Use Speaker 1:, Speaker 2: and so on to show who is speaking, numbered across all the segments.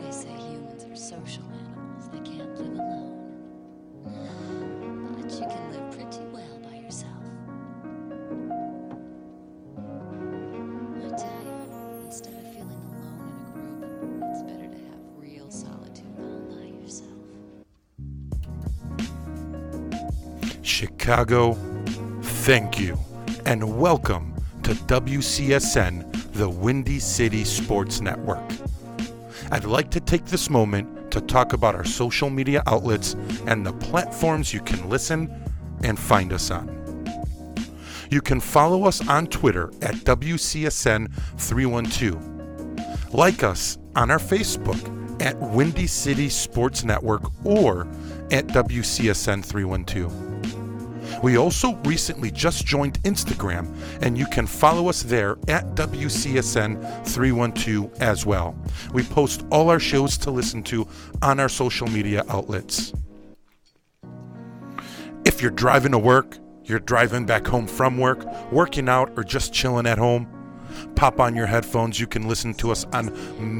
Speaker 1: They say humans are social animals. They can't live alone. But you can live pretty well by yourself. I tell you, instead of feeling alone in a group, it's better to have real solitude all by yourself.
Speaker 2: Chicago, thank you, and welcome to WCSN, the Windy City Sports Network. I'd like to take this moment to talk about our social media outlets and the platforms you can listen and find us on. You can follow us on Twitter at WCSN312. Like us on our Facebook at Windy City Sports Network or at WCSN312. We also recently just joined Instagram, and you can follow us there at WCSN312 as well. We post all our shows to listen to on our social media outlets. If you're driving to work, you're driving back home from work, working out, or just chilling at home, pop on your headphones. You can listen to us on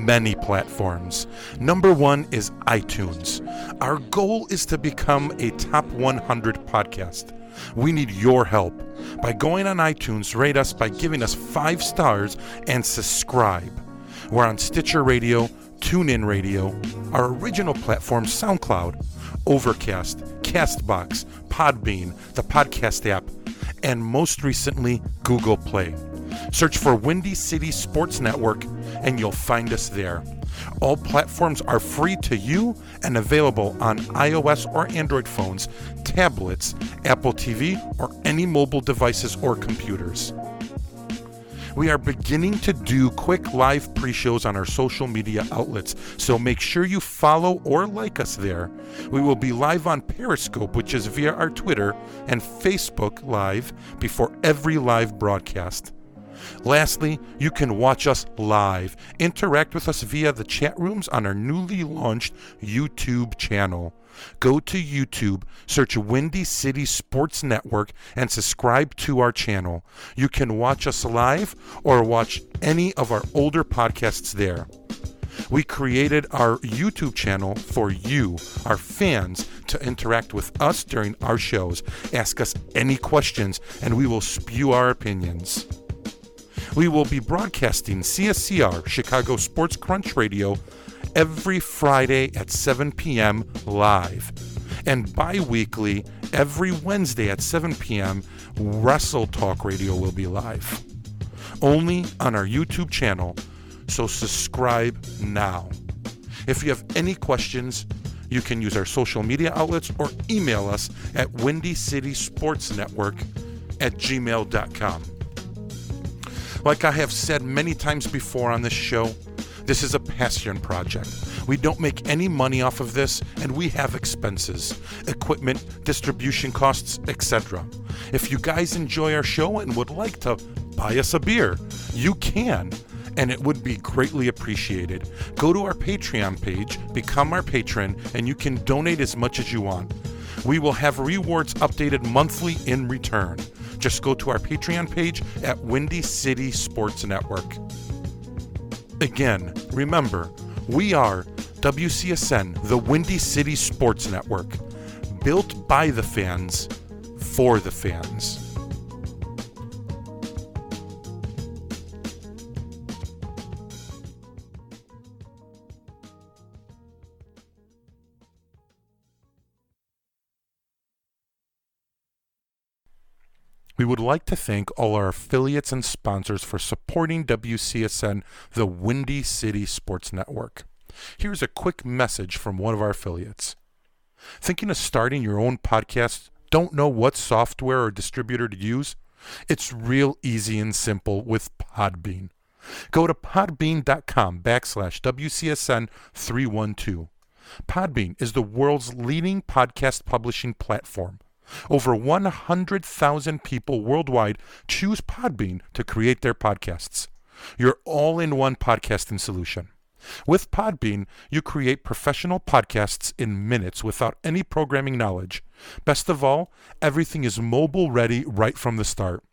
Speaker 2: many platforms. Number one is iTunes. Our goal is to become a top 100 podcast. We need your help. By going on iTunes, rate us by giving us five stars and subscribe. We're on Stitcher Radio, TuneIn Radio, our original platform SoundCloud, Overcast, Castbox, Podbean, the podcast app, and most recently, Google Play. Search for Windy City Sports Network and you'll find us there. All platforms are free to you and available on iOS or Android phones, tablets, Apple TV, or any mobile devices or computers. We are beginning to do quick live pre shows on our social media outlets, so make sure you follow or like us there. We will be live on Periscope, which is via our Twitter and Facebook Live, before every live broadcast. Lastly, you can watch us live. Interact with us via the chat rooms on our newly launched YouTube channel. Go to YouTube, search Windy City Sports Network, and subscribe to our channel. You can watch us live or watch any of our older podcasts there. We created our YouTube channel for you, our fans, to interact with us during our shows. Ask us any questions, and we will spew our opinions. We will be broadcasting CSCR, Chicago Sports Crunch Radio, every Friday at 7 p.m. live, and bi weekly every Wednesday at 7 p.m. Wrestle Talk Radio will be live. Only on our YouTube channel, so subscribe now. If you have any questions, you can use our social media outlets or email us at windycitysportsnetwork at gmail.com. Like I have said many times before on this show, this is a passion project. We don't make any money off of this, and we have expenses equipment, distribution costs, etc. If you guys enjoy our show and would like to buy us a beer, you can, and it would be greatly appreciated. Go to our Patreon page, become our patron, and you can donate as much as you want. We will have rewards updated monthly in return. Just go to our Patreon page at Windy City Sports Network. Again, remember, we are WCSN, the Windy City Sports Network, built by the fans for the fans. We would like to thank all our affiliates and sponsors for supporting WCSN, the Windy City Sports Network. Here's a quick message from one of our affiliates. Thinking of starting your own podcast? Don't know what software or distributor to use? It's real easy and simple with Podbean. Go to podbean.com backslash WCSN312. Podbean is the world's leading podcast publishing platform. Over 100,000 people worldwide choose Podbean to create their podcasts. Your all in one podcasting solution. With Podbean, you create professional podcasts in minutes without any programming knowledge. Best of all, everything is mobile ready right from the start.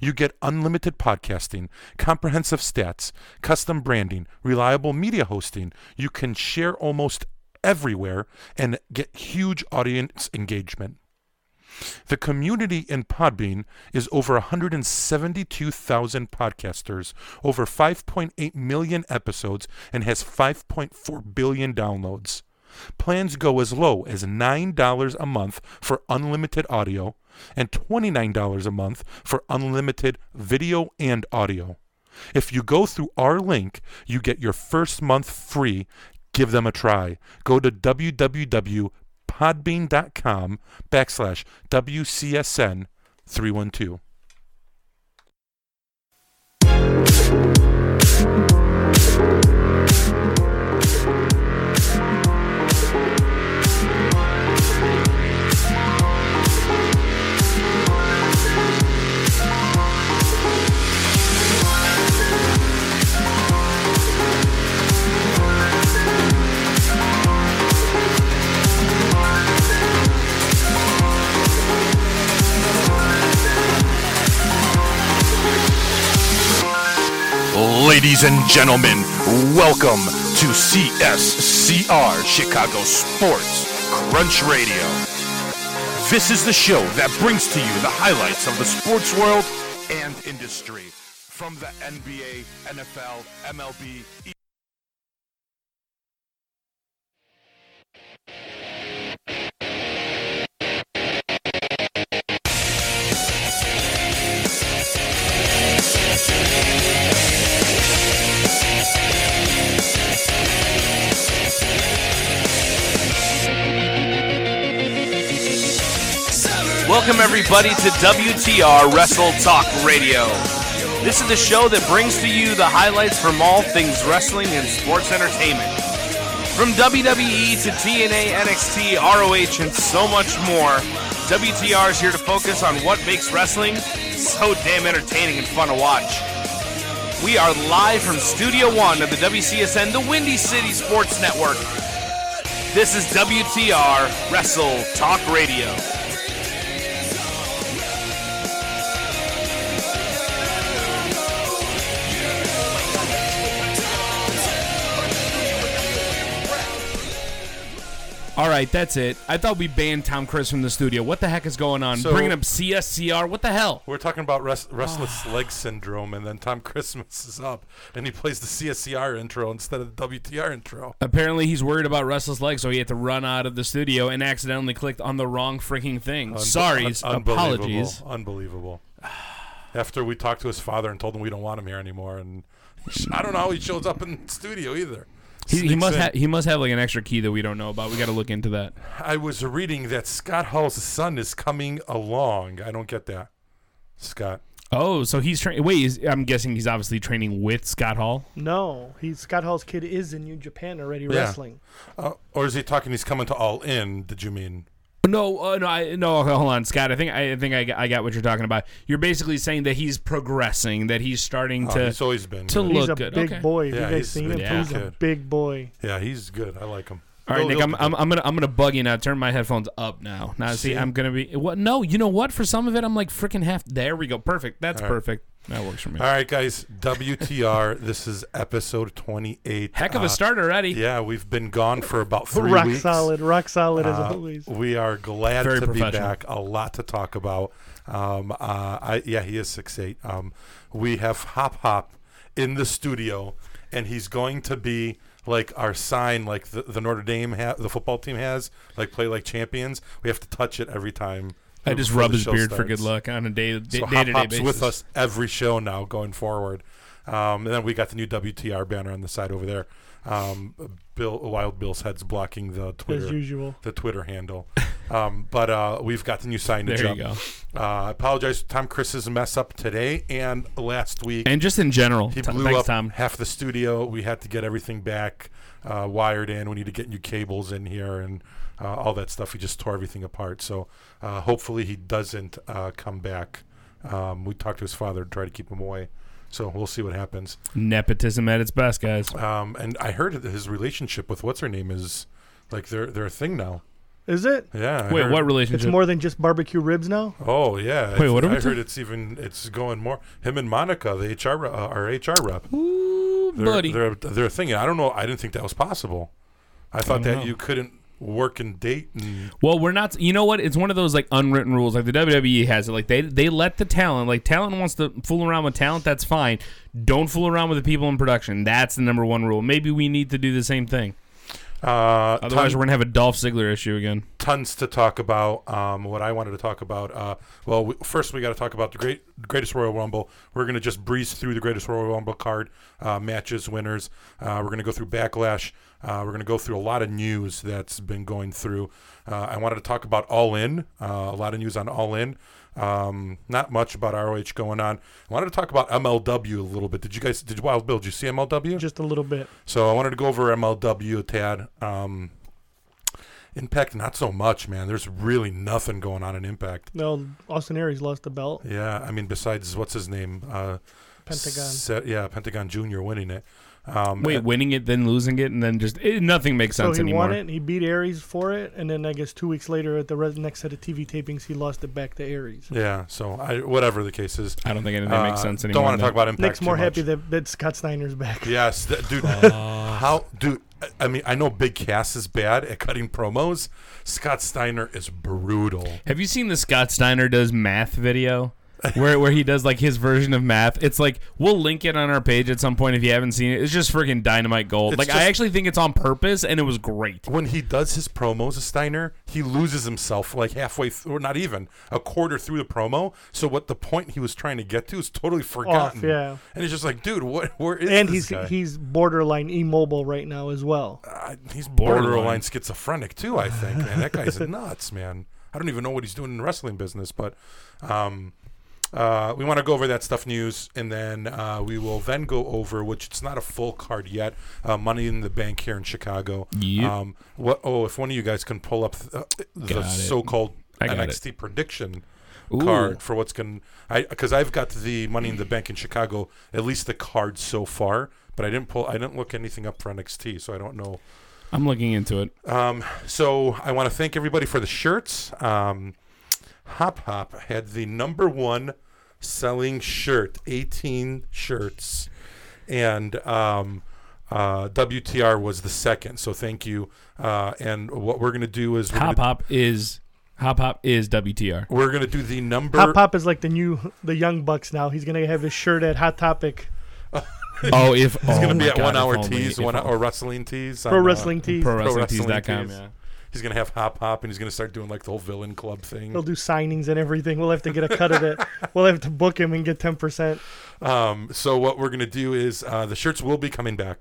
Speaker 2: You get unlimited podcasting, comprehensive stats, custom branding, reliable media hosting. You can share almost everywhere and get huge audience engagement. The community in Podbean is over 172,000 podcasters, over 5.8 million episodes, and has 5.4 billion downloads. Plans go as low as $9 a month for unlimited audio and $29 a month for unlimited video and audio. If you go through our link, you get your first month free. Give them a try. Go to www podbean.com backslash WCSN 312.
Speaker 3: Ladies and gentlemen, welcome to CSCR Chicago Sports Crunch Radio. This is the show that brings to you the highlights of the sports world and industry from the NBA, NFL, MLB,
Speaker 4: Welcome, everybody, to WTR Wrestle Talk Radio. This is the show that brings to you the highlights from all things wrestling and sports entertainment. From WWE to TNA, NXT, ROH, and so much more, WTR is here to focus on what makes wrestling so damn entertaining and fun to watch. We are live from Studio One of the WCSN, the Windy City Sports Network. This is WTR Wrestle Talk Radio.
Speaker 5: All right, that's it. I thought we banned Tom Chris from the studio. What the heck is going on?
Speaker 2: So-
Speaker 5: Bringing up CSCR? What the hell?
Speaker 2: We're talking about rest, restless leg syndrome, and then Tom Christmas is up, and he plays the CSCR intro instead of the WTR intro.
Speaker 5: Apparently, he's worried about restless legs, so he had to run out of the studio and accidentally clicked on the wrong freaking thing.
Speaker 2: Unbe-
Speaker 5: Sorry,
Speaker 2: un-
Speaker 5: apologies.
Speaker 2: Unbelievable. After we talked to his father and told him we don't want him here anymore, and I don't know how he shows up in the studio either.
Speaker 5: He, he
Speaker 2: Sneaks
Speaker 5: must
Speaker 2: in.
Speaker 5: ha- he must have like an extra key that we don't know about. We got to look into that.
Speaker 2: I was reading that Scott Hall's son is coming along. I don't get that, Scott.
Speaker 5: Oh, so he's training. Wait, is- I'm guessing he's obviously training with Scott Hall.
Speaker 6: No, he's Scott Hall's kid is in New Japan already wrestling.
Speaker 2: Uh, or is he talking? He's coming to All In. Did you mean?
Speaker 5: No, uh, no, I, no. okay, Hold on, Scott. I think I, I think I, got- I got what you're talking about. You're basically saying that he's progressing, that he's starting
Speaker 2: Oh,
Speaker 5: to
Speaker 2: he's always been.
Speaker 5: to
Speaker 2: good.
Speaker 5: look
Speaker 6: He's a
Speaker 5: good.
Speaker 6: big
Speaker 5: okay.
Speaker 6: boy. Have
Speaker 2: Yeah,
Speaker 6: you
Speaker 2: he's
Speaker 6: guys seen him?
Speaker 2: been
Speaker 5: a
Speaker 6: He's a
Speaker 2: kid.
Speaker 6: big boy.
Speaker 2: yeah, he's good. I like him.
Speaker 5: All right,
Speaker 2: He'll-
Speaker 5: Nick,
Speaker 2: he'll
Speaker 5: I'm,
Speaker 2: be
Speaker 5: I'm,
Speaker 2: good.
Speaker 5: I'm gonna I'm gonna bug you now. Turn my headphones up now. Now see, I'm gonna be what? No, you know what? For some of it, I'm like freaking half. There we go. Perfect. That's
Speaker 2: All right.
Speaker 5: perfect. That works for me.
Speaker 2: All right, guys. WTR. this is episode 28.
Speaker 5: Heck of
Speaker 2: Uh,
Speaker 5: a start already.
Speaker 2: Yeah, we've been gone for about three
Speaker 6: rock
Speaker 2: weeks.
Speaker 6: solid, rock solid as
Speaker 2: Uh,
Speaker 6: always.
Speaker 2: we are glad
Speaker 5: Very
Speaker 2: to be
Speaker 5: professional.
Speaker 2: back. A lot to talk about. Um, uh, I, yeah, he is six eight. Um, we have Hop Hop in the studio, and he's going to be like our sign, like the, the Notre Dame, ha- the football team has, like play like champions. We have to touch it every time.
Speaker 5: I just
Speaker 2: before
Speaker 5: rub
Speaker 2: the
Speaker 5: his
Speaker 2: show
Speaker 5: beard for
Speaker 2: starts.
Speaker 5: good luck on a day day
Speaker 2: So
Speaker 5: to
Speaker 2: Hop
Speaker 5: day
Speaker 2: Hop's
Speaker 5: basis.
Speaker 2: with us every show now going forward. Um, and then we got the new WTR banner on the side over there. Um, Bill Wild Bill's head's blocking the
Speaker 6: as
Speaker 2: Twitter
Speaker 6: usual.
Speaker 2: the Twitter handle. Um, but uh, we've got the new signage
Speaker 5: There
Speaker 2: up.
Speaker 5: you
Speaker 2: Uh, I apologize for Tom Chris's mess up today and last week.
Speaker 5: and just in general.
Speaker 2: he
Speaker 5: T-
Speaker 2: blew
Speaker 5: thanks,
Speaker 2: up
Speaker 5: Tom.
Speaker 2: half the studio. We had to get everything back uh, wired in. We need to get new cables in here and uh, all that stuff. He just tore everything apart. So uh, hopefully he doesn't uh, come back. Um, we talked to his father to try to keep him away. So we'll see what happens.
Speaker 5: Nepotism at its best, guys.
Speaker 2: Um, and I heard that his relationship with what's her name is like they're they're a thing now.
Speaker 6: Is it?
Speaker 2: Yeah. I
Speaker 5: Wait,
Speaker 2: heard-
Speaker 5: what
Speaker 6: It's
Speaker 5: relationship?
Speaker 6: more than just barbecue ribs now.
Speaker 2: Oh yeah.
Speaker 5: Wait, what
Speaker 2: I
Speaker 5: are we
Speaker 2: heard
Speaker 5: doing?
Speaker 2: it's even it's going more. Him and Monica, the HR re- uh, our HR rep.
Speaker 5: Ooh,
Speaker 2: They're,
Speaker 5: buddy.
Speaker 2: They're they're a thing. I don't know. I didn't think that was possible. I thought that
Speaker 5: know.
Speaker 2: you couldn't work and date. And,
Speaker 5: Well, we're not. You know what? It's one of those like unwritten rules. Like the WWE has it. Like they they let the talent. Like talent wants to fool around with talent. That's fine. Don't fool around with the people in production. That's the number one rule. Maybe we need to do the same thing.
Speaker 2: uh,
Speaker 5: Otherwise,
Speaker 2: ton-
Speaker 5: we're gonna have a Dolph Ziggler issue again.
Speaker 2: tons to talk about. Um, what I wanted to talk about. Uh, well, we, first we got to talk about the great greatest Royal Rumble. We're gonna just breeze through the greatest Royal Rumble card uh, matches, winners. Uh, we're gonna go through backlash. Uh, we're gonna go through a lot of news that's been going through. Uh, I wanted to talk about All In. Uh, a lot of news on All In. Um, not much about ROH going on. I wanted to talk about MLW a little bit. Did you guys? Did Wild Bill? Did you see MLW?
Speaker 6: Just a little bit.
Speaker 2: So I wanted to go over MLW a tad. Um, Impact, not so much, man. There's really nothing going on in Impact.
Speaker 6: No, Austin Aries lost the belt.
Speaker 2: Yeah, I mean, besides what's his name, uh,
Speaker 6: Pentagon.
Speaker 2: Se- yeah, Pentagon Junior winning it. Um,
Speaker 5: Wait,
Speaker 2: and-
Speaker 5: winning it, then losing it, and then just it, nothing makes
Speaker 6: So
Speaker 5: sense
Speaker 6: he
Speaker 5: anymore.
Speaker 6: won it. He beat Aries for it, and then I guess two weeks later at the res- next set of TV tapings, he lost it back to Aries.
Speaker 2: yeah. So I, whatever the case is,
Speaker 5: I don't think anything
Speaker 2: uh,
Speaker 5: makes sense anymore.
Speaker 2: Don't want to
Speaker 5: though.
Speaker 2: talk about Impact.
Speaker 6: Nick's
Speaker 2: too
Speaker 6: more
Speaker 2: much.
Speaker 6: happy that, that Scott Snyder's back.
Speaker 2: Yes, that, dude. how, dude? I- I mean, I know Big Cass is bad at cutting promos. Scott Steiner is brutal.
Speaker 5: Have you seen the Scott Steiner does math video? where, where he does like his version of math. It's like we'll link it on our page at some point if you haven't seen it. It's just freaking dynamite gold.
Speaker 2: It's
Speaker 5: like I
Speaker 2: just-
Speaker 5: actually think it's on purpose and it was great.
Speaker 2: when he does his promos, Steiner, he loses himself like halfway through, or not even a quarter through the promo. So what the point he was trying to get to is totally forgotten.
Speaker 6: yeah.
Speaker 2: And it's just like, dude, what? Where is
Speaker 6: And
Speaker 2: this
Speaker 6: he's
Speaker 2: guy?
Speaker 6: he's borderline immobile right now as well.
Speaker 2: I- he's borderline.
Speaker 5: borderline.
Speaker 2: schizophrenic too. I think, man, that guy's nuts, man. I don't even know what he's doing in the wrestling business, but um, uh, we want to go over that stuff news, and then uh, we will then go over which it's not a full card yet. Uh, Money in the Bank here in Chicago.
Speaker 5: Yep.
Speaker 2: Um, what? Oh, if one of you guys can pull up th- uh, the
Speaker 5: Got it.
Speaker 2: so-called
Speaker 5: I got
Speaker 2: NXT prediction.
Speaker 5: Ooh.
Speaker 2: Card for what's going I because I've got the Money in the Bank in Chicago at least the card so far, but I didn't pull I didn't look anything up for NXT, so I don't know
Speaker 5: I'm looking into it.
Speaker 2: um, so I want to thank everybody for the shirts. Um, Hop Hop had the number one selling shirt, 18 shirts, and um, uh, WTR was the second. So thank you. Uh, and what we're gonna do is we're
Speaker 5: Hop
Speaker 2: gonna,
Speaker 5: hop is hop hop is WTR.
Speaker 2: we're gonna do the number.
Speaker 6: Hot Pop is like the new the young bucks now. He's gonna have his shirt at Hot Topic
Speaker 5: Oh, if
Speaker 2: He's gonna
Speaker 5: oh
Speaker 2: be
Speaker 5: my
Speaker 2: at
Speaker 5: God,
Speaker 2: one
Speaker 5: if
Speaker 2: hour
Speaker 5: only-
Speaker 2: tees,
Speaker 5: if
Speaker 2: one
Speaker 5: only-
Speaker 2: hour wrestling tees.
Speaker 6: pro
Speaker 2: on, uh,
Speaker 6: wrestling tees.
Speaker 5: pro
Speaker 2: Pro
Speaker 5: wrestling tees
Speaker 2: wrestling
Speaker 5: dot com,
Speaker 2: tees.
Speaker 5: Yeah.
Speaker 2: He's gonna have Hop Hop, and he's gonna start doing like the whole villain club thing.
Speaker 6: He'll do signings and everything. We'll have to get a cut of it. We'll have to book him and get ten percent.
Speaker 2: Um, so what we're gonna do is uh, the shirts will be coming back.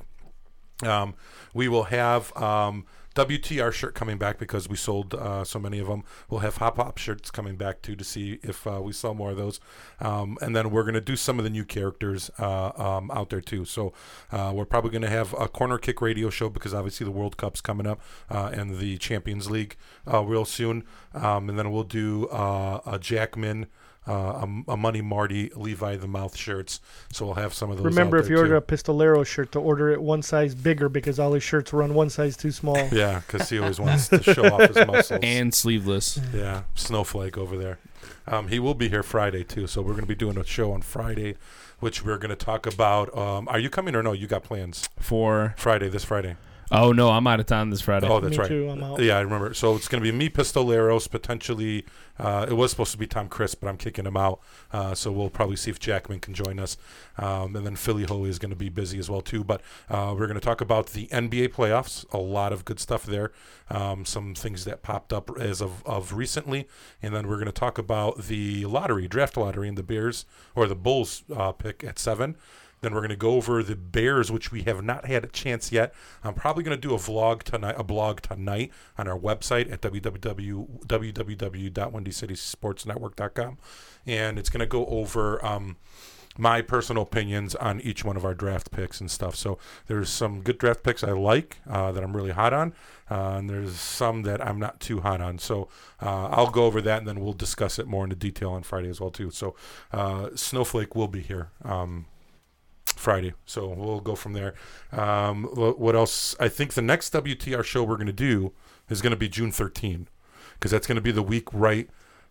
Speaker 2: Um, we will have um, WTR shirt coming back because we sold uh, so many of them. We'll have Hop Hop shirts coming back too to see if uh, we sell more of those. Um, and then we're gonna do some of the new characters uh, um, out there too. So uh, we're probably gonna have a corner kick radio show because obviously the World Cup's coming up uh, and the Champions League uh, real soon. Um, and then we'll do uh, a Jackman uh, a, a Money Marty Levi the Mouth shirts. So we'll have some of those.
Speaker 6: Remember,
Speaker 2: out
Speaker 6: if
Speaker 2: there
Speaker 6: you order a
Speaker 2: too.
Speaker 6: Pistolero shirt, to order it one size bigger because all his shirts run one size too small.
Speaker 2: yeah, because he always wants to show off his muscles.
Speaker 5: And sleeveless.
Speaker 2: yeah, snowflake over there. Um, he will be here Friday too, so we're going to be doing a show on Friday, which we're going to talk about. Um, are you coming or no? You got plans
Speaker 5: For
Speaker 2: Friday this Friday.
Speaker 5: oh no, I'm out of town this Friday.
Speaker 2: Oh, that's
Speaker 6: Me
Speaker 2: right.
Speaker 6: too, I'm out.
Speaker 2: Yeah, I remember. So it's going to be me, Pistoleros, potentially. Uh, it was supposed to be Tom Chris, but I'm kicking him out. Uh, so we'll probably see if Jackman can join us. Um, and then Philly Ho is going to be busy as well too. But uh, we're going to talk about the NBA playoffs. A lot of good stuff there. Um, some things that popped up as of, of recently. And then we're going to talk about the lottery, draft lottery, and the Bears or the Bulls uh, pick at seven. Then we're going to go over the Bears, which we have not had a chance yet. I'm probably going to do a vlog tonight, a blog tonight on our website at www, www.wendycitysportsnetwork.com, and it's going to go over um, my personal opinions on each one of our draft picks and stuff. So there's some good draft picks I like uh, that I'm really hot on, uh, and there's some that I'm not too hot on. So uh, I'll go over that, and then we'll discuss it more into detail on Friday as well too. So uh, Snowflake will be here. Um, Friday. So we'll go from there. Um, wh- what else? I think the next WTR show we're going to do is going to be June 13 because that's going to be the week right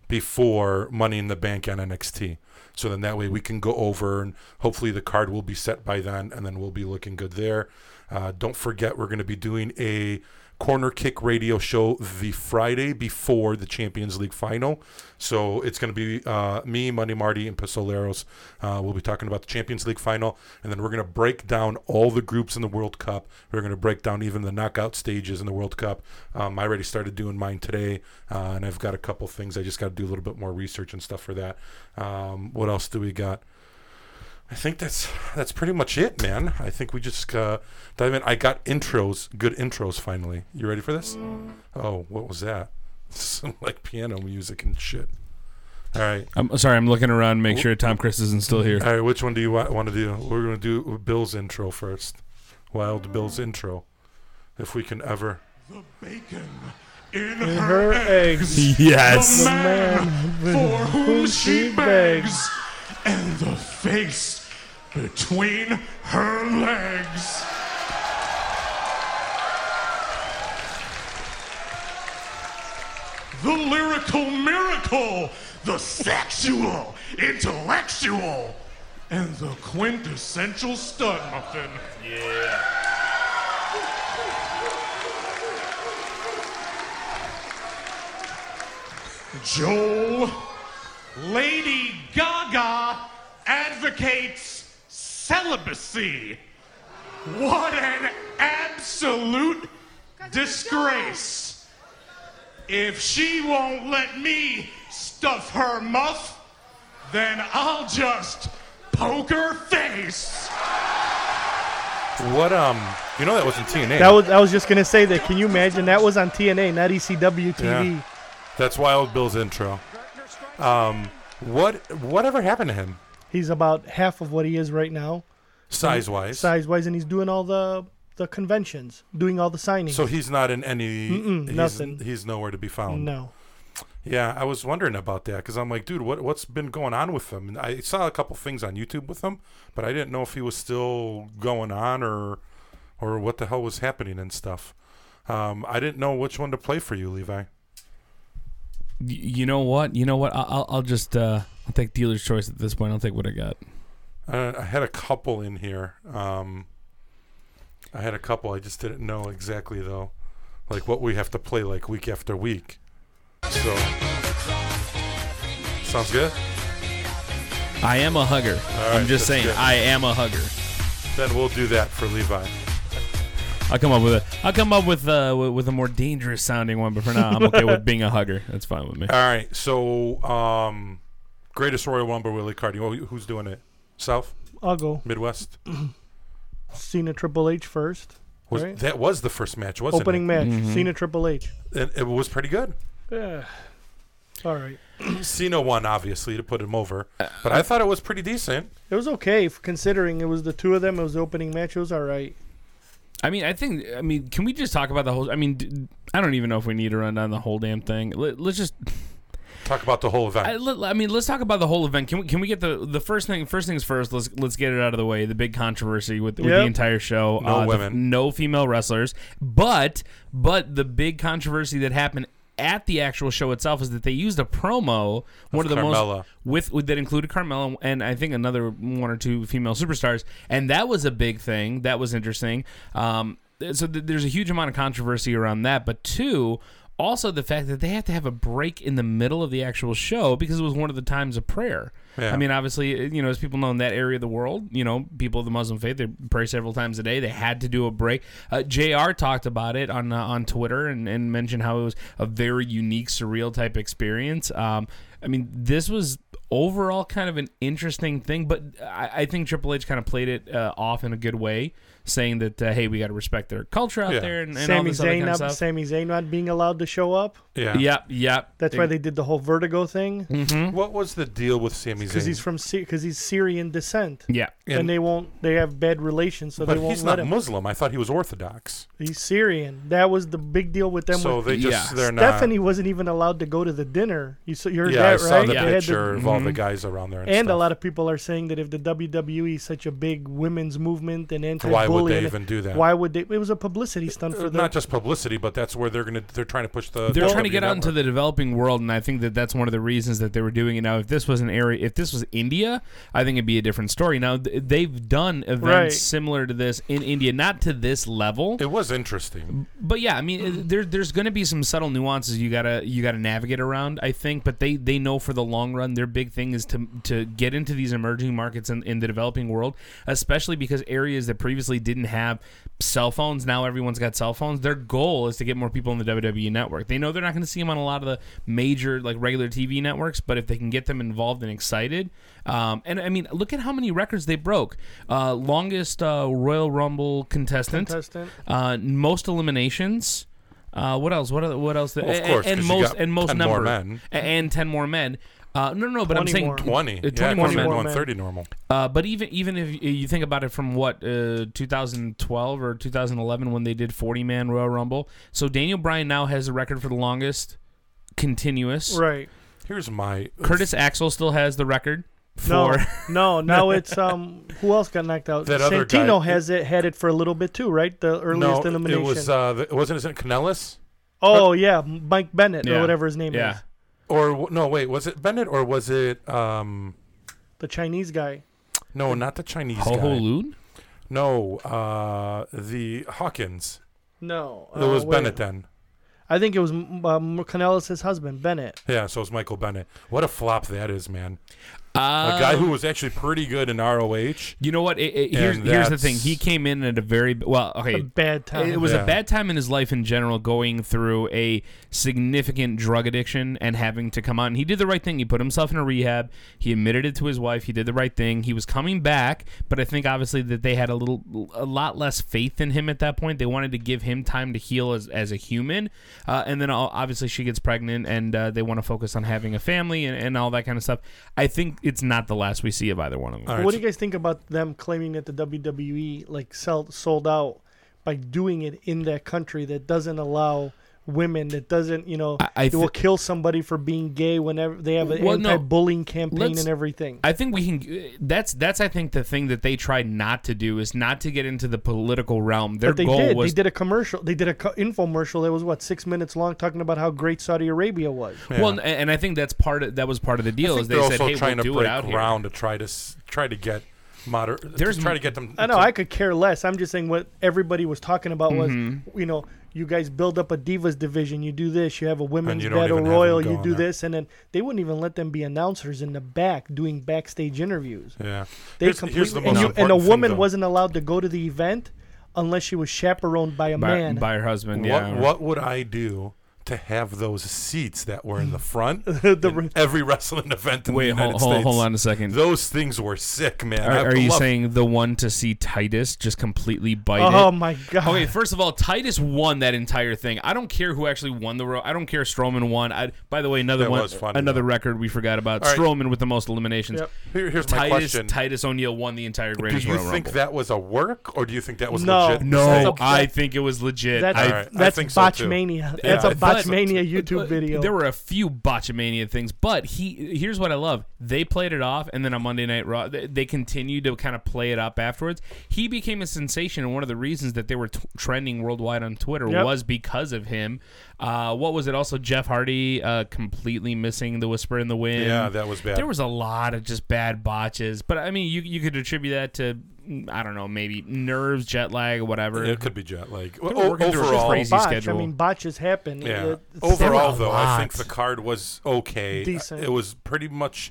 Speaker 2: before Money in the Bank on NXT. So then that way we can go over and hopefully the card will be set by then and then we'll be looking good there. Uh, don't forget, we're going to be doing a corner kick radio show the Friday before the Champions League final. So it's going to be uh, me, Money Marty, and Pistoleros. Uh, we'll be talking about the Champions League final, and then we're going to break down all the groups in the World Cup. We're going to break down even the knockout stages in the World Cup. Um, I already started doing mine today, uh, and I've got a couple things. I just got to do a little bit more research and stuff for that. Um, what else do we got? I think that's that's pretty much it, man. I think we just uh, dive in. I got intros, good intros. Finally, you ready for this? Oh, what was that? Some like piano music and shit. All right,
Speaker 5: I'm sorry, I'm looking around, to make sure Tom Chris isn't still here.
Speaker 2: all right. Which one do you wa- want to do? We're gonna do Bill's intro first. Wild Bill's intro, if we can ever.
Speaker 7: The bacon in
Speaker 6: Her
Speaker 7: her,
Speaker 6: eggs.
Speaker 7: the
Speaker 5: Yes.
Speaker 7: man for whom she
Speaker 6: she
Speaker 7: begs, and the face between her legs. The lyrical miracle, the sexual, intellectual, and the quintessential stud muffin. Joel, Lady Gaga advocates celibacy. What an absolute disgrace. If she won't let me stuff her muff, then I'll just poke her face.
Speaker 2: What um? You know that wasn't TNA.
Speaker 6: That was. I was just gonna say that. Can you imagine? That was on TNA, not E ECW TV.
Speaker 2: Yeah. That's Wild Bill's intro. Um, what whatever happened to him?
Speaker 6: He's about half of what he is right now,
Speaker 2: Size wise.
Speaker 6: size wise, and he's doing all the the conventions, doing all the signings.
Speaker 2: So he's not in any. he's,
Speaker 6: nothing.
Speaker 2: He's nowhere to be found.
Speaker 6: no,
Speaker 2: Yeah, I was wondering about that because I'm like, dude, what what's been going on with him? And I saw a couple things on YouTube with him, but I didn't know if he was still going on or or what the hell was happening and stuff. Um, I didn't know which one to play for you, Levi.
Speaker 5: Y- You know what? You know what? I'll, I'll, I'll just uh, I'll take dealer's choice at this point. I'll take what I got.
Speaker 2: Uh, I had a couple in here. Um, I had a couple. I just didn't know exactly though, like what we have to play like week after week. So sounds good.
Speaker 5: I am a hugger. I'm
Speaker 2: that's
Speaker 5: just saying,
Speaker 2: good.
Speaker 5: I am a hugger.
Speaker 2: Then we'll do that for Levi.
Speaker 5: I'll come up with a I'll come up with uh with, with a more dangerous sounding one, but for now I'm okay with being a hugger. That's fine with me.
Speaker 2: All right. So um, greatest Royal Rumble Willie Cardi. Well, who's doing it? South,
Speaker 6: I'll go
Speaker 2: Midwest.
Speaker 6: Cena Triple H first.
Speaker 2: Was,
Speaker 6: Right.
Speaker 2: That was the first match, wasn't
Speaker 6: Opening
Speaker 2: it?
Speaker 6: match, Cena Triple H.
Speaker 2: And it was pretty good.
Speaker 6: Yeah. All right.
Speaker 2: Cena won, obviously, to put him over. But I thought it was pretty decent.
Speaker 6: It was okay f- considering it was the two of them. It was the opening match. It was all right.
Speaker 5: I mean, I think I mean, can we just talk about the whole I mean, d- I don't even know if we need to run down the whole damn thing. Let, let's just
Speaker 2: Talk about the whole event.
Speaker 5: I, let- I mean, let's talk about the whole event. Can we can we get the the first thing first things first? Let's let's get it out of the way. The big controversy with, with the
Speaker 6: Yep.
Speaker 5: entire show. uh,
Speaker 2: No
Speaker 5: the-
Speaker 2: women.
Speaker 5: no female wrestlers. But but the big controversy that happened at the actual show itself is that they used a promo one of the
Speaker 2: Carmella.
Speaker 5: most with, with that included Carmella and I think another one or two female superstars, and that was a big thing. That was interesting. Um, so th- there's a huge amount of controversy around that, but two. Also, the fact that they have to have a break in the middle of the actual show because it was one of the times of prayer.
Speaker 2: Yeah.
Speaker 5: I mean, obviously, uh, you know, as people know in that area of the world, you know, people of the Muslim faith they pray several times a day. They had to do a break. Uh, Jr. talked about it on uh, on Twitter and, and mentioned how it was a very unique, surreal type experience. Um, I mean, this was overall kind of an interesting thing, but I, I think Triple H kind of played it uh, off in a good way, saying that uh, hey, we got to respect their culture out
Speaker 2: Yeah.
Speaker 5: there and, and all
Speaker 6: Sami
Speaker 5: this other
Speaker 6: Zayn
Speaker 5: kind of
Speaker 6: not,
Speaker 5: stuff.
Speaker 6: Sami Zayn not being allowed to show up.
Speaker 2: Yeah.
Speaker 5: Yep, yep.
Speaker 6: That's why they did the whole Vertigo thing
Speaker 2: Mm-hmm. What was the deal with Sami
Speaker 6: because
Speaker 2: Zayn?
Speaker 6: he's from because he's Syrian descent.
Speaker 5: Yeah.
Speaker 6: And,
Speaker 2: And-
Speaker 6: they won't. They have bad relations, so
Speaker 2: but
Speaker 6: they won't
Speaker 2: he's not
Speaker 6: let him.
Speaker 2: Muslim. I thought he was Orthodox.
Speaker 6: He's Syrian. That was the big deal with them.
Speaker 2: So
Speaker 6: with
Speaker 2: they just
Speaker 5: Yeah.
Speaker 2: they're not.
Speaker 6: Stephanie wasn't even allowed to go to the dinner. You saw, you heard
Speaker 2: yeah, I
Speaker 6: that
Speaker 2: saw
Speaker 6: right?
Speaker 2: the
Speaker 6: They had to-
Speaker 2: picture of all the guys around there, and,
Speaker 6: and a
Speaker 2: stuff.
Speaker 6: lot of people are saying that if the WWE is such a big women's movement and anti-bullying,
Speaker 2: Why would they even do that?
Speaker 6: Why would they? It was a publicity stunt for
Speaker 2: Uh,
Speaker 6: the
Speaker 2: not just publicity, but that's where they're gonna they're trying to push the.
Speaker 5: They're trying to
Speaker 2: WWE
Speaker 5: get out into
Speaker 2: network.
Speaker 5: the developing world, and I think that that's one of the reasons that they were doing it. Now, if this was an area, if this was India, I think it'd be a different story. Now, th- they've done events
Speaker 6: Right.
Speaker 5: similar to this in India, not to this level,
Speaker 2: It was interesting.
Speaker 5: but yeah, I mean, it- there, there's going to be some subtle nuances you gotta you gotta navigate around. I think, but they they know for the long run, their big thing is to to get into these emerging markets in, in the developing world, especially because areas that previously didn't have cell phones now everyone's got cell phones. Their goal is to get more people on the WWE network. They know they're not going to see them on a lot of the major like regular TV networks, but if they can get them involved and excited, um, and I mean, look at how many records they broke. Uh, longest uh, Royal Rumble contestant
Speaker 6: contestant.
Speaker 5: uh, most eliminations. Uh, what else? What other, what else?
Speaker 2: Well, of course,
Speaker 5: and,
Speaker 2: 'cause you
Speaker 5: most
Speaker 2: got
Speaker 5: and most
Speaker 2: 10 more
Speaker 5: number
Speaker 2: men.
Speaker 5: A- and ten more men. Uh, no, no, no, but I'm
Speaker 6: 20
Speaker 5: saying
Speaker 6: more.
Speaker 5: tw-
Speaker 2: Twenty.
Speaker 5: uh,
Speaker 2: Yeah,
Speaker 5: 20 more
Speaker 2: compared to
Speaker 5: men.
Speaker 6: more men.
Speaker 2: 130 normal.
Speaker 5: Uh, but even even if y- you think about it from what uh, 2012 or 2011 when they did 40 man Royal Rumble, so Daniel Bryan now has the record for the longest continuous.
Speaker 6: right.
Speaker 2: Here's my
Speaker 5: Curtis Axel still has the record
Speaker 6: No,
Speaker 5: for.
Speaker 6: no, now it's um. Who else got knocked out?
Speaker 2: That other guy.
Speaker 6: Santino has it had it for a little bit too, right? The earliest
Speaker 2: no,
Speaker 6: elimination.
Speaker 2: It was uh, the, wasn't it Canellis
Speaker 6: oh yeah, Mike Bennett
Speaker 5: Yeah.
Speaker 6: or whatever his name
Speaker 5: Yeah.
Speaker 6: is,
Speaker 2: or w- no? Wait, was it Bennett or was it um?
Speaker 6: the Chinese guy.
Speaker 2: No, not the Chinese
Speaker 5: Ho
Speaker 2: guy.
Speaker 5: Ho Loon?
Speaker 2: No, uh, the Hawkins.
Speaker 6: No, uh,
Speaker 2: It was
Speaker 6: Oh, wait.
Speaker 2: Bennett then.
Speaker 6: I think it was um, Canellis' husband, Bennett.
Speaker 2: Yeah, so it was Michael Bennett. What a flop that is, man.
Speaker 5: Uh,
Speaker 2: a guy who was actually pretty good in ROH.
Speaker 5: You know what? It, it-
Speaker 2: And
Speaker 5: here's, here's the
Speaker 2: that's-
Speaker 5: thing. He came in at a very well. Okay,
Speaker 6: A bad time.
Speaker 5: It was
Speaker 2: Yeah.
Speaker 5: a bad time in his life in general, going through a significant drug addiction and having to come out. And he did the right thing. He put himself in a rehab. He admitted it to his wife. He did the right thing. He was coming back, but I think obviously that they had a little, a lot less faith in him at that point. They wanted to give him time to heal as, as a human. Uh, and then o- obviously she gets pregnant, and uh, they want to focus on having a family and, and all that kind of stuff. I think it's not the last we see of either one of them.
Speaker 2: All right,
Speaker 6: what do
Speaker 2: so-
Speaker 6: you guys think about them claiming that the WWE like sell, sold out by doing it in that country that doesn't allow women that doesn't you know
Speaker 5: I- I
Speaker 6: it will
Speaker 5: thi-
Speaker 6: kill somebody for being gay whenever they have an
Speaker 5: Well, no.
Speaker 6: anti-bullying campaign
Speaker 5: Let's-
Speaker 6: and everything.
Speaker 5: I think we can. That's that's I think the thing that they tried not to do is not to get into the political realm. Their
Speaker 6: But they
Speaker 5: goal
Speaker 6: did.
Speaker 5: was
Speaker 6: They did a commercial. They did a co- infomercial that was what six minutes long, talking about how great Saudi Arabia was.
Speaker 5: well, and, and I think that's part of that was part of the deal
Speaker 2: I
Speaker 5: is
Speaker 2: think
Speaker 5: they
Speaker 2: they're
Speaker 5: said,
Speaker 2: also
Speaker 5: hey,
Speaker 2: trying
Speaker 5: we'll
Speaker 2: to
Speaker 5: do it
Speaker 2: break
Speaker 5: out here.
Speaker 2: ground to try to s- try to get moder.
Speaker 5: There's
Speaker 2: to try to
Speaker 5: m-
Speaker 2: get them.
Speaker 6: I know.
Speaker 2: to-
Speaker 6: I could care less. I'm just saying what everybody was talking about was,
Speaker 2: Mm-hmm.
Speaker 6: you know, you guys build up a divas division. You do this. You have a women's
Speaker 2: you don't
Speaker 6: battle
Speaker 2: even have them
Speaker 6: royal.
Speaker 2: go
Speaker 6: You
Speaker 2: on
Speaker 6: do
Speaker 2: there.
Speaker 6: this, and then they wouldn't even let them be announcers in the back doing backstage interviews.
Speaker 2: Yeah.
Speaker 6: They
Speaker 2: here's,
Speaker 6: completely
Speaker 2: here's the
Speaker 6: and,
Speaker 2: most
Speaker 6: you- and a
Speaker 2: important thing,
Speaker 6: woman
Speaker 2: though.
Speaker 6: wasn't allowed to go to the event unless she was chaperoned by a
Speaker 5: by,
Speaker 6: man.
Speaker 5: by her husband.
Speaker 2: What
Speaker 5: yeah.
Speaker 2: what would I do to have those seats that were in the front?
Speaker 6: The
Speaker 2: in
Speaker 6: re-
Speaker 2: every wrestling event in
Speaker 5: Wait,
Speaker 2: the United
Speaker 5: hold, hold,
Speaker 2: States.
Speaker 5: hold on a second.
Speaker 2: Those things were sick, man.
Speaker 5: are
Speaker 2: I
Speaker 5: are you
Speaker 2: love-
Speaker 5: saying the one to see Titus just completely bite
Speaker 6: oh
Speaker 5: it?
Speaker 6: my god!
Speaker 5: Okay, first of all, Titus won that entire thing. I don't care who actually won the row. I don't care Strowman won. I, by the way, another
Speaker 2: That
Speaker 5: one,
Speaker 2: was funny,
Speaker 5: another
Speaker 2: though.
Speaker 5: record we forgot about.
Speaker 2: All right.
Speaker 5: Strowman with the most eliminations.
Speaker 6: Yep.
Speaker 2: Here- here's my
Speaker 5: Titus
Speaker 2: question.
Speaker 5: Titus O'Neil won the entire
Speaker 2: do
Speaker 5: Greatest
Speaker 2: you
Speaker 5: Royal
Speaker 2: think
Speaker 5: Rumble.
Speaker 2: that was a work, or do you think that was
Speaker 6: No.
Speaker 2: legit?
Speaker 6: That's
Speaker 5: No,
Speaker 6: a-
Speaker 5: I think it was legit.
Speaker 6: that's
Speaker 5: I,
Speaker 2: All right, I
Speaker 6: that's
Speaker 2: think so, too.
Speaker 6: botchmania.
Speaker 2: Yeah,
Speaker 6: That's a
Speaker 2: I think so,
Speaker 6: botchmania
Speaker 5: Uh,
Speaker 6: YouTube video.
Speaker 5: There were a few botchamania things, but he here's what I love. They played it off, and then on Monday Night Raw, they, they continued to kind of play it up afterwards. He became a sensation, and one of the reasons that they were t- trending worldwide on Twitter
Speaker 6: Yep.
Speaker 5: was because of him. Uh, what was it? Also, Jeff Hardy uh, completely missing the whisper in the wind.
Speaker 2: Yeah, that was bad.
Speaker 5: There was a lot of just bad botches, but I mean, you you could attribute that to. I don't know, maybe nerves, jet lag, whatever.
Speaker 2: It could be jet lag. O-
Speaker 5: were working through a
Speaker 2: overall,
Speaker 5: crazy
Speaker 6: Oh, botch.
Speaker 5: schedule.
Speaker 6: I mean, botches happen.
Speaker 2: Yeah.
Speaker 6: It- it's- there were
Speaker 2: Overall,
Speaker 5: a
Speaker 2: though, I think the
Speaker 5: lot.
Speaker 2: card was okay.
Speaker 6: Decent.
Speaker 2: It was pretty much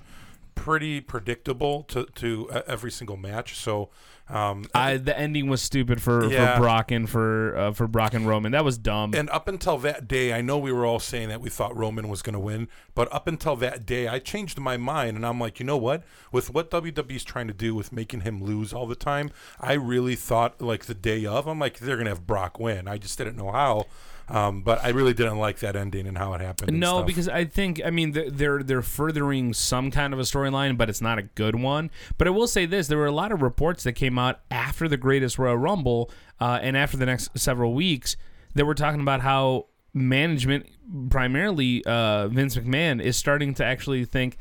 Speaker 2: pretty predictable to to uh, every single match. So Um,
Speaker 5: I, the ending was stupid for,
Speaker 2: Yeah.
Speaker 5: for Brock and for uh, for Brock and Roman. That was dumb.
Speaker 2: and up until that day, I know we were all saying that we thought Roman was going to win, but up until that day, I changed my mind and I'm like, you know what? With what WWE's trying to do with making him lose all the time, I really thought like the day of, I'm like, they're going to have Brock win. I just didn't know how, um, but I really didn't like that ending and how it happened. and
Speaker 5: No,
Speaker 2: stuff.
Speaker 5: because I think I mean th- they're they're furthering some kind of a storyline, but it's not a good one. But I will say this: there were a lot of reports that came out after the Greatest Royal Rumble uh, and after the next several weeks that were talking about how management, primarily uh, Vince McMahon, is starting to actually think,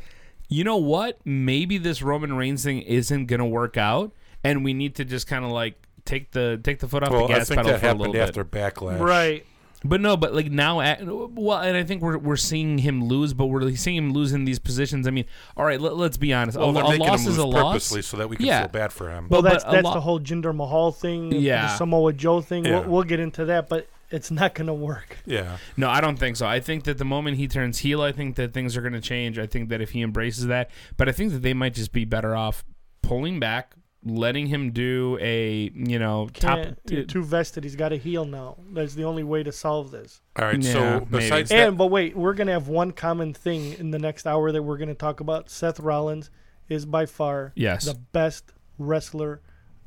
Speaker 5: you know what? Maybe this Roman Reigns thing isn't going to work out, and we need to just kind of like take the take the foot off
Speaker 2: well,
Speaker 5: the
Speaker 2: I
Speaker 5: gas
Speaker 2: think
Speaker 5: pedal
Speaker 2: that
Speaker 5: for a little
Speaker 2: happened after
Speaker 5: bit.
Speaker 2: Backlash.
Speaker 6: Right.
Speaker 5: But no, but like now, at, well, and I think we're we're seeing him lose, but we're seeing him lose in these positions. I mean, all right, let, let's be honest.
Speaker 2: Well,
Speaker 5: a,
Speaker 2: Oh, they're
Speaker 5: lo- a
Speaker 2: making
Speaker 5: loss
Speaker 2: him lose
Speaker 5: is a loss.
Speaker 2: purposely so that we can
Speaker 5: Yeah.
Speaker 2: feel bad for him.
Speaker 6: Well,
Speaker 5: But-
Speaker 6: that's
Speaker 5: but a
Speaker 6: that's
Speaker 5: lot-
Speaker 6: the whole Jinder Mahal thing.
Speaker 5: Yeah.
Speaker 6: The Samoa Joe thing.
Speaker 2: Yeah.
Speaker 6: We'll, we'll get into that, but it's not going to work.
Speaker 2: yeah.
Speaker 5: No, I don't think so. I think that the moment he turns heel, I think that things are going to change. I think that if he embraces that, but I think that they might just be better off pulling back, letting him do a you know top.
Speaker 6: Can't- you're too vested. He's got a heel now. That's the only way to solve this.
Speaker 2: All right.
Speaker 5: Yeah,
Speaker 2: so
Speaker 5: maybe.
Speaker 2: besides that,
Speaker 6: And but wait, we're going to have one common thing in the next hour that we're going to talk about. Seth Rollins is by far
Speaker 5: Yes.
Speaker 6: the best wrestler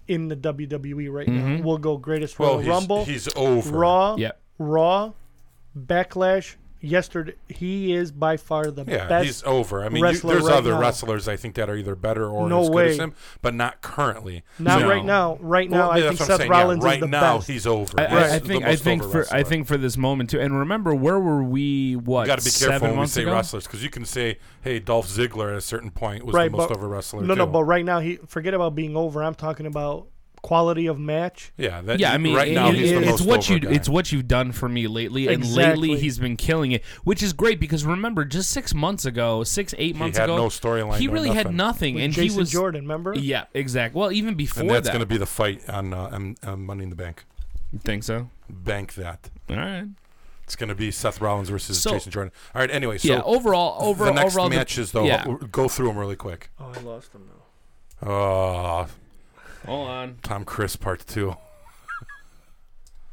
Speaker 6: in the WWE right now. We'll go greatest
Speaker 2: well,
Speaker 6: Royal
Speaker 2: he's,
Speaker 6: Rumble,
Speaker 2: he's over.
Speaker 6: Raw,
Speaker 5: Mm-hmm. Yep.
Speaker 6: Raw, Backlash. Yesterday, he is by far the
Speaker 2: Yeah,
Speaker 6: best.
Speaker 2: he's over. I mean, you,
Speaker 6: wrestler
Speaker 2: there's
Speaker 6: right
Speaker 2: other
Speaker 6: now.
Speaker 2: wrestlers I think that are either better or
Speaker 6: No
Speaker 2: as good as
Speaker 6: way.
Speaker 2: him, but not currently.
Speaker 6: Not
Speaker 5: No.
Speaker 6: right now. Right now,
Speaker 2: Well,
Speaker 6: I
Speaker 2: that's
Speaker 6: think
Speaker 2: what I'm
Speaker 6: Seth
Speaker 2: saying. Yeah,
Speaker 6: Rollins
Speaker 2: right
Speaker 6: is the
Speaker 2: now
Speaker 6: best.
Speaker 2: he's over.
Speaker 5: I, I-
Speaker 2: He's
Speaker 5: I
Speaker 2: the
Speaker 5: think I
Speaker 2: most
Speaker 5: think
Speaker 2: over
Speaker 5: for
Speaker 2: wrestler.
Speaker 5: I think for this moment too. And remember, where were we? What
Speaker 2: you got to be careful
Speaker 5: seven
Speaker 2: when we
Speaker 5: months
Speaker 2: say
Speaker 5: ago?
Speaker 2: wrestlers because you can say, "Hey, Dolph Ziggler at a certain point was
Speaker 6: right,
Speaker 2: the most
Speaker 6: but
Speaker 2: over wrestler."
Speaker 6: No, no,
Speaker 2: too.
Speaker 6: but right now he forget about being over. I'm talking about quality of match.
Speaker 2: yeah, that,
Speaker 5: Yeah, I mean,
Speaker 2: right
Speaker 5: it-
Speaker 2: now
Speaker 5: it-
Speaker 2: he's the
Speaker 5: it's
Speaker 2: most
Speaker 5: what
Speaker 2: over
Speaker 5: you
Speaker 2: guy.
Speaker 5: it's what you've done for me lately, and
Speaker 6: Exactly.
Speaker 5: lately he's been killing it, which is great because remember, just six months ago, six eight months
Speaker 2: had
Speaker 5: ago,
Speaker 2: no storyline,
Speaker 5: He
Speaker 2: no
Speaker 5: really had
Speaker 2: nothing.
Speaker 5: nothing,
Speaker 6: With
Speaker 5: and
Speaker 6: Jason
Speaker 5: he was
Speaker 6: Jordan, remember?
Speaker 5: Yeah, exact. Well, even before
Speaker 2: and that's
Speaker 5: that,
Speaker 2: going to be the fight on uh, um, um, Money in the Bank.
Speaker 5: you think so?
Speaker 2: Bank that.
Speaker 5: All right.
Speaker 2: It's going to be Seth Rollins versus
Speaker 5: So-
Speaker 2: Jason Jordan. All right. Anyway, so
Speaker 5: yeah. Overall, overall,
Speaker 2: the next
Speaker 5: overall, the-
Speaker 2: matches though,
Speaker 5: Yeah.
Speaker 2: ho- go through them really quick.
Speaker 6: Oh, I lost him now.
Speaker 2: Oh,
Speaker 5: Hold on.
Speaker 2: Tom Chris part two.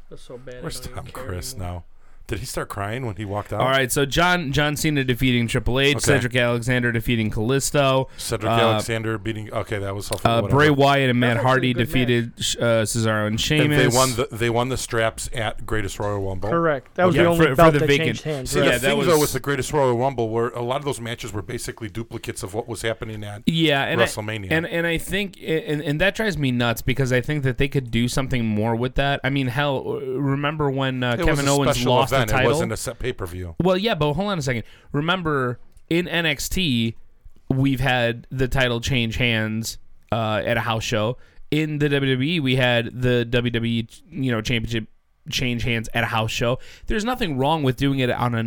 Speaker 6: That's so bad.
Speaker 2: Where's Tom Chris now? Did he start crying when he walked out?
Speaker 5: All right. So John John Cena defeating Triple H,
Speaker 2: Okay.
Speaker 5: Cedric Alexander defeating Callisto,
Speaker 2: Cedric
Speaker 5: uh,
Speaker 2: Alexander beating. Okay, that was helpful.
Speaker 5: uh,
Speaker 2: whatever.
Speaker 5: Bray Wyatt and Matt
Speaker 6: That's actually
Speaker 5: Hardy
Speaker 6: a good
Speaker 5: defeated uh, Cesaro and
Speaker 2: And
Speaker 5: Sheamus.
Speaker 2: they won the they won the straps at Greatest Royal Rumble.
Speaker 6: Correct. That was
Speaker 5: Yeah,
Speaker 6: the only
Speaker 5: for- for
Speaker 6: belt
Speaker 5: the
Speaker 6: that
Speaker 5: vacant-
Speaker 6: changed hands.
Speaker 2: See,
Speaker 6: right?
Speaker 5: Yeah,
Speaker 2: the
Speaker 5: that
Speaker 2: thing
Speaker 5: was-
Speaker 2: though with the Greatest Royal Rumble, where a lot of those matches were basically duplicates of what was happening at.
Speaker 5: yeah, and I-
Speaker 2: WrestleMania.
Speaker 5: and and I think and and that drives me nuts because I think that they could do something more with that. I mean, hell, uh, remember when uh,
Speaker 2: It was
Speaker 5: Kevin
Speaker 2: a
Speaker 5: Owens
Speaker 2: special
Speaker 5: lost
Speaker 2: event.
Speaker 5: the title?
Speaker 2: It wasn't a set pay per view.
Speaker 5: well, yeah, but hold on a second. Remember in NXT, we've had the title change hands uh, at a house show. In the WWE, we had the WWE you know championship change hands at a house show. There's nothing wrong with doing it on a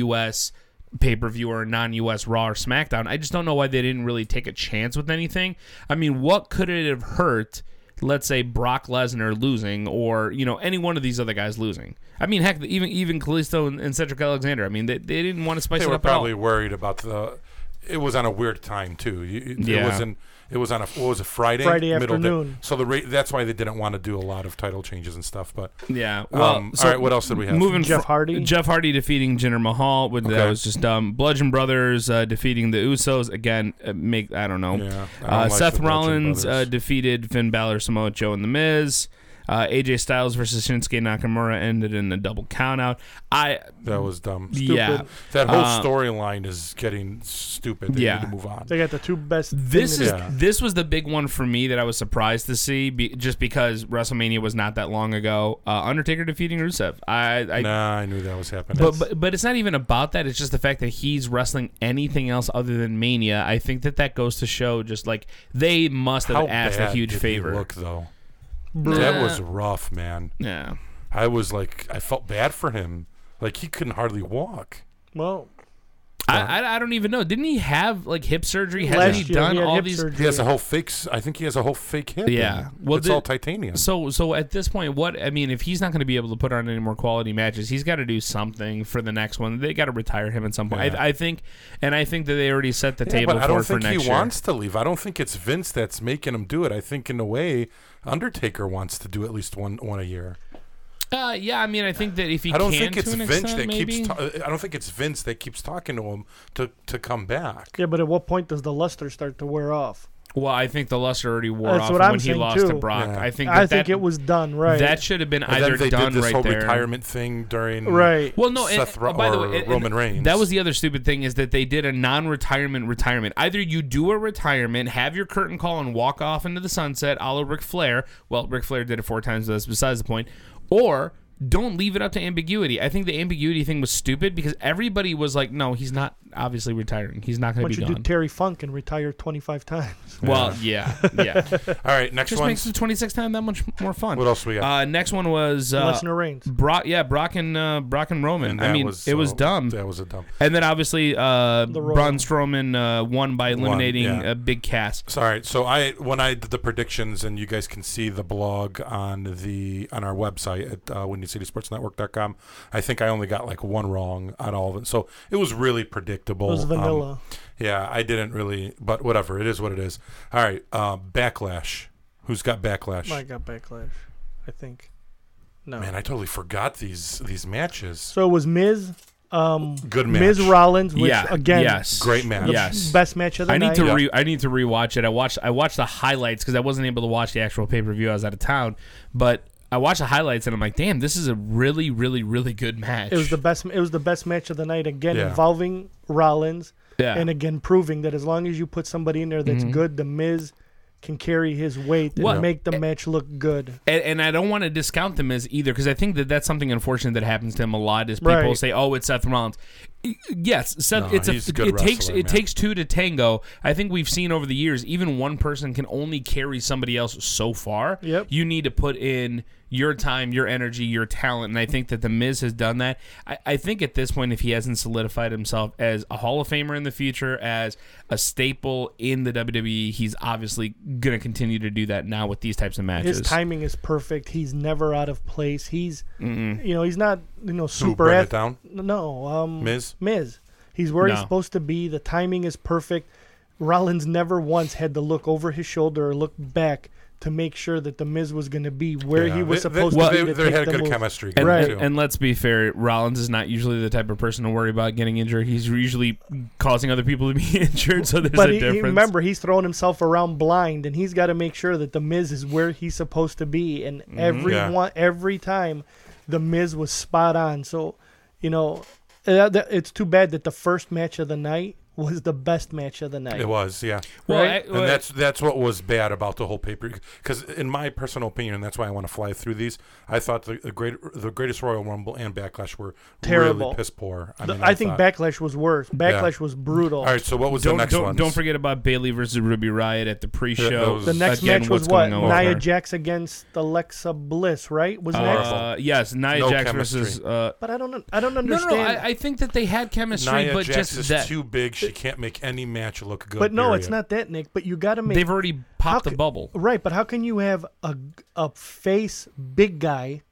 Speaker 5: non-US pay per view or a non US Raw or SmackDown. I just don't know why they didn't really take a chance with anything. I mean, what could it have hurt? Let's say Brock Lesnar losing, or you know any one of these other guys losing. I mean, heck, even even Kalisto and, and Cedric Alexander. I mean, they, they didn't want to spice
Speaker 2: They
Speaker 5: it
Speaker 2: were
Speaker 5: up at all.
Speaker 2: probably worried about the. It was on a weird time too. You- It,
Speaker 5: Yeah.
Speaker 2: it wasn't. It was on a what was it Friday?
Speaker 6: Friday
Speaker 2: middle day.
Speaker 6: afternoon.
Speaker 2: So the rate that's why they didn't want to do a lot of title changes and stuff. But
Speaker 5: Yeah. Well,
Speaker 2: Um,
Speaker 5: Uh, so
Speaker 2: all right, what else did we have?
Speaker 5: Moving
Speaker 6: Jeff
Speaker 5: fr-
Speaker 6: Hardy?
Speaker 5: Jeff Hardy defeating Jinder Mahal. With, That
Speaker 2: Okay.
Speaker 5: was just dumb. Bludgeon Brothers uh, defeating the Usos again. uh, Make I don't know.
Speaker 2: Yeah, I don't
Speaker 5: uh,
Speaker 2: like
Speaker 5: Seth
Speaker 2: the Bludgeon
Speaker 5: Rollins uh,
Speaker 2: Brothers.
Speaker 5: defeated Finn Balor, Samoa Joe, and The Miz. Uh, AJ Styles versus Shinsuke Nakamura ended in a double countout. I
Speaker 2: that was dumb.
Speaker 5: yeah.
Speaker 2: That whole
Speaker 5: Uh,
Speaker 2: storyline is getting stupid. They
Speaker 5: yeah.
Speaker 2: need to move on.
Speaker 6: They got the two best.
Speaker 5: This
Speaker 6: thing
Speaker 5: is
Speaker 6: that-
Speaker 2: Yeah.
Speaker 5: this was the big one for me that I was surprised to see, be, just because WrestleMania was not that long ago. Uh, Undertaker defeating Rusev. I, I
Speaker 2: nah, I knew that was happening.
Speaker 5: But, but but it's not even about that. It's just the fact that he's wrestling anything else other than Mania. I think that that goes to show just like they must have
Speaker 2: How
Speaker 5: asked
Speaker 2: bad
Speaker 5: a huge
Speaker 2: did he
Speaker 5: favor.
Speaker 2: Look though, that was rough, man.
Speaker 5: yeah.
Speaker 2: I was like, I felt bad for him. Like he couldn't hardly walk.
Speaker 6: well,
Speaker 2: thought.
Speaker 5: I, I, I don't even know. Didn't he have like hip surgery? Hasn't
Speaker 6: Last
Speaker 5: he
Speaker 6: year
Speaker 5: done
Speaker 6: he had
Speaker 5: all
Speaker 6: hip
Speaker 5: these? uh,
Speaker 6: surgery.
Speaker 2: he has a whole fake. s- I think he has a whole fake hip. in
Speaker 5: Yeah.
Speaker 2: there.
Speaker 5: Well,
Speaker 2: it's
Speaker 5: the-
Speaker 2: all titanium.
Speaker 5: So so at this point, what I mean, if he's not going to be able to put on any more quality matches, he's got to do something for the next one. They got to retire him at some point.
Speaker 2: Yeah.
Speaker 5: I, I think, and I think that they already set the
Speaker 2: Yeah,
Speaker 5: table
Speaker 2: but
Speaker 5: for
Speaker 2: I don't
Speaker 5: it for
Speaker 2: think he
Speaker 5: next year.
Speaker 2: wants to leave. I don't think it's Vince that's making him do it. I think in a way, Undertaker wants to do at least one one a year.
Speaker 5: Uh, yeah, I mean, I think that if he
Speaker 2: I don't
Speaker 5: can,
Speaker 2: think
Speaker 5: to
Speaker 2: it's
Speaker 5: an
Speaker 2: Vince
Speaker 5: extent,
Speaker 2: that
Speaker 5: maybe.
Speaker 2: keeps. Ta- I don't think it's Vince that keeps talking to him to to come back.
Speaker 6: Yeah, but at what point does the luster start to wear off?
Speaker 5: well, I think the luster already wore
Speaker 6: That's
Speaker 5: off
Speaker 6: what
Speaker 5: when
Speaker 6: I'm
Speaker 5: he
Speaker 6: saying,
Speaker 5: lost to
Speaker 6: too.
Speaker 5: Brock.
Speaker 2: Yeah.
Speaker 5: I think that,
Speaker 6: I think
Speaker 5: that-
Speaker 6: it was done right.
Speaker 5: that should have been
Speaker 2: And
Speaker 5: either
Speaker 2: then they did
Speaker 5: done
Speaker 2: this
Speaker 5: right
Speaker 2: whole
Speaker 5: there.
Speaker 2: retirement thing during.
Speaker 6: right.
Speaker 5: Well, no,
Speaker 2: Seth
Speaker 5: and,
Speaker 2: Ro-
Speaker 5: oh, by the
Speaker 2: or
Speaker 5: way, and-
Speaker 2: Roman
Speaker 5: and
Speaker 2: Reigns.
Speaker 5: That was the other stupid thing is that they did a non-retirement retirement. Either you do a retirement, have your curtain call, and walk off into the sunset, a la Ric Flair. Well, Ric Flair did it four times. That's besides the point. Or don't leave it up to ambiguity. I think the ambiguity thing was stupid because everybody was like, "No, he's not obviously retiring. He's not
Speaker 6: Why
Speaker 5: going
Speaker 6: don't
Speaker 5: to
Speaker 6: you
Speaker 5: be
Speaker 6: do
Speaker 5: done."
Speaker 6: Terry Funk and retire 25 times?
Speaker 5: well, yeah, yeah.
Speaker 2: All right, next
Speaker 5: Just
Speaker 2: one.
Speaker 5: makes the 26th time that much more fun.
Speaker 2: What else we got?
Speaker 5: Uh, next one was uh,
Speaker 6: Lesnar Reigns.
Speaker 5: Brock, yeah, Brock and uh, Brock and Roman.
Speaker 2: And
Speaker 5: I
Speaker 2: that
Speaker 5: mean, it was
Speaker 2: so-
Speaker 5: dumb.
Speaker 2: That was a dumb.
Speaker 5: And then obviously uh,
Speaker 6: Royal.
Speaker 5: Braun Strowman uh, won by eliminating
Speaker 2: yeah.
Speaker 5: a big cast.
Speaker 2: Sorry. So I when I did the predictions, and you guys can see the blog on the on our website at uh, WindyCitySportsNetwork.com. I think I only got like one wrong on all of it, so it was really predictable.
Speaker 6: It was
Speaker 2: Um,
Speaker 6: vanilla.
Speaker 2: yeah, I didn't really, but whatever. It is what it is. All right. Uh, backlash. Who's got backlash?
Speaker 6: I got backlash. I think. No.
Speaker 2: Man, I totally forgot these these matches.
Speaker 6: so it was Miz, um,
Speaker 2: Good match.
Speaker 6: Miz Rollins, which
Speaker 5: yeah.
Speaker 6: again,
Speaker 5: yes.
Speaker 2: Great match.
Speaker 6: the
Speaker 5: Yes.
Speaker 6: best match of the
Speaker 5: I
Speaker 6: night.
Speaker 5: need to re- I need to rewatch it. I watched I watched the highlights because I wasn't able to watch the actual pay per view. I was out of town, but I watched the highlights and I'm like, damn, this is a really really really good match.
Speaker 6: It was the best. It was the best match of the night again,
Speaker 2: Yeah.
Speaker 6: involving Rollins,
Speaker 5: Yeah.
Speaker 6: and again proving that as long as you put somebody in there that's good, the Miz can carry his weight and
Speaker 5: Well,
Speaker 6: make the match look good.
Speaker 5: and, and I don't want to discount them as either because I think that that's something unfortunate that happens to him a lot. Is people
Speaker 6: Right.
Speaker 5: say, "Oh, it's Seth Rollins." Y- Yes, Seth.
Speaker 2: No,
Speaker 5: it's a,
Speaker 2: he's a
Speaker 5: it,
Speaker 2: good
Speaker 5: takes
Speaker 2: wrestler,
Speaker 5: it
Speaker 2: man.
Speaker 5: takes two to tango. I think we've seen over the years, even one person can only carry somebody else so far.
Speaker 6: Yep.
Speaker 5: You need to put in your time, your energy, your talent, and I think that the Miz has done that. I, I think at this point, if he hasn't solidified himself as a Hall of Famer in the future, as a staple in the WWE, he's obviously going to continue to do that now with these types of matches.
Speaker 6: His timing is perfect. He's never out of place. He's, you know, he's not, you know, super.
Speaker 2: Burn It
Speaker 6: ath-
Speaker 2: Down?
Speaker 6: No, um,
Speaker 2: Miz?
Speaker 6: Miz. He's where he's
Speaker 5: No.
Speaker 6: supposed to be. The timing is perfect. Rollins never once had to look over his shoulder or look back to make sure that the Miz was going to be where
Speaker 2: Yeah,
Speaker 6: he was
Speaker 2: they- they-
Speaker 6: supposed
Speaker 2: well,
Speaker 6: to be.
Speaker 2: they-
Speaker 6: to
Speaker 2: they
Speaker 6: take
Speaker 2: had
Speaker 6: the
Speaker 2: good
Speaker 6: move.
Speaker 2: chemistry going,
Speaker 5: And,
Speaker 6: Right.
Speaker 2: too.
Speaker 5: and let's be fair, Rollins is not usually the type of person to worry about getting injured. He's usually causing other people to be injured, so there's
Speaker 6: But
Speaker 5: a
Speaker 6: he, he-
Speaker 5: difference.
Speaker 6: remember, he's throwing himself around blind, and he's got to make sure that the Miz is where he's supposed to be. And every
Speaker 2: Yeah.
Speaker 6: one, every time, the Miz was spot on. So, you know, uh, that- it's too bad that the first match of the night was the best match of the night.
Speaker 2: It was, yeah.
Speaker 5: well,
Speaker 6: right?
Speaker 5: I- well,
Speaker 2: And that's that's what was bad about the whole paper, because in my personal opinion, that's why I want to fly through these. I thought the, the great the greatest Royal Rumble and Backlash were
Speaker 6: Terrible.
Speaker 2: really piss poor. I,
Speaker 6: The-
Speaker 2: mean,
Speaker 6: I, think
Speaker 2: thought-
Speaker 6: Backlash was worse. Backlash was brutal.
Speaker 2: All right, so what was
Speaker 5: don't,
Speaker 2: the next
Speaker 5: don't,
Speaker 2: one?
Speaker 5: don't forget about Bailey versus Ruby Riot at the pre-show.
Speaker 2: those-
Speaker 6: The next
Speaker 5: Again,
Speaker 6: match was
Speaker 5: what's
Speaker 6: what?
Speaker 5: going on
Speaker 6: Nia
Speaker 5: there.
Speaker 6: Jax against Alexa Bliss, right? Was next.
Speaker 5: Uh, yes, Nia
Speaker 2: No
Speaker 5: Jax
Speaker 2: chemistry.
Speaker 5: versus. Uh,
Speaker 6: but I don't. I don't
Speaker 5: no, no,
Speaker 6: understand.
Speaker 5: no I, I think that they had chemistry,
Speaker 2: Nia
Speaker 5: but
Speaker 2: Jax
Speaker 5: just
Speaker 2: is
Speaker 5: that
Speaker 2: too big. She can't make any match look good.
Speaker 6: but no, it's
Speaker 2: period.
Speaker 6: not that, Nick. But you got to make.
Speaker 5: they've already
Speaker 6: how
Speaker 5: popped the
Speaker 6: ca-
Speaker 5: bubble.
Speaker 6: Right, but how can you have a a face big guy,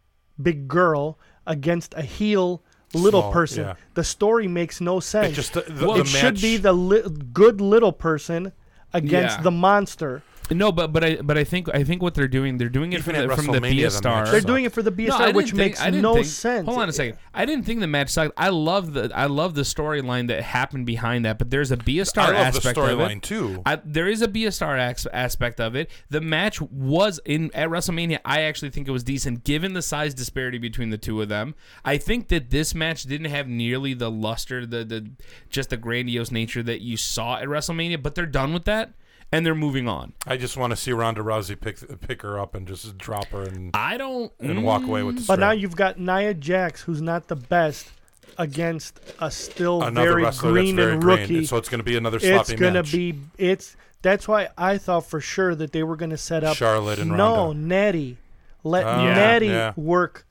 Speaker 6: big girl against a heel little
Speaker 2: Small,
Speaker 6: person?
Speaker 2: yeah.
Speaker 6: The story makes no sense.
Speaker 2: just the- the-
Speaker 6: it
Speaker 2: the
Speaker 6: should be
Speaker 2: match-
Speaker 6: the li- good little person against
Speaker 5: Yeah.
Speaker 6: the monster.
Speaker 5: No, but but I but I think I think what they're doing they're doing it
Speaker 2: Even
Speaker 5: from the,
Speaker 2: at
Speaker 5: from the
Speaker 2: WrestleMania,
Speaker 5: be a
Speaker 2: the
Speaker 5: star.
Speaker 2: match
Speaker 6: They're
Speaker 2: Sucked.
Speaker 6: doing it for the
Speaker 5: No,
Speaker 6: BSR,
Speaker 5: I didn't
Speaker 6: which
Speaker 5: think-
Speaker 6: makes
Speaker 5: I didn't
Speaker 6: no
Speaker 5: think-
Speaker 6: sense.
Speaker 5: Hold on a second. I didn't think the match sucked. I love the I love the storyline that happened behind that, but there's a be a
Speaker 2: I
Speaker 5: star
Speaker 2: love the
Speaker 5: aspect of
Speaker 2: storyline
Speaker 5: it.
Speaker 2: too.
Speaker 5: I, there is a be a star ax- aspect of it. The match was in at WrestleMania. I actually think it was decent, given the size disparity between the two of them. I think that this match didn't have nearly the luster, the the just the grandiose nature that you saw at WrestleMania. But they're done with that, and they're moving on.
Speaker 2: I just want to see Ronda Rousey pick pick her up and just drop her and
Speaker 5: I don't.
Speaker 2: and walk away with the.
Speaker 6: But now
Speaker 2: strap.
Speaker 6: you've got Nia Jax, who's not the best, against a still
Speaker 2: another
Speaker 6: very
Speaker 2: wrestler
Speaker 6: green
Speaker 2: that's very
Speaker 6: and
Speaker 2: green,
Speaker 6: rookie.
Speaker 2: so it's going to be another sloppy
Speaker 6: it's gonna
Speaker 2: match.
Speaker 6: be it's. That's why I thought for sure that they were gonna set up
Speaker 2: Charlotte and
Speaker 6: no
Speaker 2: Ronda.
Speaker 6: Natty, let
Speaker 2: Ah,
Speaker 6: Natty
Speaker 2: yeah.
Speaker 6: work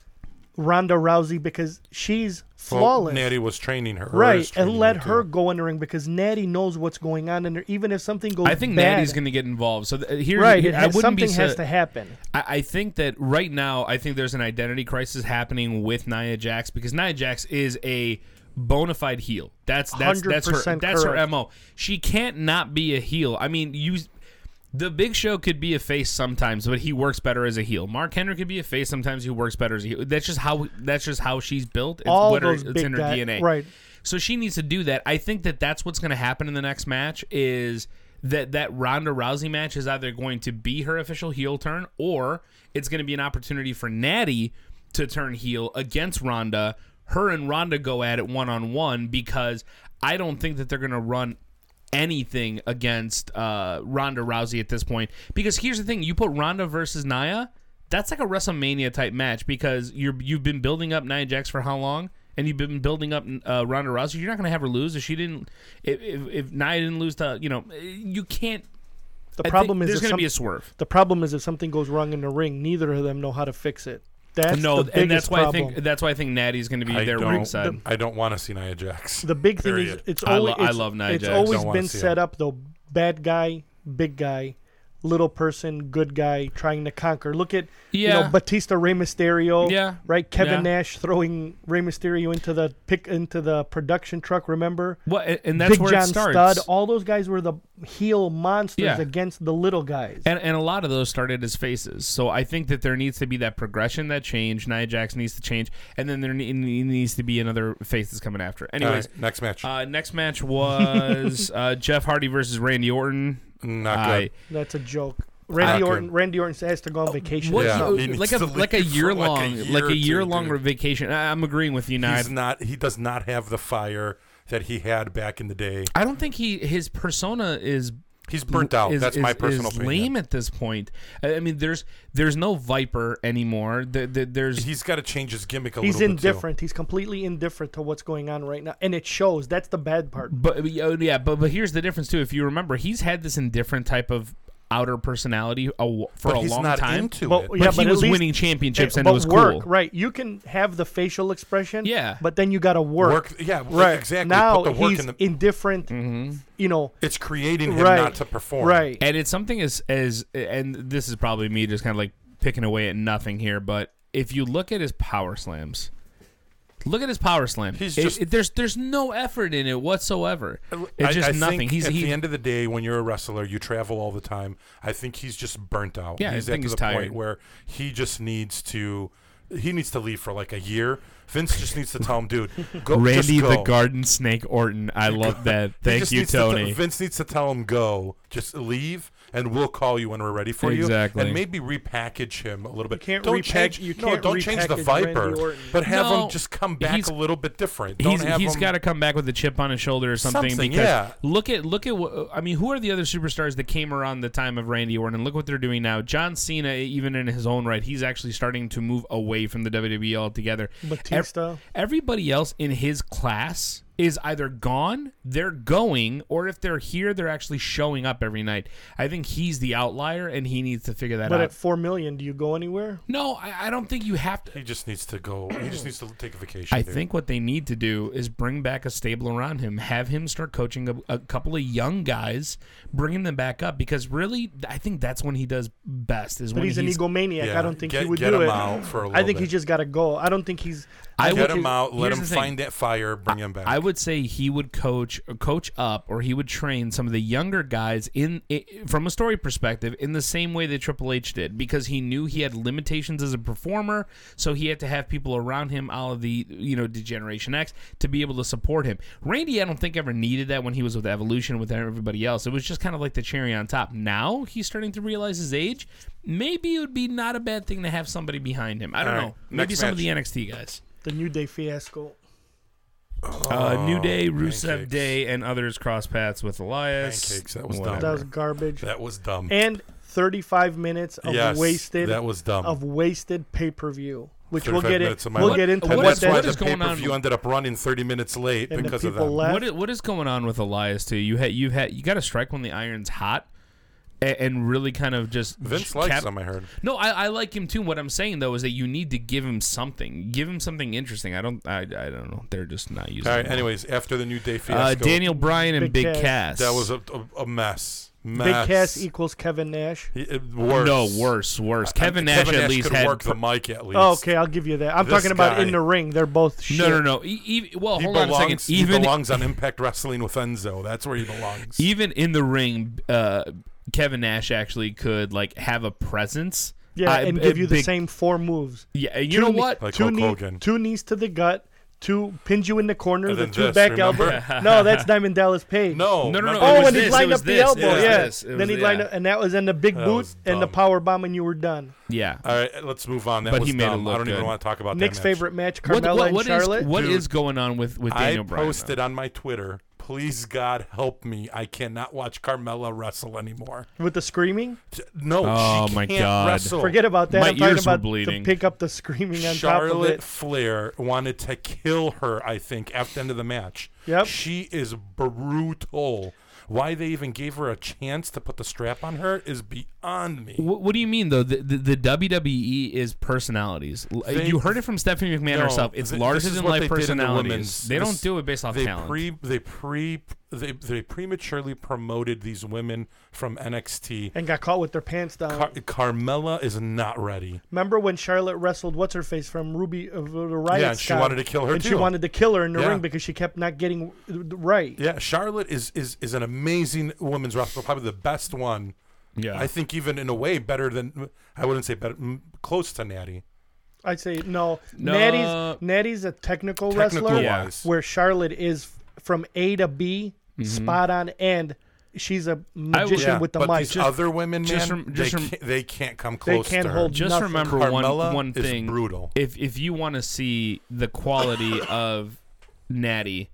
Speaker 6: Ronda Rousey because she's
Speaker 2: Well,
Speaker 6: flawless.
Speaker 2: Natty was training her. or is
Speaker 6: Right, and
Speaker 2: training
Speaker 6: let her
Speaker 2: too.
Speaker 6: go in the ring because Natty knows what's going on in there. Even if something goes,
Speaker 5: I think
Speaker 6: bad,
Speaker 5: Natty's going to get involved. So th- here,
Speaker 6: right.
Speaker 5: here-
Speaker 6: It
Speaker 5: I
Speaker 6: has,
Speaker 5: wouldn't
Speaker 6: something
Speaker 5: be. Su-
Speaker 6: has to happen.
Speaker 5: I, I think that right now, I think there's an identity crisis happening with Nia Jax because Nia Jax is a bona fide heel. That's that's that's her
Speaker 6: 100%
Speaker 5: that's her
Speaker 6: correct.
Speaker 5: mo. She can't not be a heel. I mean, you. The Big Show could be a face sometimes, but he works better as a heel. Mark Henry could be a face sometimes. He works better as a heel. That's just how that's just how she's built. It's
Speaker 6: All
Speaker 5: what her-
Speaker 6: those
Speaker 5: it's
Speaker 6: big
Speaker 5: in her
Speaker 6: guy-
Speaker 5: DNA.
Speaker 6: right.
Speaker 5: So she needs to do that. I think that that's what's going to happen in the next match is that that Ronda Rousey match is either going to be her official heel turn or it's going to be an opportunity for Natty to turn heel against Ronda. Her and Ronda go at it one on one because I don't think that they're going to run anything against uh, Ronda Rousey at this point. Because here's the thing: you put Ronda versus Nia, that's like a WrestleMania type match because you're you've been building up Nia Jax for how long, and you've been building up uh, Ronda Rousey. You're not gonna have her lose if she didn't. If if, if Nia didn't lose to you know, you can't. I
Speaker 6: The
Speaker 5: think
Speaker 6: problem is
Speaker 5: there's
Speaker 6: if
Speaker 5: gonna
Speaker 6: some-
Speaker 5: be a swerve.
Speaker 6: The problem is if something goes wrong in the ring, neither of them know how to fix it. That's
Speaker 5: no,
Speaker 6: the biggest
Speaker 5: and that's why
Speaker 6: problem.
Speaker 5: I think that's why I think Natty's gonna be
Speaker 2: I
Speaker 5: there
Speaker 2: don't,
Speaker 5: ringside.
Speaker 2: I don't want to see Nia Jax.
Speaker 6: the big thing
Speaker 2: Period.
Speaker 6: is it's
Speaker 5: I lo-
Speaker 6: always
Speaker 5: I
Speaker 6: it's,
Speaker 5: love Nia
Speaker 6: it's
Speaker 5: Jax.
Speaker 6: always
Speaker 2: Don't wanna
Speaker 6: been
Speaker 2: see
Speaker 6: set
Speaker 2: it.
Speaker 6: up though. Bad guy, big guy, little person, good guy trying to conquer. Look at you
Speaker 5: Yeah.
Speaker 6: know Batista Rey Mysterio.
Speaker 5: Yeah.
Speaker 6: Right? Kevin
Speaker 5: Yeah.
Speaker 6: Nash throwing Rey Mysterio into the pick into the production truck, remember?
Speaker 5: Well, and- and that's
Speaker 6: Big
Speaker 5: where
Speaker 6: John
Speaker 5: it starts.
Speaker 6: Studd, all those guys were the heel monsters
Speaker 5: Yeah.
Speaker 6: against the little guys.
Speaker 5: And, and a lot of those started as faces. So I think that there needs to be that progression, that change. Nia Jax needs to change. And then there ne- ne- needs to be another face that's coming after.
Speaker 2: All
Speaker 5: Anyways,
Speaker 2: right, next match.
Speaker 5: uh, next match was uh, Jeff Hardy versus Randy Orton.
Speaker 2: Not
Speaker 5: I-
Speaker 2: good.
Speaker 6: That's a joke. Randy
Speaker 2: Not good.
Speaker 6: Orton Randy Orton has to go on vacation.
Speaker 5: What-
Speaker 2: Yeah.
Speaker 5: uh,
Speaker 2: He
Speaker 5: like,
Speaker 2: needs
Speaker 5: a,
Speaker 2: to
Speaker 5: like a
Speaker 2: leave for
Speaker 5: year
Speaker 2: like a
Speaker 5: long,
Speaker 2: year
Speaker 5: like
Speaker 2: or
Speaker 5: a
Speaker 2: two,
Speaker 5: year long
Speaker 2: dude.
Speaker 5: vacation. I, I'm agreeing with you, Nia.
Speaker 2: He's not. He does not have the fire that he had back in the day.
Speaker 5: I don't think he his persona is
Speaker 2: He's burnt out.
Speaker 5: is-
Speaker 2: That's
Speaker 5: is-
Speaker 2: my personal
Speaker 5: is
Speaker 2: opinion.
Speaker 5: lame at this point. I I mean, there's there's no Viper anymore. There, there- there's
Speaker 2: He's got to change his gimmick a
Speaker 6: He's
Speaker 2: little
Speaker 6: indifferent. He's completely indifferent to what's going on right now. And it shows. That's the bad part.
Speaker 5: But oh, yeah, but but here's the difference too. If you remember, he's had this indifferent type of outer personality a w
Speaker 2: bit too.
Speaker 5: for
Speaker 2: But
Speaker 5: a
Speaker 2: he's
Speaker 5: long
Speaker 2: not
Speaker 5: time.
Speaker 2: into
Speaker 6: But-
Speaker 2: it.
Speaker 5: but
Speaker 6: yeah,
Speaker 5: he
Speaker 6: but at
Speaker 5: was
Speaker 6: least-
Speaker 5: winning championships
Speaker 6: Eh,
Speaker 5: and
Speaker 6: but
Speaker 5: it was
Speaker 6: work,
Speaker 5: cool.
Speaker 6: right? You can have the facial expression,
Speaker 5: Yeah.
Speaker 6: but then you got to work.
Speaker 2: Work. Yeah.
Speaker 6: right?
Speaker 2: Exactly.
Speaker 6: Now
Speaker 2: Put the work
Speaker 6: he's
Speaker 2: in the.
Speaker 6: indifferent. You know,
Speaker 2: it's creating him
Speaker 6: right?
Speaker 2: not to perform.
Speaker 6: right?
Speaker 5: Mm-hmm. And it's something as as and this is probably me just kind of like picking away at nothing here, but if you look at his power slams, look at his power slam.
Speaker 2: He's
Speaker 5: It-
Speaker 2: just-
Speaker 5: it- there's there's no effort in it whatsoever.
Speaker 2: I-
Speaker 5: It's just
Speaker 2: I
Speaker 5: nothing.
Speaker 2: Think
Speaker 5: he's
Speaker 2: at
Speaker 5: he,
Speaker 2: the end of the day, when you're a wrestler, you travel all the time. I think he's just burnt out.
Speaker 5: Yeah, I
Speaker 2: he's
Speaker 5: think
Speaker 2: at
Speaker 5: he's
Speaker 2: the
Speaker 5: tired.
Speaker 2: point where he just needs to. He needs to leave for like a year. Vince just needs to tell him, dude, go. just
Speaker 5: Randy the
Speaker 2: go."
Speaker 5: Garden Snake Orton. I love that.
Speaker 2: He
Speaker 5: Thank
Speaker 2: just
Speaker 5: you,
Speaker 2: needs to tell-
Speaker 5: Tony.
Speaker 2: Vince needs to tell him go, just leave, and we'll call you when we're ready for
Speaker 5: Exactly.
Speaker 2: you, and maybe repackage him a little bit.
Speaker 6: can't
Speaker 2: don't
Speaker 6: repack-
Speaker 2: change.
Speaker 6: you
Speaker 2: no,
Speaker 6: can't
Speaker 2: don't change the
Speaker 6: repackage Randy
Speaker 2: Viper,
Speaker 6: Orton.
Speaker 2: but have
Speaker 5: No,
Speaker 2: him just come back
Speaker 5: he's-
Speaker 2: a little bit different. Don't
Speaker 5: he's
Speaker 2: have
Speaker 5: he's
Speaker 2: him.
Speaker 5: got to come back with a chip on his shoulder or something.
Speaker 2: Something,
Speaker 5: because
Speaker 2: yeah.
Speaker 5: Look at look at what I mean. Who are the other superstars that came around the time of Randy Orton? And look what they're doing now. John Cena, e, even in his own right, he's actually starting to move away from the WWE altogether.
Speaker 6: Batista.
Speaker 5: everybody else in his class is either gone, they're going, or if they're here, they're actually showing up every night. I think he's the outlier, and he needs to figure that
Speaker 6: But
Speaker 5: out.
Speaker 6: at four million, do you go anywhere?
Speaker 5: no, I, I don't think you have to.
Speaker 2: He just needs to go. He just needs to take a vacation.
Speaker 5: I
Speaker 2: dude.
Speaker 5: think what they need to do is bring back a stable around him, have him start coaching a, a couple of young guys, bringing them back up because really, th- I think that's when he does best. Is
Speaker 6: But
Speaker 5: when
Speaker 6: he's,
Speaker 5: he's,
Speaker 6: an egomaniac. I
Speaker 2: Yeah,
Speaker 6: don't think
Speaker 2: get-
Speaker 6: he would
Speaker 2: get
Speaker 6: do
Speaker 2: him
Speaker 6: it.
Speaker 2: out for a
Speaker 6: I
Speaker 2: little
Speaker 6: think he
Speaker 2: bit.
Speaker 6: just got to go. I don't think he's.
Speaker 5: I
Speaker 2: Get
Speaker 5: would-
Speaker 2: him out. Let
Speaker 5: here's
Speaker 2: him
Speaker 5: the thing.
Speaker 2: find that fire. Bring him back.
Speaker 5: I would say he would coach coach up or he would train some of the younger guys in i- from a story perspective in the same way that Triple H did because he knew he had limitations as a performer so he had to have people around him all of the you know Degeneration X to be able to support him. Randy I don't think ever needed that when he was with Evolution with everybody else. It was just kind of like the cherry on top. Now he's starting to realize his age. Maybe it would be not a bad thing to have somebody behind him. I don't
Speaker 2: All right,
Speaker 5: know. Maybe
Speaker 2: next
Speaker 5: some of
Speaker 2: match.
Speaker 5: the NXT guys.
Speaker 6: The New Day fiasco.
Speaker 5: Uh, New Day, Rusev
Speaker 2: Oh, pancakes.
Speaker 5: Day, and others cross paths with Elias.
Speaker 2: Pancakes, that was
Speaker 5: Whatever.
Speaker 6: That was garbage.
Speaker 2: that was dumb.
Speaker 6: and 35 minutes of
Speaker 2: Yes,
Speaker 6: wasted
Speaker 2: that was dumb.
Speaker 6: of wasted pay-per-view which we'll
Speaker 2: 35
Speaker 6: get
Speaker 2: minutes
Speaker 6: it
Speaker 2: of my
Speaker 6: we'll
Speaker 2: life.
Speaker 6: get into
Speaker 5: what
Speaker 2: And
Speaker 6: what
Speaker 2: that's
Speaker 6: that
Speaker 2: why
Speaker 5: what
Speaker 2: the
Speaker 5: is going on
Speaker 2: pay-per-view
Speaker 5: with-
Speaker 2: ended up running 30 minutes late
Speaker 6: and the
Speaker 2: because of
Speaker 6: people
Speaker 2: them.
Speaker 6: left
Speaker 5: What is, what is going on with Elias too? You had you've had you got to strike when the iron's hot. and, and really kind of just
Speaker 2: Vince
Speaker 5: sh-
Speaker 2: likes
Speaker 5: cap-
Speaker 2: him, I heard.
Speaker 5: No, I, I like him too. What I'm saying though is that you need to give him something. Give him something interesting. I don't. I, I don't know. They're just not using.
Speaker 2: All right.
Speaker 5: him.
Speaker 2: Anyways, after the new day
Speaker 5: uh,
Speaker 2: fiasco,
Speaker 5: Daniel Bryan and Big,
Speaker 6: Big
Speaker 5: Cass.
Speaker 6: Cass.
Speaker 2: that was a, a, a mess.
Speaker 6: Big
Speaker 2: Mess.
Speaker 6: Cass e- equals Kevin Nash.
Speaker 2: He- it- worse.
Speaker 5: No, worse, worse. Kevin
Speaker 2: I-
Speaker 5: Nash at least
Speaker 2: could
Speaker 5: had.
Speaker 2: work the mic at least.
Speaker 6: Oh, okay, I'll give you that. I'm
Speaker 2: This
Speaker 6: talking about
Speaker 2: guy.
Speaker 6: in the ring. They're both shit.
Speaker 5: no, no, no. E- e- well,
Speaker 2: He
Speaker 5: hold on a
Speaker 2: belongs.
Speaker 5: second.
Speaker 2: He
Speaker 5: Even
Speaker 2: belongs on Impact Wrestling with Enzo. That's where he belongs.
Speaker 5: even in the ring, uh, Kevin Nash actually could like have a presence.
Speaker 6: Yeah,
Speaker 5: I-
Speaker 6: and
Speaker 5: uh,
Speaker 6: give you the
Speaker 5: Big-
Speaker 6: same four moves.
Speaker 5: Yeah, and you know
Speaker 6: knee-
Speaker 5: what?
Speaker 2: Like
Speaker 6: two,
Speaker 2: Hulk
Speaker 6: knee-
Speaker 2: Hogan.
Speaker 6: two knees to the gut, two pins you in the corner,
Speaker 2: And
Speaker 6: the
Speaker 2: then
Speaker 6: two
Speaker 2: this,
Speaker 6: back
Speaker 2: remember?
Speaker 6: elbow. no, that's Diamond Dallas Page.
Speaker 2: no,
Speaker 5: No, no, no.
Speaker 2: remember-
Speaker 5: It
Speaker 6: Oh,
Speaker 5: was
Speaker 6: and
Speaker 5: this,
Speaker 6: he
Speaker 5: it
Speaker 6: lined
Speaker 5: was
Speaker 6: up
Speaker 5: this,
Speaker 6: the elbow.
Speaker 5: it was
Speaker 6: Yeah.
Speaker 5: this, it
Speaker 6: then
Speaker 5: was-
Speaker 6: he lined
Speaker 5: yeah.
Speaker 6: up, and that was in the big
Speaker 2: That
Speaker 6: boot
Speaker 2: was
Speaker 6: and the
Speaker 2: dumb.
Speaker 6: power bomb, and you were done.
Speaker 5: Yeah.
Speaker 2: All right, let's move on. That
Speaker 5: But
Speaker 2: was
Speaker 5: he made it
Speaker 2: dumb. I
Speaker 5: look
Speaker 2: don't even
Speaker 5: good.
Speaker 2: want to talk about
Speaker 6: Nick's
Speaker 2: that match.
Speaker 6: favorite match,
Speaker 5: What,
Speaker 6: Carmella
Speaker 5: what, what
Speaker 6: and
Speaker 5: is
Speaker 6: Charlotte.
Speaker 5: what
Speaker 2: Dude.
Speaker 5: is going on with with Daniel
Speaker 2: I
Speaker 5: Bryan? though?
Speaker 2: posted on my Twitter. Please God help me. I cannot watch Carmella wrestle anymore.
Speaker 6: with the screaming.
Speaker 2: T- No,
Speaker 5: Oh,
Speaker 2: she
Speaker 5: my
Speaker 2: can't
Speaker 5: God.
Speaker 2: wrestle.
Speaker 6: Forget about that.
Speaker 5: My
Speaker 6: I'm talking
Speaker 5: ears were
Speaker 6: about
Speaker 5: bleeding.
Speaker 6: to pick up the screaming on top of
Speaker 2: Charlotte
Speaker 6: it.
Speaker 2: Flair wanted to kill her, I think, at the end of the match.
Speaker 6: Yep.
Speaker 2: She is brutal. Why they even gave her a chance to put the strap on her is beyond me.
Speaker 5: What, what do you mean though? The, the, the WWE is personalities. L-
Speaker 2: They-
Speaker 5: you heard it from Stephanie McMahon
Speaker 2: No,
Speaker 5: herself. It's
Speaker 2: th-
Speaker 5: larger
Speaker 2: this is
Speaker 5: than
Speaker 2: what they
Speaker 5: life
Speaker 2: did in the
Speaker 5: personalities.
Speaker 2: women's-
Speaker 5: they don't
Speaker 2: this-
Speaker 5: do it based off
Speaker 2: they
Speaker 5: talent.
Speaker 2: pre they pre they, they prematurely promoted these women from NXT.
Speaker 6: And got caught with their pants down.
Speaker 2: Car- Carmella is not ready.
Speaker 6: Remember when Charlotte wrestled what's her face from Ruby of the Riot?
Speaker 2: Yeah, and she
Speaker 6: Squad?
Speaker 2: wanted to kill her
Speaker 6: and she
Speaker 2: too.
Speaker 6: wanted to kill her in the
Speaker 2: Yeah.
Speaker 6: ring because she kept not getting uh, right.
Speaker 2: Yeah, Charlotte is is is an amazing women's wrestler, probably the best one.
Speaker 5: yeah,
Speaker 2: I think even in a way better than I wouldn't say better, m- close to Natty.
Speaker 6: I'd say no.
Speaker 5: No.
Speaker 6: Natty's Natty's a technical,
Speaker 2: Technical
Speaker 6: wrestler,
Speaker 2: wise.
Speaker 6: where Charlotte is f- from A to B,
Speaker 5: Mm-hmm.
Speaker 6: spot on, and she's a magician
Speaker 2: Yeah,
Speaker 6: with the
Speaker 2: but
Speaker 6: mic.
Speaker 2: these other women, man,
Speaker 5: just rem- just
Speaker 2: they,
Speaker 5: rem-
Speaker 2: can't, they can't come close.
Speaker 6: can't
Speaker 2: to her.
Speaker 6: hold
Speaker 5: just
Speaker 6: nothing.
Speaker 5: remember
Speaker 2: Carmella
Speaker 5: one one
Speaker 2: is
Speaker 5: thing.
Speaker 2: brutal.
Speaker 5: If if you want to see the quality of Natty,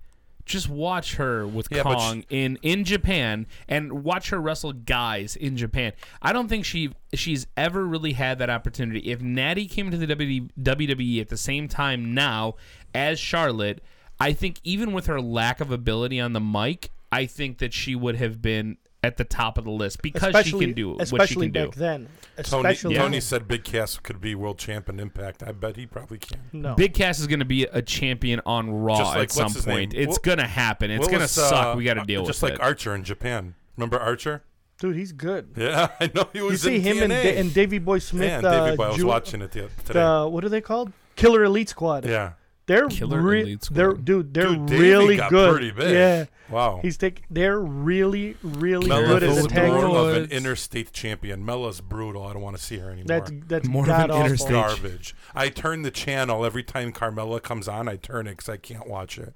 Speaker 5: just watch her with
Speaker 2: Yeah, but
Speaker 5: Kong in in Japan and watch her wrestle guys in Japan. I don't think she she's ever really had that opportunity. If Natty came to the E, WD WWE at the same time now as Charlotte, I think even with her lack of ability on the mic, I think that she would have been at the top of the list because
Speaker 6: especially
Speaker 5: she can do what she
Speaker 6: especially
Speaker 5: can do.
Speaker 6: back then.
Speaker 2: Tony,
Speaker 6: Especially
Speaker 2: Tony said Big Cass could be world champion Impact. I bet he probably can.
Speaker 6: no.
Speaker 5: Big Cass is going to be a champion on Raw
Speaker 2: Just like-
Speaker 5: at some
Speaker 2: what's his
Speaker 5: point.
Speaker 2: name?
Speaker 5: It's
Speaker 2: What-
Speaker 5: going to happen. It's
Speaker 2: What
Speaker 5: going to
Speaker 2: was,
Speaker 5: suck.
Speaker 2: uh,
Speaker 5: we got to
Speaker 2: uh,
Speaker 5: deal
Speaker 2: just
Speaker 5: with
Speaker 2: like
Speaker 5: it.
Speaker 2: Archer in Japan. Remember Archer?
Speaker 6: dude, he's good.
Speaker 2: Yeah, I know he was.
Speaker 6: You see
Speaker 2: in
Speaker 6: him and,
Speaker 2: TNA.
Speaker 6: Da- and Davy Boy Smith.
Speaker 2: yeah, and
Speaker 6: uh,
Speaker 2: David Boy. I was
Speaker 6: Ju-
Speaker 2: watching it the, today.
Speaker 6: the- what are they called? Killer Elite Squad.
Speaker 2: yeah,
Speaker 6: They're
Speaker 5: Killer
Speaker 6: re-
Speaker 5: Elite Squad.
Speaker 6: They're dude. They're
Speaker 2: Dude, Davey
Speaker 6: really
Speaker 2: got
Speaker 6: good.
Speaker 2: Pretty big.
Speaker 6: Yeah.
Speaker 2: Wow.
Speaker 6: He's take. They're really, really
Speaker 5: Mella
Speaker 2: Mella
Speaker 6: good as
Speaker 2: is
Speaker 6: a
Speaker 5: Ford
Speaker 6: tag
Speaker 2: more
Speaker 5: Ford.
Speaker 6: team.
Speaker 2: of an
Speaker 5: It's-
Speaker 2: interstate champion. Mella's brutal. I don't want to see her anymore.
Speaker 6: That's that's
Speaker 5: More of an
Speaker 6: god awful.
Speaker 5: interstate-
Speaker 2: garbage. I turn the channel every time Carmella comes on. I turn it because I can't watch it.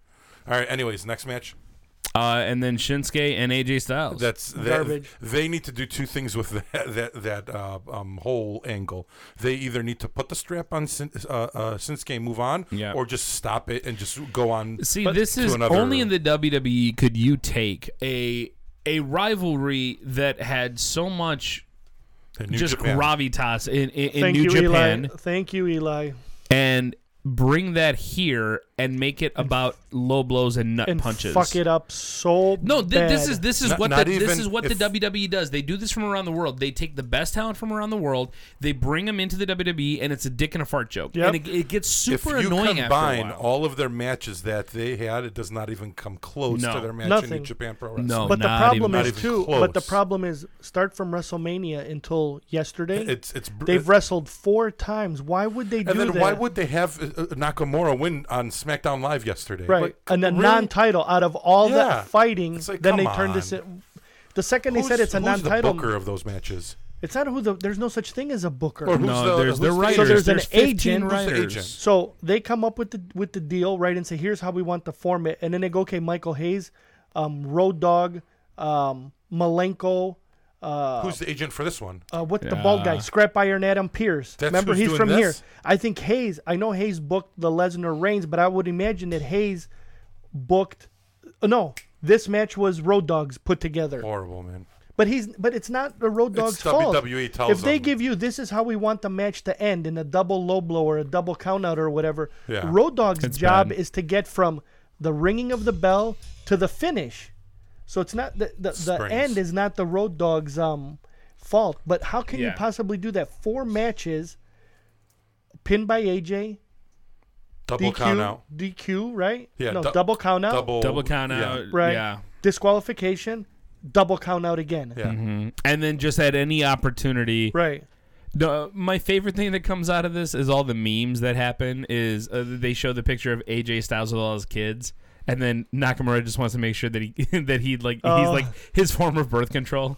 Speaker 2: All right. Anyways, next match.
Speaker 5: uh, and then Shinsuke and AJ Styles.
Speaker 2: That's that,
Speaker 6: Garbage.
Speaker 2: They need to do two things with that that, that uh, um, whole angle. They either need to put the strap on Sin, uh, uh, Sinsuke and move on,
Speaker 5: Yeah.
Speaker 2: or just stop it and just go on.
Speaker 5: See,
Speaker 2: but
Speaker 5: this
Speaker 2: to
Speaker 5: is
Speaker 2: another-
Speaker 5: only in the WWE could you take a a rivalry that had so much
Speaker 2: the New
Speaker 5: just
Speaker 2: Japan.
Speaker 5: gravitas in, in, in
Speaker 6: Thank
Speaker 5: New
Speaker 6: you,
Speaker 5: Japan
Speaker 6: Eli. Thank you, Eli.
Speaker 5: and bring that here and make it about low blows and nut
Speaker 6: And
Speaker 5: punches.
Speaker 6: fuck it up so
Speaker 5: No, th-
Speaker 6: bad.
Speaker 5: this is this is
Speaker 2: Not-
Speaker 5: what
Speaker 2: not
Speaker 5: the, this
Speaker 2: even
Speaker 5: is what
Speaker 2: if-
Speaker 5: the WWE does. They do this from around the world. They take the best talent from around the world. They bring them into the WWE, and it's a dick and a fart joke.
Speaker 6: Yep.
Speaker 5: And it, it gets
Speaker 2: If
Speaker 5: super
Speaker 2: you
Speaker 5: annoying after a
Speaker 2: combine
Speaker 5: while.
Speaker 2: all of their matches that they had, it does not even come close
Speaker 5: No.
Speaker 2: to their match in
Speaker 6: Nothing.
Speaker 2: New Japan Pro Wrestling.
Speaker 5: No.
Speaker 6: But the
Speaker 5: Not
Speaker 6: problem
Speaker 5: even-
Speaker 2: Not
Speaker 6: is
Speaker 2: even
Speaker 6: too. But the
Speaker 2: close.
Speaker 6: problem is start from WrestleMania until yesterday.
Speaker 2: It's it's br-
Speaker 6: They've wrestled four times. Why would they do
Speaker 2: And then
Speaker 6: that?
Speaker 2: why would they have uh, uh, Nakamura win on SmackDown Live yesterday? Like,
Speaker 6: right and a
Speaker 2: really?
Speaker 6: non-title out of all
Speaker 2: Yeah.
Speaker 6: that fighting?
Speaker 2: It's like,
Speaker 6: then they
Speaker 2: come
Speaker 6: turned this.
Speaker 2: on.
Speaker 6: In, the second
Speaker 2: Who's,
Speaker 6: they said it's a
Speaker 2: who's
Speaker 6: non-title,
Speaker 2: the booker of those matches?
Speaker 6: it's not who the. There's no such thing as a booker.
Speaker 2: Or who's the,
Speaker 5: no, there's
Speaker 2: who's
Speaker 5: they're
Speaker 2: the-
Speaker 5: writers.
Speaker 6: So there's an
Speaker 5: there's 15
Speaker 6: agent.
Speaker 2: Who's the
Speaker 5: writers.
Speaker 2: agent?
Speaker 6: So they come up with the with the deal, right, and say, "Here's how we want the format," and then they go, "Okay, Michael Hayes, um, Road Dog, um, Malenko,
Speaker 2: Who's the agent for this one?
Speaker 6: uh, what the bald guy,
Speaker 5: Yeah.
Speaker 6: Scrap Iron Adam Pierce.
Speaker 2: That's
Speaker 6: Remember,
Speaker 2: who's
Speaker 6: he's
Speaker 2: doing
Speaker 6: from here.
Speaker 2: this?
Speaker 6: I think Hayes. I know Hayes booked the Lesnar Reigns, but I would imagine that Hayes booked. uh, No, this match was Road Dogs put together.
Speaker 2: Horrible man.
Speaker 6: But he's but it's not the Road Dog's
Speaker 2: It's
Speaker 6: fault.
Speaker 2: WWE tells
Speaker 6: if they
Speaker 2: them.
Speaker 6: give you this is how we want the match to end in a double low blow or a double countout or whatever,
Speaker 2: Yeah.
Speaker 6: Road Dog's job
Speaker 5: bad.
Speaker 6: is to get from the ringing of the bell to the finish. So it's not the the, the
Speaker 2: Springs.
Speaker 6: end is not the Road Dog's um fault. But how can you
Speaker 5: Yeah.
Speaker 6: possibly do that? Four matches, pinned by AJ,
Speaker 2: Double
Speaker 6: DQ,
Speaker 2: count out.
Speaker 6: DQ, right?
Speaker 2: Yeah,
Speaker 6: no,
Speaker 2: dou-
Speaker 6: double count out,
Speaker 2: Double
Speaker 5: Double count
Speaker 2: yeah.
Speaker 5: out.
Speaker 6: right?
Speaker 5: Yeah.
Speaker 6: Disqualification, double count out again,
Speaker 2: Yeah.
Speaker 5: Mm. And then just at any opportunity.
Speaker 6: right?
Speaker 5: The, my favorite thing that comes out of this is all the memes that happen. Is uh, they show the picture of AJ Styles with all his kids, and then Nakamura just wants to make sure that he that he like he's
Speaker 6: Oh.
Speaker 5: like his form of birth control.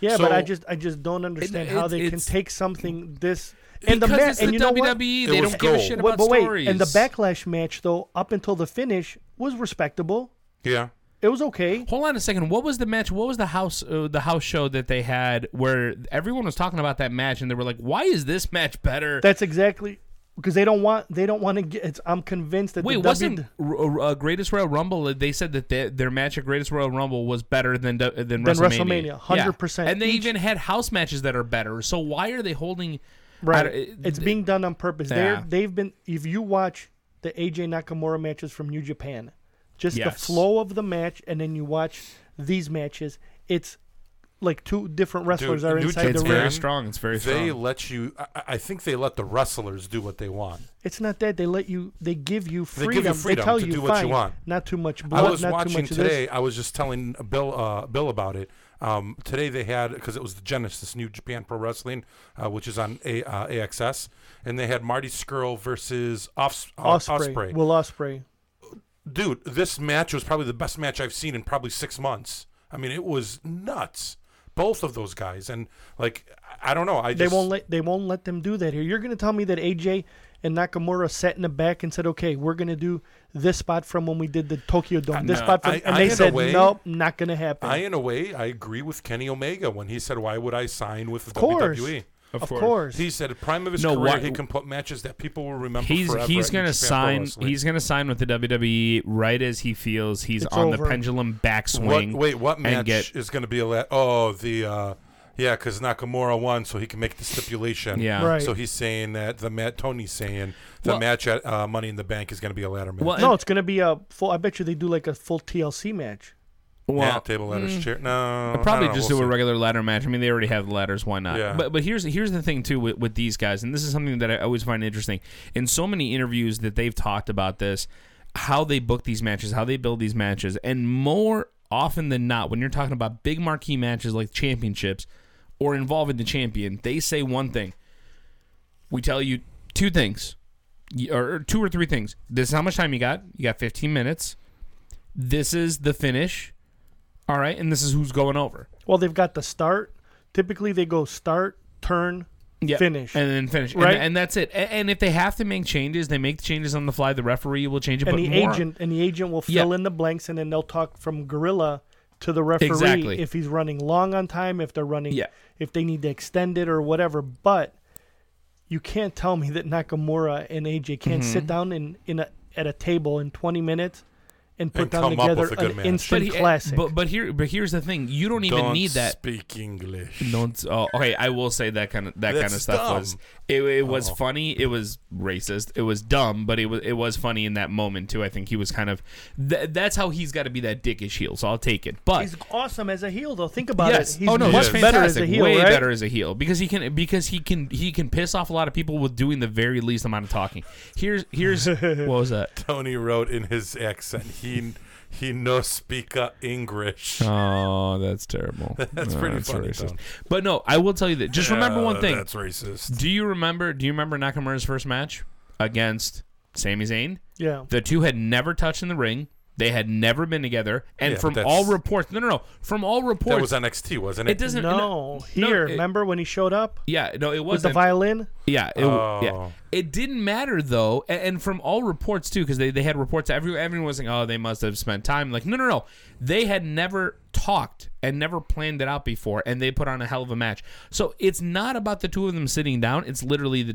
Speaker 6: Yeah, but I
Speaker 2: So-
Speaker 6: just I just don't understand
Speaker 5: it-
Speaker 6: how they can
Speaker 5: it's-
Speaker 6: take something this and the
Speaker 5: Because
Speaker 6: match
Speaker 5: it's
Speaker 6: and
Speaker 5: the
Speaker 6: you know what?
Speaker 5: WWE,
Speaker 2: It
Speaker 5: they
Speaker 2: was
Speaker 5: don't give a
Speaker 2: gold.
Speaker 5: shit
Speaker 2: What-
Speaker 5: about
Speaker 6: but, but wait,
Speaker 5: stories.
Speaker 6: and the backlash match though, up until the finish, was respectable.
Speaker 2: Yeah.
Speaker 6: It was okay.
Speaker 5: Hold on a second. What was the match? What was the house uh, the house show that they had where everyone was talking about that match and they were like, "Why is this match better?"
Speaker 6: That's exactly because they don't want they don't want to get. It's, I'm convinced that
Speaker 5: Wait,
Speaker 6: the
Speaker 5: wasn't
Speaker 6: W, E
Speaker 5: R- uh, Greatest Royal Rumble? They said that their their match at Greatest Royal Rumble was better than du- than, than
Speaker 6: WrestleMania, 100%.
Speaker 5: And they
Speaker 6: Each-
Speaker 5: even had house matches that are better. So why are they holding? uh,
Speaker 6: right?
Speaker 5: I don't-
Speaker 6: it's
Speaker 5: th-
Speaker 6: being done on purpose.
Speaker 5: Yeah.
Speaker 6: They're They've been. If you watch the AJ Nakamura matches from New Japan, just the
Speaker 5: Yes.
Speaker 6: flow of the match, and then you watch these matches, it's like two different wrestlers
Speaker 2: Dude,
Speaker 6: are
Speaker 2: New
Speaker 6: inside
Speaker 5: It's
Speaker 6: the
Speaker 2: Japan-
Speaker 5: very
Speaker 6: ring.
Speaker 5: strong. It's very
Speaker 2: They
Speaker 5: strong.
Speaker 2: let you. I, I think they let the wrestlers do what they want.
Speaker 6: It's not that they let you. They give you freedom.
Speaker 2: give you freedom
Speaker 6: tell
Speaker 2: to
Speaker 6: you,
Speaker 2: do what you
Speaker 6: fine,
Speaker 2: want.
Speaker 6: Not too much blood.
Speaker 2: I was
Speaker 6: not too
Speaker 2: watching
Speaker 6: much of this.
Speaker 2: today. I was just telling Bill uh, Bill about it. Um, today they had because it was the Genesis New Japan Pro Wrestling, uh, which is on A- uh, AXS, and they had Marty Skrull versus Offs- uh,
Speaker 6: Osprey.
Speaker 2: Osprey.
Speaker 6: Will Osprey.
Speaker 2: Dude, this match was probably the best match I've seen in probably six months. I mean, it was nuts. Both of those guys, and like I I don't know. I
Speaker 6: They
Speaker 2: just,
Speaker 6: won't let they won't let them do that here. You're gonna tell me that AJ and Nakamura sat in the back and said, "Okay, we're gonna do this spot from when we did the Tokyo Dome. This
Speaker 2: no,
Speaker 6: spot from,"
Speaker 2: I-
Speaker 6: and
Speaker 2: I,
Speaker 6: they
Speaker 2: in a
Speaker 6: said,
Speaker 2: way-
Speaker 6: "Nope, not gonna happen."
Speaker 2: I, in a way, I agree with Kenny Omega when he said, "Why would I sign with E?"
Speaker 6: of course,
Speaker 2: WWE?"
Speaker 5: Of
Speaker 6: of
Speaker 5: course.
Speaker 6: course.
Speaker 2: He said, at "Prime of his
Speaker 5: No,
Speaker 2: career,
Speaker 5: why-
Speaker 2: he can put matches that people will remember."
Speaker 5: He's
Speaker 2: forever
Speaker 5: he's
Speaker 2: at
Speaker 5: gonna
Speaker 2: New Japan Pro
Speaker 5: sign.
Speaker 2: Wrestling."
Speaker 5: He's gonna sign with the WWE right as he feels he's
Speaker 6: It's
Speaker 5: on the
Speaker 6: over.
Speaker 5: pendulum
Speaker 2: What,
Speaker 5: backswing.
Speaker 2: wait, what match
Speaker 5: And get
Speaker 2: is going to be a la- oh the uh, yeah because Nakamura won, so he can make the stipulation.
Speaker 5: Yeah.
Speaker 6: Right.
Speaker 2: So he's saying that the mat Tony's saying the
Speaker 5: Well-
Speaker 2: match at uh, Money in the Bank is going to be a ladder match.
Speaker 5: Well,
Speaker 6: no, it's gonna be a full. I bet you they do like a full TLC match.
Speaker 2: Yeah,
Speaker 5: well,
Speaker 2: table ladders chair. No,
Speaker 5: Probably
Speaker 2: I don't know,
Speaker 5: just
Speaker 2: we'll
Speaker 5: do a
Speaker 2: see.
Speaker 5: regular ladder match. I mean, they already have ladders. Why not?
Speaker 2: Yeah.
Speaker 5: But but here's here's the thing too with, with these guys, and this is something that I always find interesting. In so many interviews that they've talked about this, how they book these matches, how they build these matches, and more often than not, when you're talking about big marquee matches like championships or involving the champion, they say one thing. We tell you two things, y- or two or three things. This is how much time you got. You got 15 minutes. This is the finish. All right, and this is who's going over.
Speaker 6: Well, they've got the start. Typically, they go start, turn,
Speaker 5: Yeah,
Speaker 6: finish,
Speaker 5: and then finish,
Speaker 6: Right?
Speaker 5: And, and that's it. A- And, if they have to make changes, they make the changes on the fly. The referee will change it,
Speaker 6: and
Speaker 5: but
Speaker 6: the
Speaker 5: more-
Speaker 6: agent and the agent will
Speaker 5: Yeah.
Speaker 6: fill in the blanks, and then they'll talk from Gorilla to the referee
Speaker 5: Exactly.
Speaker 6: if he's running long on time, if they're running,
Speaker 5: Yeah.
Speaker 6: if they need to extend it or whatever. But you can't tell me that Nakamura and AJ can't
Speaker 5: Mm-hmm.
Speaker 6: sit down in in a, at a table in 20 minutes and put
Speaker 2: And
Speaker 6: down
Speaker 2: come up
Speaker 6: together
Speaker 2: with a good
Speaker 6: an
Speaker 2: match.
Speaker 5: but,
Speaker 6: instant
Speaker 5: he- eh,
Speaker 6: classic.
Speaker 5: but but here, but here's the thing: you don't even
Speaker 2: Don't
Speaker 5: need that.
Speaker 2: Speak English.
Speaker 5: Don't. Oh, okay, I will say that kind of that kind of
Speaker 2: That's
Speaker 5: stuff
Speaker 2: dumb. Oh.
Speaker 5: was it, it was funny. It was racist. It was dumb, but it was it was funny in that moment too. I think he was kind of th- that's how he's got to be that dickish heel. So I'll take it. But
Speaker 6: he's awesome as a heel, though. Think about
Speaker 5: yes.
Speaker 6: it. He's
Speaker 5: oh no,
Speaker 6: much
Speaker 5: he's
Speaker 6: better as
Speaker 5: fantastic.
Speaker 6: a heel,
Speaker 5: Way
Speaker 6: right?
Speaker 5: better as a heel because he can because he can he can piss off a lot of people with doing the very least amount of talking. Here's here's what was that?
Speaker 2: Tony wrote in his accent. He he no speaker English.
Speaker 5: Oh, that's terrible. Oh,
Speaker 2: That's pretty funny, Tone.
Speaker 5: But no, I will tell you that. Just remember one
Speaker 2: Uh,
Speaker 5: thing.
Speaker 2: That's racist.
Speaker 5: Do you remember? Do you remember Nakamura's first match against Sami Zayn?
Speaker 6: Yeah.
Speaker 5: The two had never touched in the ring. They had never been together. And
Speaker 2: Yeah,
Speaker 5: from
Speaker 2: but
Speaker 5: all
Speaker 2: that's-
Speaker 5: reports, no, no, no. From all reports,
Speaker 2: That was on NXT, wasn't it?
Speaker 5: it doesn't.
Speaker 6: No, here.
Speaker 5: it-
Speaker 6: remember when he showed up
Speaker 5: yeah, no, it
Speaker 6: with the
Speaker 5: wasn't.
Speaker 6: violin?
Speaker 5: Yeah, it, yeah.
Speaker 2: Oh.
Speaker 5: It didn't matter though, a- and, from all reports too, because they, they had reports. Every everyone was like, "Oh, they must have spent time." Like, no, no, no. They had never talked and never planned it out before, and they put on a hell of a match. So it's not about the two of them sitting down. It's literally the E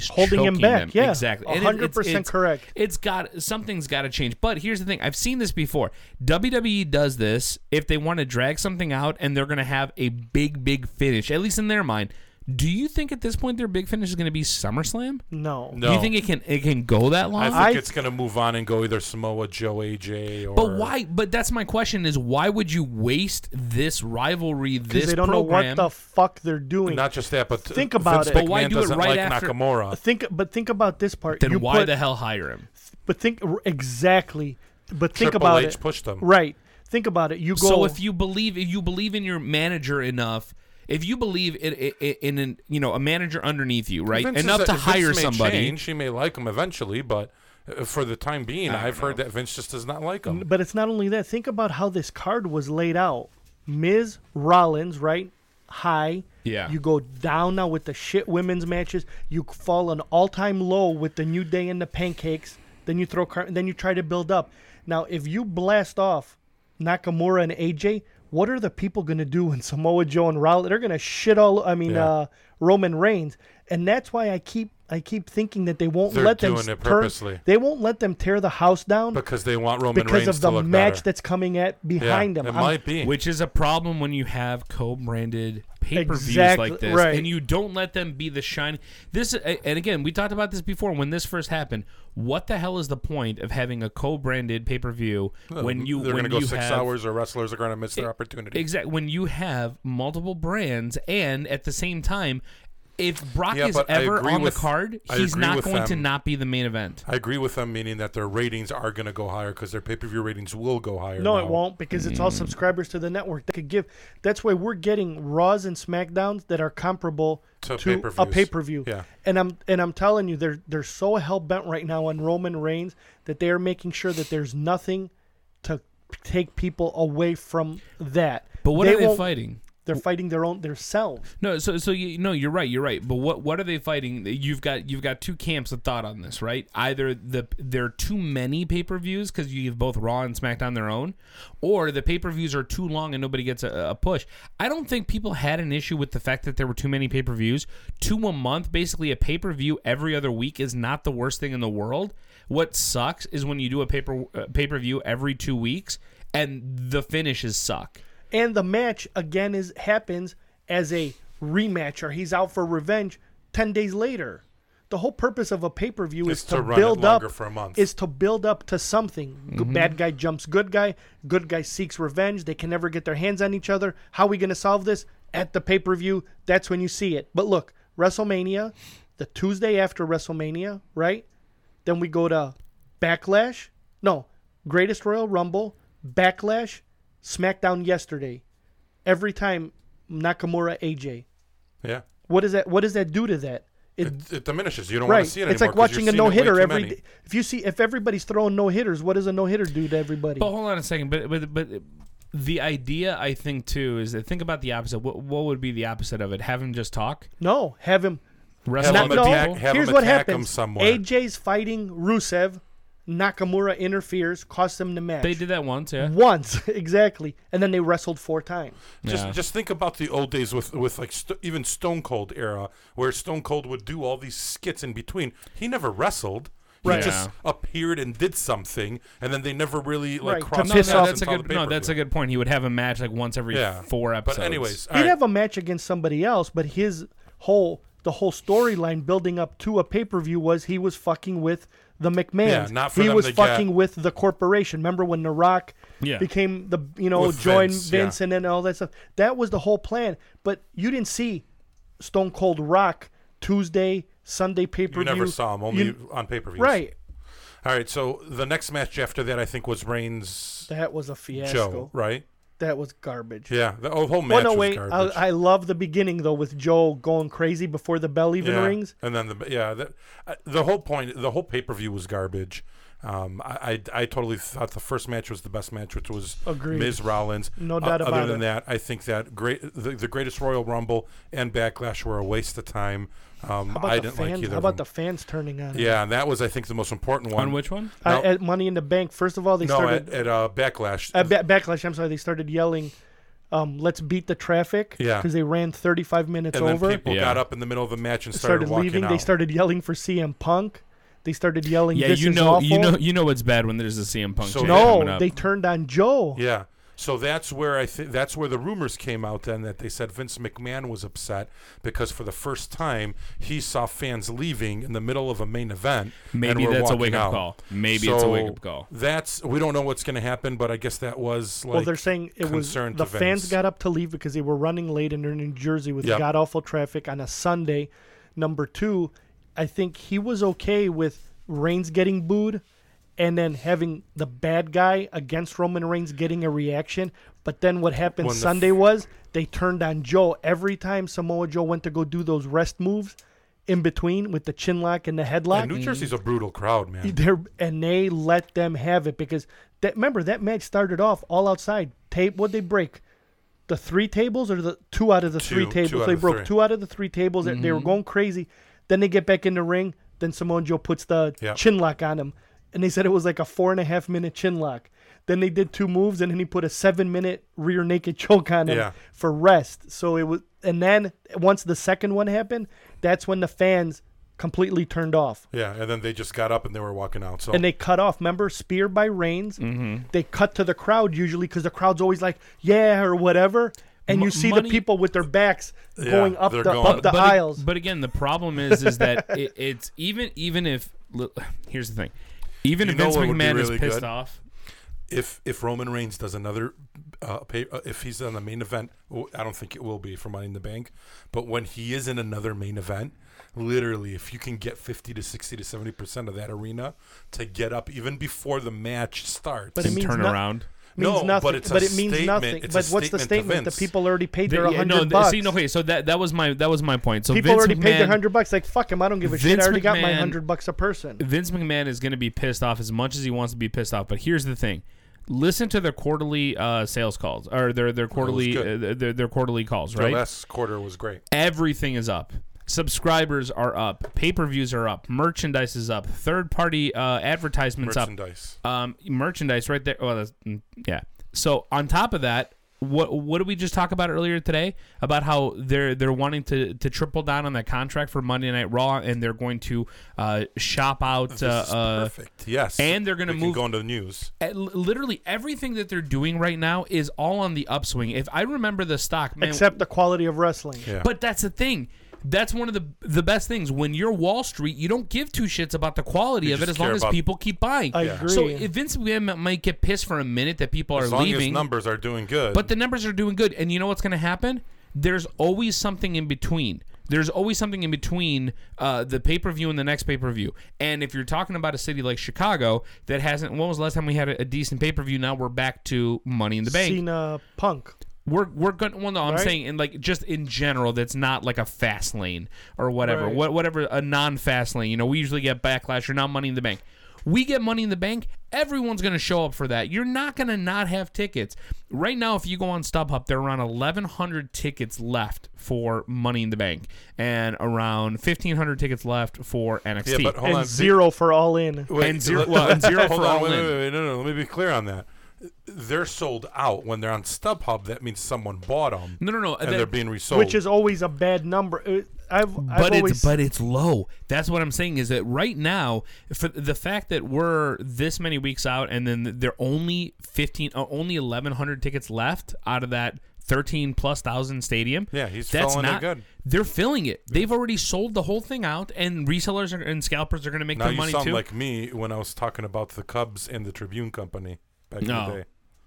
Speaker 5: WWE
Speaker 6: Holding him
Speaker 5: choking
Speaker 6: back,
Speaker 5: them.
Speaker 6: yeah.
Speaker 5: exactly. And it-
Speaker 6: 100%
Speaker 5: it's- it's-
Speaker 6: correct.
Speaker 5: It's got something's got to change. But here's the thing: I've seen this before. WWE does this if they want to drag something out, and they're going to have a big, big finish. At least in their mind, Do you think at this point their big finish is going to be SummerSlam?
Speaker 6: No.
Speaker 2: No.
Speaker 5: Do you think it can it can go that long?
Speaker 2: I think
Speaker 6: Uh, I-
Speaker 2: it's going to move on and go either Samoa Joe, AJ, or.
Speaker 5: but why? But that's my question: is why would you waste this rivalry? This
Speaker 6: Because they don't
Speaker 5: program?
Speaker 6: know what the fuck they're doing.
Speaker 2: Not just that, but
Speaker 6: Think about
Speaker 2: Vince
Speaker 6: it.
Speaker 2: McMahon
Speaker 6: But
Speaker 5: why do it
Speaker 2: doesn't
Speaker 5: right
Speaker 2: like
Speaker 5: after-
Speaker 2: Nakamura.
Speaker 6: think, but think about this part.
Speaker 5: then
Speaker 6: You
Speaker 5: why
Speaker 6: put-
Speaker 5: the hell hire him?
Speaker 6: But think exactly. But think
Speaker 2: Triple
Speaker 6: about
Speaker 2: H
Speaker 6: it.
Speaker 2: pushed them.
Speaker 6: Right. Think about it. You go.
Speaker 5: So if you believe if you believe in your manager enough, if you believe in in, in an, you know a manager underneath you, right,
Speaker 2: Vince is
Speaker 5: enough
Speaker 2: a-
Speaker 5: to
Speaker 2: Vince
Speaker 5: hire
Speaker 2: may
Speaker 5: somebody.
Speaker 2: Change. He may like him eventually, but uh, for the time being, I've heard that Vince just does not like him.
Speaker 6: But it's not only that. Think about how this card was laid out. Ms. Rollins, right? High.
Speaker 5: Yeah.
Speaker 6: You go down now with the shit women's matches. You fall an all-time low with the New Day and the Pancakes. Then you throw. Car- then you try to build up. Now, if you blast off Nakamura and AJ, what are the people gonna do when Samoa Joe and Rollins? They're gonna shit all. I mean,
Speaker 2: Yeah.
Speaker 6: uh, Roman Reigns. And that's why I keep. I keep thinking that they won't
Speaker 2: They're
Speaker 6: let them
Speaker 2: doing
Speaker 6: s-
Speaker 2: it
Speaker 6: turn-
Speaker 2: purposely.
Speaker 6: They won't let them tear the house down
Speaker 2: Because they want Roman
Speaker 6: because
Speaker 2: Reigns
Speaker 6: of the
Speaker 2: to look
Speaker 6: match
Speaker 2: better.
Speaker 6: that's coming at behind
Speaker 2: yeah,
Speaker 6: them.
Speaker 2: It
Speaker 6: I'm-
Speaker 2: might be.
Speaker 5: Which is a problem when you have co-branded pay-per-views
Speaker 6: Exactly,
Speaker 5: like this,
Speaker 6: right.
Speaker 5: and you don't let them be the shiny. This a- and again, we talked about this before when this first happened. What the hell is the point of having a co-branded pay-per-view when you
Speaker 2: They're
Speaker 5: when
Speaker 2: gonna go
Speaker 5: you
Speaker 2: six
Speaker 5: have,
Speaker 2: hours, or wrestlers are going to miss their opportunity.
Speaker 5: Exactly. When you have multiple brands and at the same time, if Brock
Speaker 2: Yeah,
Speaker 5: is
Speaker 2: but I
Speaker 5: ever
Speaker 2: agree
Speaker 5: on
Speaker 2: with-
Speaker 5: the card,
Speaker 2: I
Speaker 5: he's
Speaker 2: agree
Speaker 5: not
Speaker 2: with
Speaker 5: going to
Speaker 2: them.
Speaker 5: not be the main event.
Speaker 2: I agree with them, meaning that their ratings are going to go higher because their pay per view ratings will go higher.
Speaker 6: no,
Speaker 2: now.
Speaker 6: it won't because it's
Speaker 2: Mm.
Speaker 6: all subscribers to the network that could give. That's why we're getting Raws and SmackDowns that are comparable
Speaker 2: To
Speaker 6: to, a
Speaker 2: pay-per-views.
Speaker 6: pay per view.
Speaker 2: Yeah.
Speaker 6: and I'm and I'm telling you, they're they're so hell bent right now on Roman Reigns that they are making sure that there's nothing to take people away from that.
Speaker 5: But what
Speaker 6: They
Speaker 5: are they
Speaker 6: won't-
Speaker 5: fighting?
Speaker 6: They're fighting their own themselves.
Speaker 5: No, so so you no, you're right, you're right. But what what are they fighting? You've got you've got two camps of thought on this, right? Either the there are too many pay per views because you have both Raw and SmackDown their own, or the pay per views are too long and nobody gets a, a push. I don't think people had an issue with the fact that there were too many pay per views. Two a month, basically a pay per view every other week is not the worst thing in the world. What sucks is when you do a paper uh, pay per view every two weeks and the finishes suck.
Speaker 6: and the match again is happens as a rematch or he's out for revenge 10 days later the whole purpose of a pay-per-view
Speaker 2: Is
Speaker 6: is
Speaker 2: to
Speaker 6: to,
Speaker 2: run it
Speaker 6: build
Speaker 2: longer
Speaker 6: up
Speaker 2: for a month.
Speaker 6: is to build up to something G- bad guy jumps good guy good guy seeks revenge they can never get their hands on each other how are we going to solve this at the pay-per-view that's when you see it but look wrestlemania the tuesday after wrestlemania right then we go to Backlash. No, Greatest Royal Rumble, Backlash, SmackDown yesterday. Every time Nakamura AJ.
Speaker 2: Yeah.
Speaker 6: What is that? What does that do to that? It,
Speaker 2: It, it diminishes. You don't
Speaker 6: right.
Speaker 2: want to see it anymore.
Speaker 6: it's like
Speaker 2: 'cause you've
Speaker 6: watching a
Speaker 2: seen it
Speaker 6: no
Speaker 2: way
Speaker 6: hitter
Speaker 2: too
Speaker 6: every.
Speaker 2: many.
Speaker 6: d- If you see if everybody's throwing no hitters, what does a no hitter do to everybody?
Speaker 5: But hold on a second. But but but the idea I think too is that think about the opposite. What what would be the opposite of it? Have him just talk.
Speaker 6: No, have him.
Speaker 5: Wrestle
Speaker 2: Have
Speaker 6: Not,
Speaker 2: him
Speaker 5: other
Speaker 6: no.
Speaker 2: attack-
Speaker 5: people?
Speaker 2: have
Speaker 6: Here's
Speaker 2: him
Speaker 6: what
Speaker 2: attack 'em
Speaker 6: happens.
Speaker 2: somewhere.
Speaker 6: AJ's fighting Rusev. Nakamura interferes, costs him the match.
Speaker 5: They did that once.
Speaker 2: Mm-hmm.
Speaker 5: Yeah.
Speaker 6: once exactly, and then they wrestled four times.
Speaker 2: Just
Speaker 5: Yeah.
Speaker 2: just think about the old days with with like st- even Stone Cold era where Stone Cold would do all these skits in between. He never wrestled. He
Speaker 5: Right.
Speaker 2: just
Speaker 5: Yeah.
Speaker 2: appeared and did something, and then they never really like
Speaker 6: Right, to
Speaker 2: crossed
Speaker 5: No,
Speaker 6: piss
Speaker 5: no,
Speaker 6: off
Speaker 5: that's a good. No, that's a good point. He would have a match like once every
Speaker 2: yeah.
Speaker 5: four episodes.
Speaker 2: But anyways, all
Speaker 6: He'd
Speaker 2: right.
Speaker 6: have a match against somebody else, but his whole the whole storyline building up to a pay per view was he was fucking with the McMahons.
Speaker 2: Yeah, not for
Speaker 6: he
Speaker 2: them
Speaker 6: was
Speaker 2: to get-
Speaker 6: fucking with the corporation. Remember when The Rock
Speaker 5: Yeah.
Speaker 6: became the you know
Speaker 2: With
Speaker 6: joined
Speaker 2: Vince,
Speaker 6: Vince,
Speaker 2: yeah.
Speaker 6: and then all that stuff. That was the whole plan. But you didn't see Stone Cold Rock Tuesday Sunday pay per
Speaker 2: you
Speaker 6: view.
Speaker 2: never saw him only on pay per view.
Speaker 6: right.
Speaker 2: All right. So the next match after that, I think, was Reigns
Speaker 6: That was a fiasco.
Speaker 2: Joe. Right.
Speaker 6: That was garbage.
Speaker 2: Yeah. The whole- whole
Speaker 6: Oh
Speaker 2: match
Speaker 6: no!
Speaker 2: was
Speaker 6: Wait,
Speaker 2: garbage.
Speaker 6: I, I love the beginning though with Joe going crazy before the bell even
Speaker 2: yeah.
Speaker 6: rings.
Speaker 2: And then the yeah the, uh, the whole point the whole pay per view was garbage. Um, I, I I totally thought the first match was the best match, which was
Speaker 6: Agreed.
Speaker 2: Miz Rollins.
Speaker 6: No doubt
Speaker 2: Other
Speaker 6: about
Speaker 2: than
Speaker 6: it.
Speaker 2: that, I think that great the, the greatest Royal Rumble and Backlash were a waste of time. Um,
Speaker 6: How about
Speaker 2: I
Speaker 6: the
Speaker 2: didn't
Speaker 6: fans?
Speaker 2: like either.
Speaker 6: How
Speaker 2: of
Speaker 6: about the
Speaker 2: them.
Speaker 6: fans turning on? him?
Speaker 2: yeah, and that was I think the most important one.
Speaker 5: on which one?
Speaker 6: Uh,
Speaker 2: No.
Speaker 6: at Money in the Bank, first of all, they
Speaker 2: No, at,
Speaker 6: started
Speaker 2: at uh, Backlash.
Speaker 6: at, Ba- Backlash. I'm sorry, they started yelling, um, "Let's beat the traffic!"
Speaker 2: Yeah.
Speaker 6: because they ran 35 minutes
Speaker 2: and then
Speaker 6: over.
Speaker 2: people
Speaker 5: Yeah.
Speaker 2: got up in the middle of the match and started,
Speaker 6: started,
Speaker 2: walking
Speaker 6: leaving.
Speaker 2: out.
Speaker 6: They started yelling for CM Punk. They started yelling,
Speaker 5: Yeah,
Speaker 6: "This
Speaker 5: you
Speaker 6: is
Speaker 5: know,
Speaker 6: awful."
Speaker 5: you know, you know what's bad when there's a CM Punk.
Speaker 2: So-
Speaker 5: chant
Speaker 2: Yeah,
Speaker 5: coming
Speaker 6: no,
Speaker 5: up.
Speaker 6: they turned on Joe.
Speaker 2: Yeah. So that's where I think that's where the rumors came out then that they said Vince McMahon was upset because for the first time he saw fans leaving in the middle of a main event. and
Speaker 5: Maybe
Speaker 2: were
Speaker 5: that's a
Speaker 2: walking
Speaker 5: wake-up
Speaker 2: out.
Speaker 5: call. Maybe it's a
Speaker 2: So
Speaker 5: wake-up call.
Speaker 2: That's we don't know what's going to happen, but I guess that was like
Speaker 6: well, they're saying it was
Speaker 2: concern
Speaker 6: the
Speaker 2: to Vince.
Speaker 6: fans got up to leave because they were running late in New Jersey with
Speaker 2: Yep.
Speaker 6: god awful traffic on a Sunday. Number two, I think he was okay with Reigns getting booed and then having the bad guy against Roman Reigns getting a reaction. But then what happened
Speaker 2: When the
Speaker 6: Sunday
Speaker 2: f-
Speaker 6: was they turned on Joe every time Samoa Joe went to go do those rest moves in between with the chin lock and the headlock
Speaker 2: And New Jersey's a brutal crowd, man.
Speaker 6: they're and they let them have it because that remember that match started off all outside tape what they break the three tables or the two out of the three
Speaker 2: Two- two
Speaker 6: tables
Speaker 2: out
Speaker 6: they
Speaker 2: of
Speaker 6: broke
Speaker 2: three.
Speaker 6: two out of the three tables that they were going crazy then they get back in the ring then Samoa Joe puts the
Speaker 2: Yep.
Speaker 6: chin lock on him and they said it was like a four and a half minute chin lock then they did two moves and then he put a seven minute rear naked choke on him
Speaker 2: Yeah.
Speaker 6: for rest so it was and then once the second one happened that's when the fans completely turned off
Speaker 2: Yeah, and then they just got up and they were walking out. So
Speaker 6: and they cut off. Remember, spear by Reigns.
Speaker 5: Mm-hmm.
Speaker 6: They cut to the crowd usually because the crowd's always like, "Yeah" or whatever, and you see
Speaker 5: money-
Speaker 6: the people with their backs
Speaker 2: Yeah,
Speaker 6: going up the
Speaker 2: they're going-
Speaker 6: up the
Speaker 5: but, ag-
Speaker 6: aisles.
Speaker 5: but again, the problem is is that it, it's even even if li- here's the thing, even
Speaker 2: You
Speaker 5: if
Speaker 2: know
Speaker 5: Vince
Speaker 2: what would be
Speaker 5: McMahon
Speaker 2: really
Speaker 5: is pissed
Speaker 2: good?
Speaker 5: off,
Speaker 2: if if Roman Reigns does another, uh, pay, uh, if he's on the main event, w- I don't think it will be for Money in the Bank. But when he is in another main event, literally, if you can get fifty to sixty to seventy percent of that arena to get up even before the match starts,
Speaker 6: But it means
Speaker 5: turn
Speaker 6: no-
Speaker 5: around.
Speaker 6: means
Speaker 2: no,
Speaker 6: nothing.
Speaker 2: but it's a
Speaker 6: it means
Speaker 2: statement.
Speaker 6: nothing.
Speaker 2: It's a
Speaker 6: but what's
Speaker 2: statement
Speaker 6: the
Speaker 2: to
Speaker 6: statement? The
Speaker 2: Vince.
Speaker 6: people already paid their
Speaker 5: They- yeah,
Speaker 6: hundred
Speaker 5: no, th-
Speaker 6: bucks.
Speaker 5: see, no, okay, so that that was my that was my point. So
Speaker 6: people
Speaker 5: Vince
Speaker 6: already
Speaker 5: McMahon,
Speaker 6: paid their hundred bucks. Like, fuck him. I don't give a shit. I
Speaker 5: Vince
Speaker 6: already got my
Speaker 5: McMahon-
Speaker 6: hundred bucks a person.
Speaker 5: Vince McMahon is going to be pissed off as much as he wants to be pissed off. But here's the thing: listen to their quarterly uh, sales calls or their their quarterly
Speaker 2: good.
Speaker 5: uh, their, their quarterly calls.
Speaker 2: the
Speaker 5: Right,
Speaker 2: last quarter was great.
Speaker 5: everything is up. Subscribers are up. Pay per views are up. Merchandise is up. Third party uh, advertisements up.
Speaker 2: Merchandise.
Speaker 5: Um, merchandise right there. Well, that's, mm, yeah. So on top of that, what what did we just talk about earlier today about how they're they're wanting to, to triple down on that contract for Monday Night Raw and they're going to uh, shop out uh,
Speaker 2: Oh, This is
Speaker 5: uh,
Speaker 2: perfect. Yes,
Speaker 5: and they're gonna
Speaker 2: we
Speaker 5: move-
Speaker 2: Can go into the news.
Speaker 5: at- literally everything that they're doing right now is all on the upswing. If I remember the stock, man,
Speaker 6: Except the quality of wrestling.
Speaker 2: Yeah.
Speaker 5: But that's the thing. That's one of the the best things. When you're Wall Street, you don't give two shits about the quality of it
Speaker 2: just
Speaker 5: as long
Speaker 2: care
Speaker 5: as
Speaker 2: about-
Speaker 5: people keep buying.
Speaker 6: I Yeah.
Speaker 5: So
Speaker 6: agree.
Speaker 5: if Vince McMahon might get pissed for a minute that people
Speaker 2: As
Speaker 5: are
Speaker 2: long
Speaker 5: leaving,
Speaker 2: as numbers are doing good,
Speaker 5: but the numbers are doing good, and you know what's going to happen? There's always something in between. There's always something in between uh, the pay per view and the next pay per view. And if you're talking about a city like Chicago that hasn't, when was the last time we had a, a decent pay per view? Now we're back to Money in the Bank
Speaker 6: Cena Punk.
Speaker 5: we're we're going. Well, no, I'm
Speaker 6: Right?
Speaker 5: saying, and like just in general, that's not like a fast lane or whatever.
Speaker 6: Right.
Speaker 5: What whatever a non-fast lane. You know, we usually get backlash. You're not Money in the Bank. We get Money in the Bank. Everyone's going to show up for that. You're not going to not have tickets right now. If you go on StubHub, there are around 1,100 tickets left for Money in the Bank, and around 1,500 tickets left for
Speaker 2: yeah,
Speaker 5: NXT.
Speaker 2: but hold
Speaker 6: And
Speaker 2: on.
Speaker 6: zero for all in.
Speaker 2: Wait,
Speaker 5: And zero-
Speaker 2: let-
Speaker 5: well, and zero
Speaker 2: hold
Speaker 5: for
Speaker 2: on,
Speaker 5: all
Speaker 2: wait,
Speaker 5: in.
Speaker 2: Wait, wait, no, no, let me be clear on that. They're sold out when they're on StubHub. That means someone bought them.
Speaker 5: No, no, no,
Speaker 2: and
Speaker 5: that-
Speaker 2: they're being resold.
Speaker 6: Which is always a bad number. Uh, I've, I've
Speaker 5: but
Speaker 6: always
Speaker 5: it's but it's low. That's what I'm saying is that right now, for the fact that we're this many weeks out, and then there are only fifteen, uh, only eleven hundred tickets left out of that thirteen plus thousand stadium.
Speaker 2: Yeah, he's
Speaker 5: that's
Speaker 2: filling it
Speaker 5: not
Speaker 2: good.
Speaker 5: They're filling it. They've already sold the whole thing out, and resellers are, and scalpers are going to make
Speaker 2: now
Speaker 5: their
Speaker 2: you
Speaker 5: money
Speaker 2: sound
Speaker 5: too.
Speaker 2: like me when I was talking about the Cubs and the Tribune Company back in
Speaker 5: No.
Speaker 2: the day.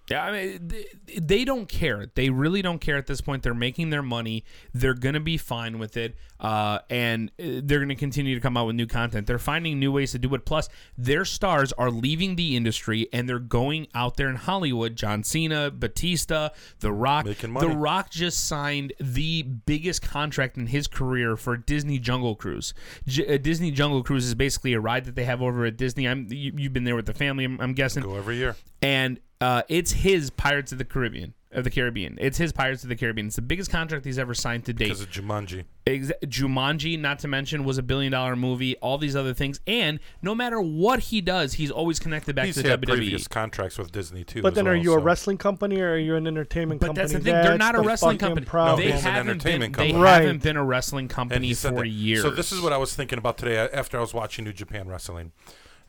Speaker 5: Yeah, I mean, they, they don't care. They really don't care at this point. They're making their money. They're gonna be fine with it, uh, and uh, they're gonna continue to come out with new content. They're finding new ways to do it. Plus, their stars are leaving the industry and they're going out there in Hollywood. John Cena, Batista, The Rock.
Speaker 2: Making money.
Speaker 5: The Rock just signed the biggest contract in his career for Disney Jungle Cruise. J- uh, Disney Jungle Cruise is basically a ride that they have over at Disney. I'm you, you've been there with the family. I'm, I'm guessing
Speaker 2: Go every year.
Speaker 5: and uh, it's his Pirates of the Caribbean of the Caribbean. It's his Pirates of the Caribbean. It's the biggest contract he's ever signed to date.
Speaker 2: Because of Jumanji.
Speaker 5: Ex- Jumanji, not to mention, was a billion dollar movie. All these other things, and no matter what he does, he's always connected back
Speaker 2: He's
Speaker 5: to E.
Speaker 2: had
Speaker 5: WWE.
Speaker 2: previous contracts with Disney too.
Speaker 6: But
Speaker 2: as
Speaker 6: then, are
Speaker 2: well,
Speaker 6: you a
Speaker 2: so-
Speaker 6: wrestling company or are you an entertainment
Speaker 5: But
Speaker 6: company?
Speaker 5: that's the thing; they're not a
Speaker 6: the
Speaker 5: wrestling
Speaker 6: fucking
Speaker 5: company.
Speaker 6: problem.
Speaker 5: they
Speaker 2: No, he's an
Speaker 5: haven't been.
Speaker 2: entertainment
Speaker 5: They
Speaker 2: company.
Speaker 6: Right.
Speaker 5: haven't been a wrestling
Speaker 2: And
Speaker 5: company
Speaker 2: he said
Speaker 5: for
Speaker 2: that.
Speaker 5: years.
Speaker 2: So this is what I was thinking about today uh, after I was watching New Japan Wrestling.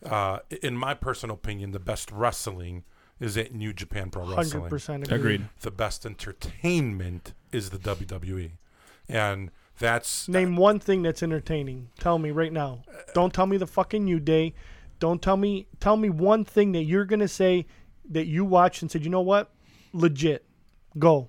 Speaker 2: Uh, in my personal opinion, the best wrestling is at New Japan Pro Wrestling.
Speaker 6: Hundred percent
Speaker 5: Agreed.
Speaker 2: The best entertainment is the WWE, and that's
Speaker 6: Name one thing that's entertaining. Tell me right now. Don't tell me the fucking New Day. Don't tell me. Tell me one thing that you're gonna say that you watched and said, you know what, legit. Go.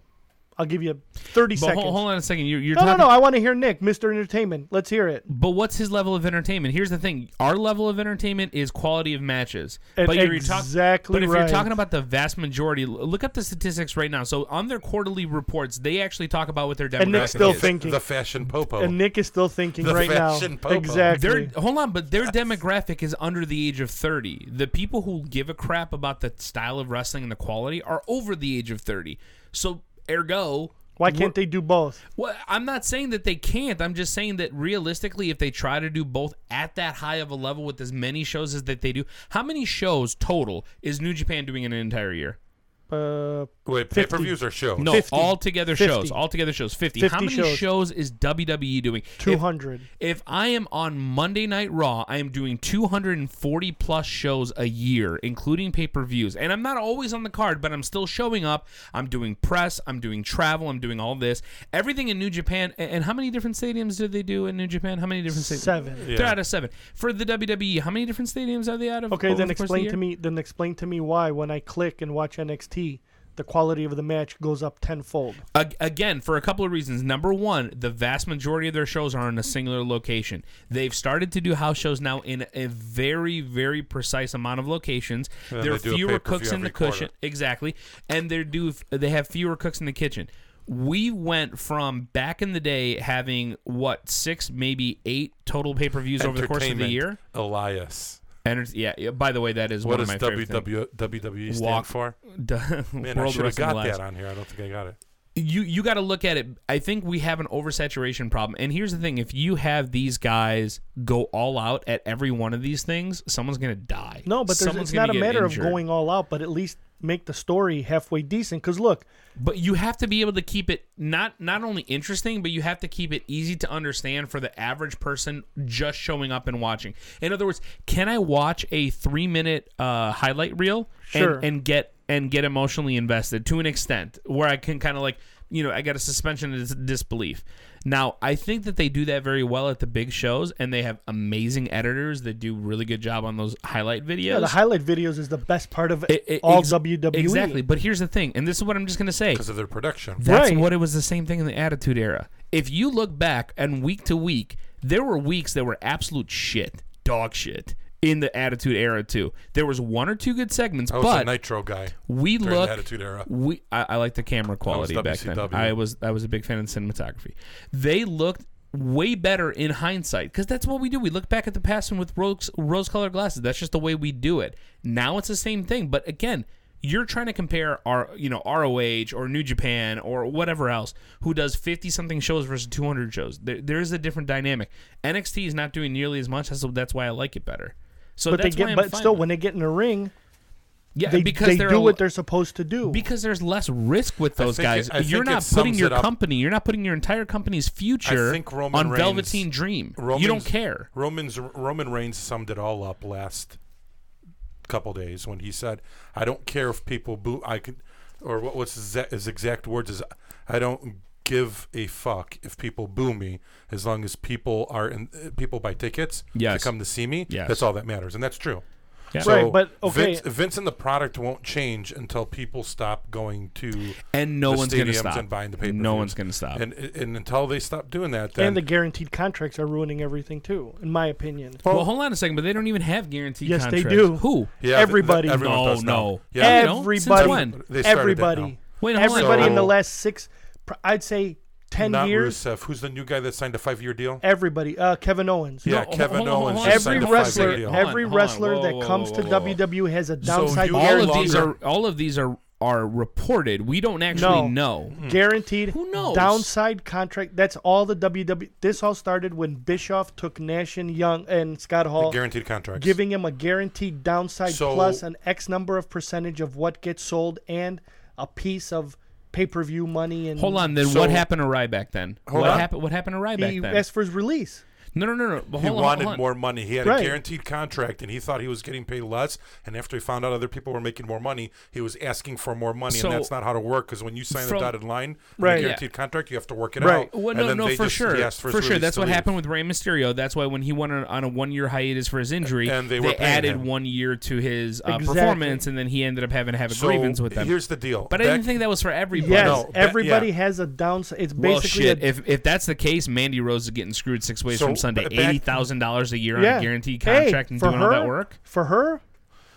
Speaker 6: I'll give you thirty
Speaker 5: But
Speaker 6: seconds.
Speaker 5: hold, hold on a second. You're, you're
Speaker 6: no, no,
Speaker 5: talking,
Speaker 6: no. I want to hear Nick, Mr. Entertainment. Let's hear it.
Speaker 5: But what's his level of entertainment? Here's the thing: our level of entertainment is quality of matches.
Speaker 6: And
Speaker 5: but you're
Speaker 6: exactly
Speaker 5: But if you're
Speaker 6: right.
Speaker 5: talking about the vast majority, l- look up the statistics right now. So on their quarterly reports, they actually talk about what their demographic
Speaker 6: Nick's still
Speaker 5: is.
Speaker 6: thinking.
Speaker 2: the fashion popo.
Speaker 6: And Nick is still thinking
Speaker 2: The
Speaker 6: right now.
Speaker 2: fashion popo.
Speaker 6: Exactly.
Speaker 5: Their hold on, but their demographic is under the age of thirty. The people who give a crap about the style of wrestling and the quality are over the age of thirty. So, ergo,
Speaker 6: Why can't they do both?
Speaker 5: well, I'm not saying that they can't. I'm just saying that realistically, if they try to do both at that high of a level with as many shows as that they do, how many shows total is New Japan doing in an entire year?
Speaker 6: Uh,
Speaker 2: Wait, pay
Speaker 6: 50.
Speaker 2: per views or shows?
Speaker 5: No,
Speaker 6: 50.
Speaker 5: all together
Speaker 6: 50.
Speaker 5: shows. All together shows. 50.
Speaker 6: 50
Speaker 5: How many
Speaker 6: shows.
Speaker 5: shows. is WWE doing? If-
Speaker 6: 200.
Speaker 5: If, I am on Monday Night Raw, I am doing 240 plus shows a year, including pay per views. And I'm not always on the card, but I'm still showing up. I'm doing press. I'm doing travel. I'm doing all this. Everything in New Japan. a- And how many different stadiums did they do in New Japan? How many different stadiums?
Speaker 6: Seven.
Speaker 5: They're out of seven. For the WWE, how many different stadiums are they out of?
Speaker 6: Okay,
Speaker 5: over
Speaker 6: then
Speaker 5: the course of the
Speaker 6: explain
Speaker 5: year?
Speaker 6: to me. Then explain to me why when I click and watch NXT, the quality of the match goes up tenfold.
Speaker 5: Ag- Again, for a couple of reasons. Number one, the vast majority of their shows are in a singular location. They've started to do house shows now in a very, very precise amount of locations.
Speaker 2: then
Speaker 5: there
Speaker 2: they
Speaker 5: are
Speaker 2: do a
Speaker 5: fewer
Speaker 2: pay-per-view
Speaker 5: cooks in the
Speaker 2: every
Speaker 5: cushion,
Speaker 2: quarter.
Speaker 5: exactly, and they do. They have fewer cooks in the kitchen. We went from back in the day having what six, maybe eight total pay per views over the course of the
Speaker 2: Entertainment.
Speaker 5: year.
Speaker 2: Elias.
Speaker 5: And it's- yeah, yeah, by the way, that is
Speaker 2: What
Speaker 5: one of
Speaker 2: does
Speaker 5: my favorite things.
Speaker 2: WW, WWE stand
Speaker 5: Walk-
Speaker 2: for? E? Man, I
Speaker 5: World
Speaker 2: should have
Speaker 5: Wrestling
Speaker 2: got
Speaker 5: Alliance.
Speaker 2: that on here. I don't think I got it.
Speaker 5: you you got to look at it. I think we have an oversaturation problem. And here's the thing: if you have these guys go all out at every one of these things, someone's gonna die.
Speaker 6: No, but there's,
Speaker 5: Someone's
Speaker 6: it's
Speaker 5: gonna
Speaker 6: not a
Speaker 5: get
Speaker 6: matter
Speaker 5: injured.
Speaker 6: of going all out, but at least make the story halfway decent. Because look,
Speaker 5: But you have to be able to keep it not not only interesting, but you have to keep it easy to understand for the average person just showing up and watching. In other words, can I watch a three minute uh, highlight reel
Speaker 6: Sure.
Speaker 5: and, and get and get emotionally invested to an extent where I can kind of like you know I got a suspension of dis- disbelief. Now I think that they do that very well at the big shows, and they have amazing editors that do really good job on those highlight videos.
Speaker 6: yeah, the highlight videos is the best part of
Speaker 5: It- it-
Speaker 6: all E.
Speaker 5: ex-
Speaker 6: WWE.
Speaker 5: Exactly, but here's the thing, and this is what I'm just gonna say.
Speaker 2: Because of their production.
Speaker 5: That's
Speaker 6: Right.
Speaker 5: what it was the same thing in the Attitude Era. If you look back and week to week, there were weeks that were absolute shit, dog shit in the Attitude Era too. There was one or two good segments,
Speaker 2: I was a
Speaker 5: but
Speaker 2: Nitro guy.
Speaker 5: we
Speaker 2: during the
Speaker 5: look
Speaker 2: Attitude Era.
Speaker 5: We I, I like the camera quality back then.
Speaker 2: WCW.
Speaker 5: I was I was a big fan of cinematography. They looked way better in hindsight because that's what we do. We look back at the past and with rose rose colored glasses. That's just the way we do it. Now it's the same thing, but again. You're trying to compare our, you know, ROH or New Japan or whatever else who does 50 something shows versus 200 shows. There, there is a different dynamic. NXT is not doing nearly as much. That's, that's why I like it better. So
Speaker 6: But they
Speaker 5: that's why
Speaker 6: get,
Speaker 5: I'm
Speaker 6: but
Speaker 5: fine
Speaker 6: still,
Speaker 5: with
Speaker 6: when they get in the ring,
Speaker 5: it. yeah,
Speaker 6: they,
Speaker 5: because
Speaker 6: they
Speaker 5: they're
Speaker 6: do
Speaker 5: al-
Speaker 6: what they're supposed to do.
Speaker 5: because there's less risk with those
Speaker 2: think
Speaker 5: guys.
Speaker 2: it- I
Speaker 5: you're
Speaker 2: think it
Speaker 5: not putting
Speaker 2: sums
Speaker 5: your
Speaker 2: it up.
Speaker 5: company, you're not putting your entire company's future
Speaker 2: I think Roman
Speaker 5: on
Speaker 2: Reigns-
Speaker 5: Velveteen Dream. you don't
Speaker 2: Roman's-
Speaker 5: care.
Speaker 2: Roman's Roman Reigns summed it all up last couple days when he said, "I don't care if people boo. I could, or what was his, exa- his exact words is, I don't give a fuck if people boo me as long as people are in, uh, people buy tickets
Speaker 5: Yes.
Speaker 2: to come to see me.
Speaker 5: Yes.
Speaker 2: That's all that matters, and that's true."
Speaker 5: Yeah.
Speaker 6: Right, but, okay.
Speaker 2: Vince, Vince and the product won't change until people stop going to
Speaker 5: And no
Speaker 2: the
Speaker 5: one's gonna
Speaker 2: stadiums
Speaker 5: stop.
Speaker 2: and buying the
Speaker 5: No
Speaker 2: paper.
Speaker 5: one's gonna stop.
Speaker 2: And, and until they stop doing that, then
Speaker 6: and the guaranteed contracts are ruining everything too, in my opinion.
Speaker 5: Well, hold on a second, but they don't even have guaranteed
Speaker 6: Yes, they
Speaker 5: contracts.
Speaker 6: do.
Speaker 5: Who?
Speaker 2: Yeah, th-
Speaker 6: everybody,
Speaker 2: th- everyone
Speaker 5: No,
Speaker 2: does now.
Speaker 5: no.
Speaker 2: Yeah.
Speaker 5: Ev- you know, since
Speaker 6: everybody,
Speaker 5: when?
Speaker 2: They started that
Speaker 6: everybody,
Speaker 2: now.
Speaker 5: Wait, hold on.
Speaker 6: everybody in the
Speaker 2: So-
Speaker 6: last six, pr- I'd say ten
Speaker 2: Not
Speaker 6: years.
Speaker 2: Rusev. Who's the new guy that signed a five-year deal?
Speaker 6: Everybody, uh, Kevin Owens.
Speaker 2: Yeah,
Speaker 5: No, hold-
Speaker 2: Kevin
Speaker 5: hold on,
Speaker 2: Owens.
Speaker 5: hold on.
Speaker 2: just
Speaker 6: Every
Speaker 2: signed a
Speaker 6: wrestler,
Speaker 2: five-year deal.
Speaker 5: Hold on,
Speaker 6: every
Speaker 5: hold on.
Speaker 6: wrestler
Speaker 5: Whoa,
Speaker 6: that
Speaker 5: whoa, whoa,
Speaker 6: comes
Speaker 5: whoa, whoa.
Speaker 6: to E WWE has a downside
Speaker 2: you-
Speaker 5: All of
Speaker 6: guarantee.
Speaker 5: these are all of these are are reported. We don't actually
Speaker 6: no
Speaker 5: know.
Speaker 2: Hmm.
Speaker 6: guaranteed
Speaker 5: Who knows?
Speaker 6: downside contract. That's all the WWE. This all started when Bischoff took Nash and Young and Scott Hall,
Speaker 2: Guaranteed contracts.
Speaker 6: giving him a guaranteed downside
Speaker 2: So-
Speaker 6: plus an X number of percentage of what gets sold and a piece of pay per view money. And
Speaker 5: Hold on, then
Speaker 2: So-
Speaker 5: what happened to Ryback then?
Speaker 2: Hold
Speaker 5: what
Speaker 2: on.
Speaker 5: happened what happened to Ryback
Speaker 6: He
Speaker 5: then?
Speaker 6: asked for his release.
Speaker 5: No, no, no, no. But
Speaker 2: He
Speaker 5: hold on,
Speaker 2: wanted
Speaker 5: hold on.
Speaker 2: more money. He had
Speaker 6: Right.
Speaker 2: a guaranteed contract, and he thought he was getting paid less. And after he found out other people were making more money, he was asking for more money,
Speaker 5: So-
Speaker 2: and that's not how to work. Because when you sign
Speaker 5: From-
Speaker 2: the dotted line,
Speaker 6: Right.
Speaker 2: on a
Speaker 6: Yeah.
Speaker 2: guaranteed contract, you have to work it
Speaker 6: Right.
Speaker 2: out.
Speaker 5: Well,
Speaker 2: and
Speaker 5: no,
Speaker 2: then
Speaker 5: no,
Speaker 2: they
Speaker 5: for
Speaker 2: just- he
Speaker 5: sure,
Speaker 2: asked
Speaker 5: for,
Speaker 2: his
Speaker 5: sure.
Speaker 2: release
Speaker 5: That's
Speaker 2: to
Speaker 5: what
Speaker 2: leave.
Speaker 5: happened with Rey Mysterio. That's why when he went on, on a one year hiatus for his injury,
Speaker 2: And they were paying
Speaker 5: added
Speaker 2: him.
Speaker 5: one year to his uh,
Speaker 6: Exactly.
Speaker 5: performance, and then he ended up having to have a
Speaker 2: So
Speaker 5: grievance with them.
Speaker 2: here's the deal.
Speaker 5: But I
Speaker 2: Back-
Speaker 5: didn't think that was for everybody.
Speaker 6: Yes,
Speaker 2: no, that-
Speaker 6: everybody
Speaker 2: yeah.
Speaker 6: has a downside. It's
Speaker 5: Well,
Speaker 6: basically
Speaker 5: shit.
Speaker 6: a,
Speaker 5: if if that's the case, Mandy Rose is getting screwed six ways
Speaker 2: So,
Speaker 5: from Sunday.
Speaker 2: b- back-
Speaker 5: Eighty thousand dollars a year on
Speaker 6: yeah.
Speaker 5: a guaranteed
Speaker 6: Hey,
Speaker 5: contract and
Speaker 6: for
Speaker 5: doing all that
Speaker 6: her-
Speaker 5: work.
Speaker 6: for her.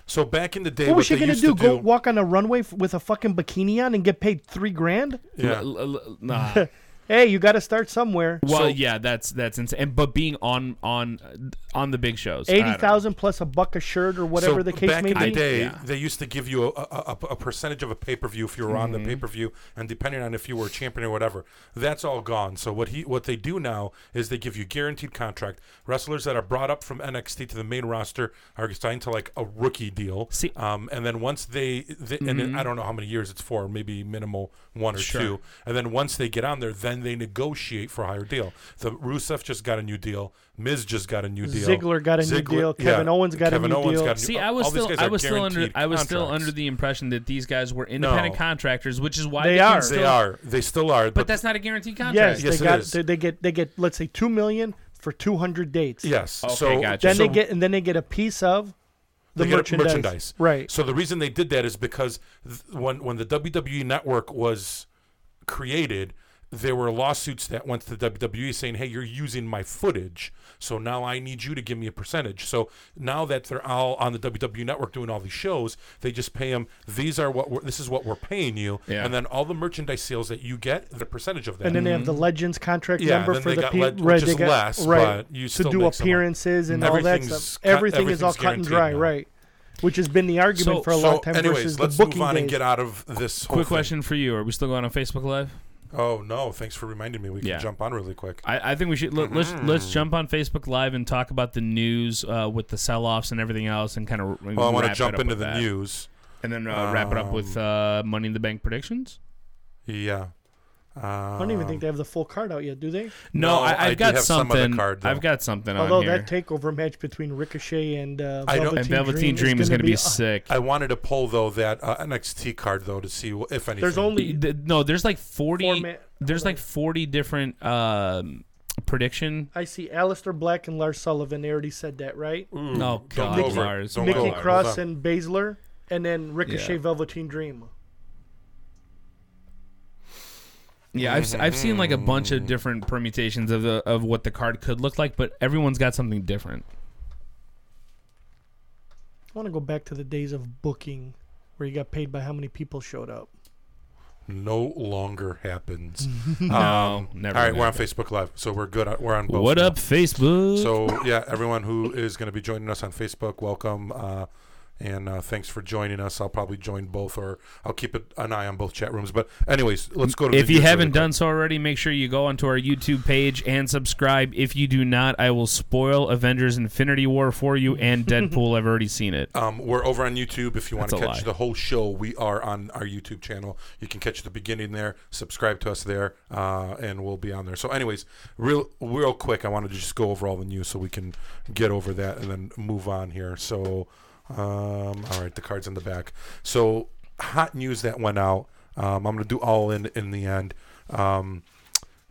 Speaker 2: So back in the day,
Speaker 6: What
Speaker 2: what,
Speaker 6: was she
Speaker 2: they
Speaker 6: gonna
Speaker 2: used
Speaker 6: do?
Speaker 2: to
Speaker 6: Go walk on a runway f- with a fucking bikini on and get paid three grand?
Speaker 2: Yeah.
Speaker 5: L- l- l- nah.
Speaker 6: Hey, you got to start somewhere.
Speaker 5: Well, yeah, that's that's insane. And, but being on on on the big shows, I don't know.
Speaker 6: Eighty thousand plus a buck a shirt or whatever
Speaker 2: so
Speaker 6: the case
Speaker 2: back
Speaker 6: may
Speaker 2: in the
Speaker 6: be.
Speaker 2: day,
Speaker 5: Yeah.
Speaker 2: they used to give you a, a, a- a percentage of a pay per view if you were on the
Speaker 6: Mm-hmm.
Speaker 2: pay per view, and depending on if you were a champion or whatever. That's all gone. So what he what they do now is they give you guaranteed contract. Wrestlers that are brought up from NXT to the main roster are signed to like a rookie deal.
Speaker 5: See-
Speaker 2: um, and then once they, they and
Speaker 6: Mm-hmm.
Speaker 2: then I don't know how many years it's for, maybe minimal one or two. And then once they get on there, then they negotiate for a higher deal. The Rusev just got a new deal. Miz just got a new deal.
Speaker 6: Ziggler got a new deal. Kevin Owens got a
Speaker 2: Kevin
Speaker 6: new
Speaker 2: Owens
Speaker 6: deal.
Speaker 2: got a new-
Speaker 5: See,
Speaker 2: all
Speaker 5: I was
Speaker 2: these
Speaker 5: still,
Speaker 2: guys
Speaker 5: I
Speaker 2: are
Speaker 5: was still under,
Speaker 2: guaranteed
Speaker 5: I was still
Speaker 2: contracts.
Speaker 5: under the impression that these guys were independent
Speaker 2: No.
Speaker 5: contractors, which is why
Speaker 6: They
Speaker 5: they, can
Speaker 6: are.
Speaker 5: Still,
Speaker 2: They are. They still are.
Speaker 5: but that's not a guaranteed contract.
Speaker 6: Yes,
Speaker 2: Yes, it
Speaker 6: they got
Speaker 2: is.
Speaker 6: they, they get they get let's say two million for two hundred dates.
Speaker 2: yes.
Speaker 5: Okay,
Speaker 2: so
Speaker 5: gotcha.
Speaker 6: Then
Speaker 2: so
Speaker 6: they get and then they get a piece of the
Speaker 2: they get
Speaker 6: merchandise. Right.
Speaker 2: So the reason they did that is because th- when when the WWE network was created, there were lawsuits that went to the WWE saying, "Hey, you're using my footage, so now I need you to give me a percentage." So now that they're all on the WWE network doing all these shows, they just pay them. These are what we're, this is what we're paying you,
Speaker 5: Yeah.
Speaker 2: and then all the merchandise sales that you get, the percentage of that.
Speaker 6: and then they have the legends contract
Speaker 2: Mm-hmm. Yeah,
Speaker 6: number
Speaker 2: then
Speaker 6: for
Speaker 2: they
Speaker 6: the
Speaker 2: got
Speaker 6: pe-
Speaker 2: leg-
Speaker 6: right,
Speaker 2: which
Speaker 6: they
Speaker 2: is
Speaker 6: got-
Speaker 2: less,
Speaker 6: right,
Speaker 2: but you
Speaker 6: to
Speaker 2: still
Speaker 6: do
Speaker 2: make some money.
Speaker 6: appearances and all that
Speaker 2: Everything's
Speaker 6: stuff.
Speaker 2: cut-
Speaker 6: Everything is all
Speaker 2: everything's
Speaker 6: cut and dry,
Speaker 2: guaranteed now.
Speaker 6: right? Which has been the argument
Speaker 5: So-
Speaker 6: for a long time
Speaker 2: anyways,
Speaker 6: versus
Speaker 2: let's
Speaker 6: the booking
Speaker 2: move on
Speaker 6: days.
Speaker 2: and get out of this. Whole
Speaker 5: Quick
Speaker 2: thing.
Speaker 5: question for you: Are we still going on Facebook Live?
Speaker 2: Oh no! Thanks for reminding me. We can
Speaker 5: Yeah.
Speaker 2: jump on really quick.
Speaker 5: I, I think we should let, let's
Speaker 2: Mm.
Speaker 5: let's jump on Facebook Live and talk about the news uh, with the sell-offs and everything else, and kind of.
Speaker 2: Well, Oh, I want to jump into the news. Um,
Speaker 5: and then uh, wrap it up with uh, Money in the Bank predictions.
Speaker 2: Yeah. Um,
Speaker 6: I don't even think they have the full card out yet, do they?
Speaker 5: No,
Speaker 2: No, I
Speaker 5: I, I've
Speaker 2: do
Speaker 5: got
Speaker 2: have some other
Speaker 5: something.
Speaker 2: card, though.
Speaker 5: I've got something
Speaker 6: Although
Speaker 5: on here.
Speaker 6: that takeover match between Ricochet and uh,
Speaker 2: I don't-
Speaker 6: Velveteen,
Speaker 5: and Velveteen Dream is
Speaker 6: going to
Speaker 5: be
Speaker 6: uh,
Speaker 5: sick.
Speaker 2: I wanted to pull though that uh, NXT card though to see wh- if anything.
Speaker 6: There's only
Speaker 5: Th- no, there's like forty.
Speaker 6: Format-
Speaker 5: there's like forty different um, prediction.
Speaker 6: I see Alistair Black and Lars Sullivan. They already said that, right?
Speaker 5: oh God,
Speaker 2: Mm, go over it.
Speaker 5: Lars.
Speaker 2: Don't
Speaker 6: Nikki
Speaker 2: Hold on,
Speaker 6: Cross
Speaker 2: hold on.
Speaker 6: and Baszler, and then Ricochet,
Speaker 5: Yeah.
Speaker 6: Velveteen Dream.
Speaker 5: Yeah, I've, s- I've seen like a bunch of different permutations of the of what the card could look like, but everyone's got something different.
Speaker 6: I want to go back to the days of booking, where you got paid by how many people showed up.
Speaker 2: no longer
Speaker 6: Mm.
Speaker 2: happens.
Speaker 5: No, never.
Speaker 2: All right,
Speaker 5: gonna
Speaker 2: we're on
Speaker 5: happen.
Speaker 2: Facebook Live, so we're good. uh, We're on both.
Speaker 5: What
Speaker 2: now.
Speaker 5: up, Facebook?
Speaker 2: So yeah, everyone who is going to be joining us on Facebook, welcome, uh, and uh, thanks for joining us. I'll probably join both, or I'll keep it, an eye on both chat rooms. But anyways, let's go to.
Speaker 5: if
Speaker 2: the news
Speaker 5: you
Speaker 2: really
Speaker 5: haven't
Speaker 2: quick.
Speaker 5: done so already, make sure you go onto our YouTube page and subscribe. If you do not, I will spoil Avengers: Infinity War for you and Deadpool. I've already seen it.
Speaker 2: Um, we're over on YouTube. If you want to
Speaker 5: That's a
Speaker 2: catch
Speaker 5: lie.
Speaker 2: the whole show, we are on our YouTube channel. You can catch the beginning there. Subscribe to us there, uh, and we'll be on there. So, anyways, real real quick, I wanted to just go over all the news so we can get over that and then move on here. So, um, all right, the cards in the back. So, hot news that went out. Um, I'm gonna do all in in the end. Um,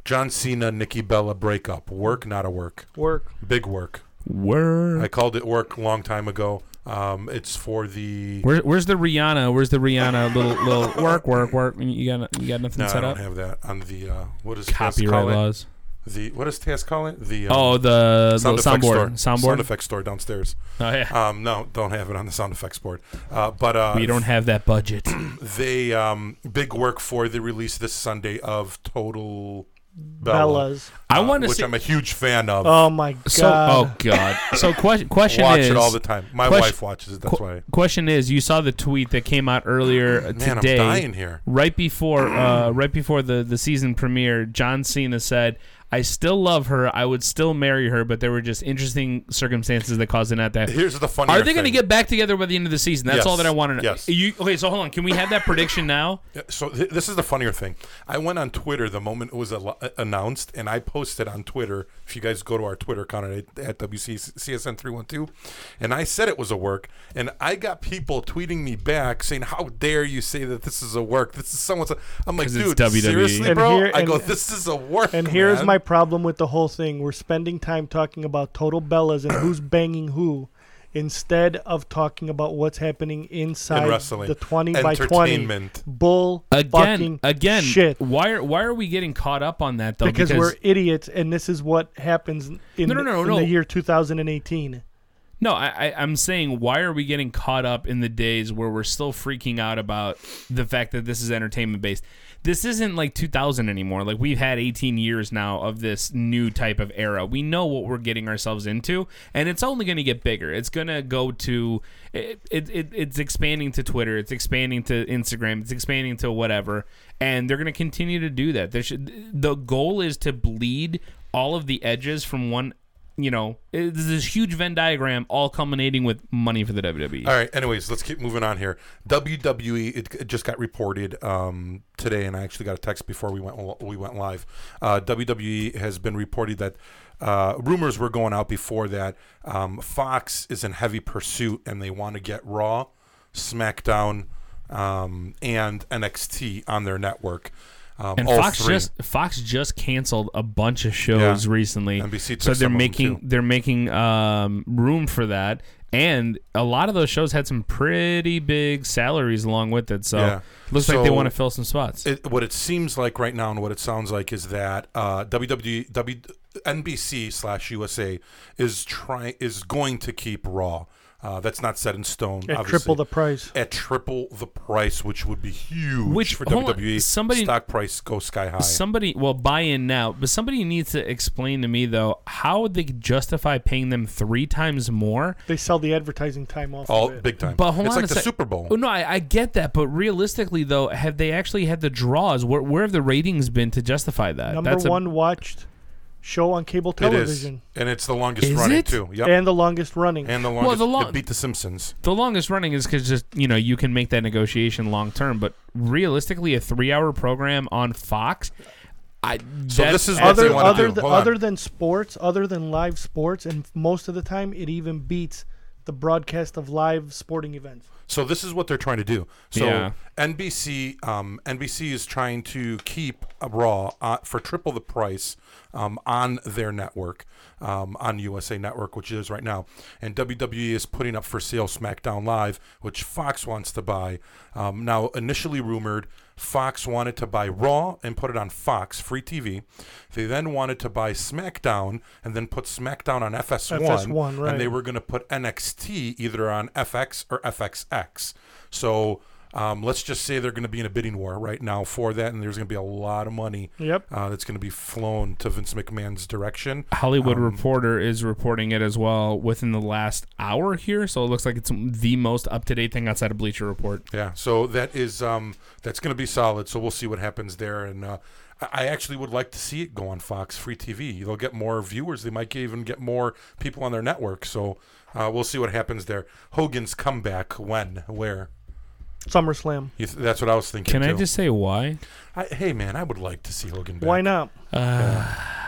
Speaker 2: John Cena, Nikki Bella breakup. Work, not a work.
Speaker 6: Work.
Speaker 2: Big work.
Speaker 5: Word.
Speaker 2: I called it work a long time ago. Um, it's for the.
Speaker 5: Where, where's the Rihanna? Where's the Rihanna little little work work work? You got you got nothing
Speaker 2: No, I
Speaker 5: set
Speaker 2: don't
Speaker 5: up.
Speaker 2: have that on the uh, what is Taz
Speaker 5: Copyright
Speaker 2: call it?
Speaker 5: laws.
Speaker 2: The what does Taz call it? The um,
Speaker 5: Oh, the, the
Speaker 2: effects store.
Speaker 5: soundboard.
Speaker 2: sound
Speaker 5: Soundboard.
Speaker 2: effects store downstairs.
Speaker 5: Oh yeah.
Speaker 2: Um, no, don't have it on the sound effects board. Uh, but uh,
Speaker 5: we don't have that budget.
Speaker 2: They um, big work for the release this Sunday of Total Bella,
Speaker 6: Bellas.
Speaker 5: I
Speaker 2: uh,
Speaker 5: want to
Speaker 2: which
Speaker 5: see.
Speaker 2: I'm a huge fan of.
Speaker 6: Oh my god.
Speaker 5: so, oh god. So question question
Speaker 2: Watch
Speaker 5: is
Speaker 2: it all the time. My
Speaker 5: question-
Speaker 2: wife watches it. That's
Speaker 5: qu-
Speaker 2: why.
Speaker 5: question is you saw the tweet that came out earlier uh,
Speaker 2: Man,
Speaker 5: today.
Speaker 2: I'm dying here.
Speaker 5: Right before uh, right before the, the season premiere, John Cena said, I still love her. I would still marry her, but there were just interesting circumstances that caused it not that.
Speaker 2: Here's the funny.
Speaker 5: Are they going to get back together by the end of the season? That's
Speaker 2: Yes.
Speaker 5: all that I want to know.
Speaker 2: Yes.
Speaker 5: You, okay, so hold on. Can we have that prediction now?
Speaker 2: So th- this is the funnier thing. I went on Twitter the moment it was al- announced, and I posted on Twitter. If you guys go to our Twitter account at, at WCSN three one two, and I said it was a work, and I got people tweeting me back saying, "How dare you say that this is a work? This is someone's." I'm like,
Speaker 5: 'Cause it's
Speaker 2: dude,
Speaker 5: WWE.
Speaker 2: seriously,
Speaker 6: And
Speaker 2: bro.
Speaker 6: here-
Speaker 2: I go,
Speaker 6: and-
Speaker 2: this is a work.
Speaker 6: And here's
Speaker 2: man."
Speaker 6: my problem with the whole thing. We're spending time talking about total bellas and who's banging who instead of talking about what's happening inside
Speaker 2: In wrestling.
Speaker 6: the 20 by 20
Speaker 2: Entertainment.
Speaker 6: bull
Speaker 5: Again,
Speaker 6: fucking
Speaker 5: again.
Speaker 6: shit
Speaker 5: Why are why are we getting caught up on that though?
Speaker 6: because, we're idiots and this is what happens in,
Speaker 5: No, no, no,
Speaker 6: in
Speaker 5: no.
Speaker 6: the year 2018
Speaker 5: No, I, I, I'm saying why are we getting caught up in the days where we're still freaking out about the fact that this is entertainment based? This isn't like 2000 anymore. Like we've had 18 years now of this new type of era. We know what we're getting ourselves into, and it's only going to get bigger. It's going to go to it, it, it. It's expanding to Twitter. It's expanding to Instagram. It's expanding to whatever, and they're going to continue to do that. There should. The goal is to bleed all of the edges from one you know, it- there's this huge Venn diagram all culminating with money for the E. WWE.
Speaker 2: All right. Anyways, let's keep moving on here. WWE it, it just got reported um, today, and I actually got a text before we went we went live. Uh, WWE has been reported that uh, rumors were going out before that um, Fox is in heavy pursuit, and they want to get Raw, SmackDown, um, and NXT on their network. Um,
Speaker 5: And
Speaker 2: all
Speaker 5: Fox
Speaker 2: three.
Speaker 5: just Fox just canceled a bunch of shows
Speaker 2: Yeah.
Speaker 5: recently.
Speaker 2: NBC
Speaker 5: so
Speaker 2: took
Speaker 5: they're
Speaker 2: some of them,
Speaker 5: making
Speaker 2: too.
Speaker 5: they're making um, room for that. And a lot of those shows had some pretty big salaries along with it. So
Speaker 2: Yeah.
Speaker 5: looks like they
Speaker 2: So-
Speaker 5: want to fill some spots.
Speaker 2: it, what it seems like right now and what it sounds like is that uh, WWE, w, NBC slash USA is trying is going to keep Raw. Uh, that's not set in stone.
Speaker 6: at
Speaker 2: obviously.
Speaker 6: triple the price
Speaker 2: At triple the price, which would be huge
Speaker 5: Which-
Speaker 2: for
Speaker 5: hold on,
Speaker 2: WWE.
Speaker 5: somebody-
Speaker 2: stock price goes sky high.
Speaker 5: Somebody well buy in now, but somebody needs to explain to me though how they justify paying them three times more
Speaker 6: they sell the advertising time off
Speaker 2: all
Speaker 6: of it.
Speaker 2: big time.
Speaker 5: But hold
Speaker 2: it's
Speaker 5: on
Speaker 2: like
Speaker 5: a
Speaker 2: the
Speaker 5: sec-
Speaker 2: Super Bowl.
Speaker 5: Oh, no, I, I get that, but realistically, though, have they actually had the draws? Where, where have the ratings been to justify that?
Speaker 6: number
Speaker 5: That's a-
Speaker 6: one watched show on cable
Speaker 2: it is,
Speaker 6: television
Speaker 2: and it's the longest
Speaker 5: Is
Speaker 2: running
Speaker 5: it?
Speaker 2: too. Yep.
Speaker 6: and the longest running
Speaker 2: And the longest
Speaker 5: the
Speaker 2: it
Speaker 5: long-
Speaker 2: beat the Simpsons.
Speaker 5: the longest running is because just you know you can make that negotiation long term, but realistically, a three-hour program on Fox, I
Speaker 2: So
Speaker 5: that-
Speaker 2: this is what they
Speaker 6: other
Speaker 2: want to
Speaker 6: other
Speaker 2: do.
Speaker 6: th-
Speaker 2: Hold on.
Speaker 6: other than sports, other than live sports, and most of the time it even beats the broadcast of live sporting events.
Speaker 2: So this is what they're trying to do. So
Speaker 5: Yeah.
Speaker 2: NBC, um, NBC is trying to keep Raw uh, for triple the price um, on their network, um, on USA Network, which it is right now, and WWE is putting up for sale SmackDown Live, which Fox wants to buy. Um, now, initially rumored, Fox wanted to buy Raw and put it on Fox free TV. They then wanted to buy SmackDown and then put SmackDown on FS1,
Speaker 6: FS1,
Speaker 2: and
Speaker 6: right.
Speaker 2: they were going to put NXT either on FX or FXX. So um, let's just say they're going to be in a bidding war right now for that, and there's going to be a lot of money
Speaker 6: Yep.
Speaker 2: uh, that's going to be flown to Vince McMahon's direction.
Speaker 5: Hollywood Reporter is reporting it as well within the last hour here, so it looks like it's the most up-to-date thing outside of Bleacher Report.
Speaker 2: Yeah, so that is um, that's going to be solid. So we'll see what happens there, and uh, I I actually would like to see it go on Fox free TV. They'll get more viewers. They might even get more people on their network. So uh, we'll see what happens there. Hogan's comeback when where.
Speaker 6: SummerSlam.
Speaker 2: You th- that's what I was thinking.
Speaker 5: Can I
Speaker 2: too.
Speaker 5: just say why?
Speaker 2: I, hey man, I would like to see Hogan back.
Speaker 6: Why not?
Speaker 5: Uh,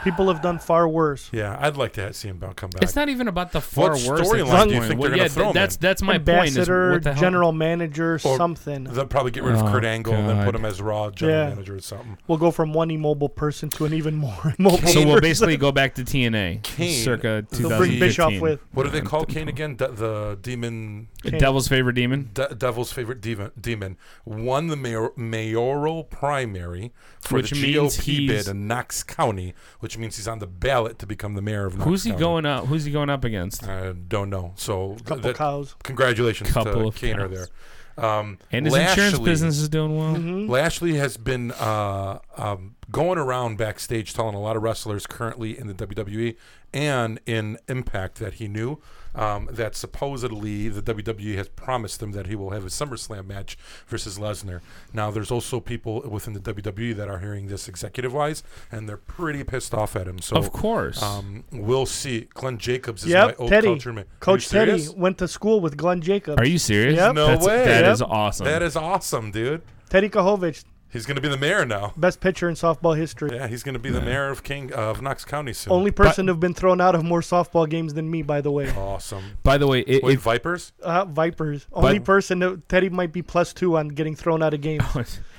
Speaker 6: People have done far worse.
Speaker 2: Yeah, I'd like to ha- see him back come back.
Speaker 5: It's not even about the far worse. at
Speaker 2: storyline
Speaker 5: this
Speaker 2: do you
Speaker 5: point.
Speaker 2: think
Speaker 5: Well,
Speaker 2: they're gonna
Speaker 5: yeah,
Speaker 2: throw 'em
Speaker 5: that's
Speaker 2: in?
Speaker 5: that's my point. Is
Speaker 6: Ambassador,
Speaker 5: what the hell?
Speaker 6: general manager,
Speaker 2: Or-
Speaker 6: something.
Speaker 2: They'll probably get rid of
Speaker 5: Oh,
Speaker 2: Kurt Angle and then put
Speaker 5: God.
Speaker 2: him as Raw general
Speaker 6: Yeah.
Speaker 2: manager or something.
Speaker 6: we'll go from one immobile person to an even more immobile.
Speaker 5: So we'll
Speaker 6: person.
Speaker 5: basically go back to TNA,
Speaker 2: Kane.
Speaker 5: circa
Speaker 2: They'll
Speaker 6: They'll bring
Speaker 5: 2015.
Speaker 6: Bischoff with.
Speaker 2: What do they call Kane again? De- the demon,
Speaker 5: The Devil's favorite demon.
Speaker 2: de- devil's favorite demon, demon won the mayor- mayoral primary for
Speaker 5: Which
Speaker 2: the
Speaker 5: means
Speaker 2: GOP
Speaker 5: he's-
Speaker 2: bid in Knox County, which means he's on the ballot to become the mayor of Knox
Speaker 5: Who's he
Speaker 2: County.
Speaker 5: going up? Who's he going up against?
Speaker 2: I don't know. So th-
Speaker 6: Couple
Speaker 2: that-
Speaker 6: cows.
Speaker 2: congratulations
Speaker 5: Couple
Speaker 2: to
Speaker 5: of
Speaker 2: Kaner
Speaker 5: cows.
Speaker 2: there. Um,
Speaker 5: And his insurance
Speaker 2: Lashley-
Speaker 5: business is doing well.
Speaker 6: Mm-hmm.
Speaker 2: Lashley has been uh, um, going around backstage telling a lot of wrestlers currently in the WWE and in E Impact that he knew um, that supposedly the WWE has promised them that he will have a SummerSlam match versus Lesnar. Now, there's also people within the WWE that are hearing this executive wise, and they're pretty pissed off at him. So,
Speaker 5: Of course.
Speaker 2: um, we'll see. Glenn Jacobs is my
Speaker 6: Yep,
Speaker 2: old
Speaker 6: Teddy.
Speaker 2: culture man. Are
Speaker 6: Coach
Speaker 2: you
Speaker 6: Teddy
Speaker 2: serious?
Speaker 6: went to school with Glenn Jacobs.
Speaker 5: Are you serious?
Speaker 6: Yep.
Speaker 2: No
Speaker 5: That's,
Speaker 2: way.
Speaker 5: That
Speaker 2: Yep.
Speaker 5: is awesome.
Speaker 2: That is awesome, dude.
Speaker 6: Teddy Kohovich,
Speaker 2: He's going to be the mayor now.
Speaker 6: best pitcher in softball history.
Speaker 2: Yeah, he's going to be the mayor of King of Knox County soon.
Speaker 6: Only person to have been thrown out of more softball games than me, by the way.
Speaker 2: awesome.
Speaker 5: By the way, i-
Speaker 2: Wait,
Speaker 5: if,
Speaker 2: Vipers?
Speaker 6: Uh, Vipers. Only
Speaker 5: But-
Speaker 6: person to, Teddy might be plus two on getting thrown out of games.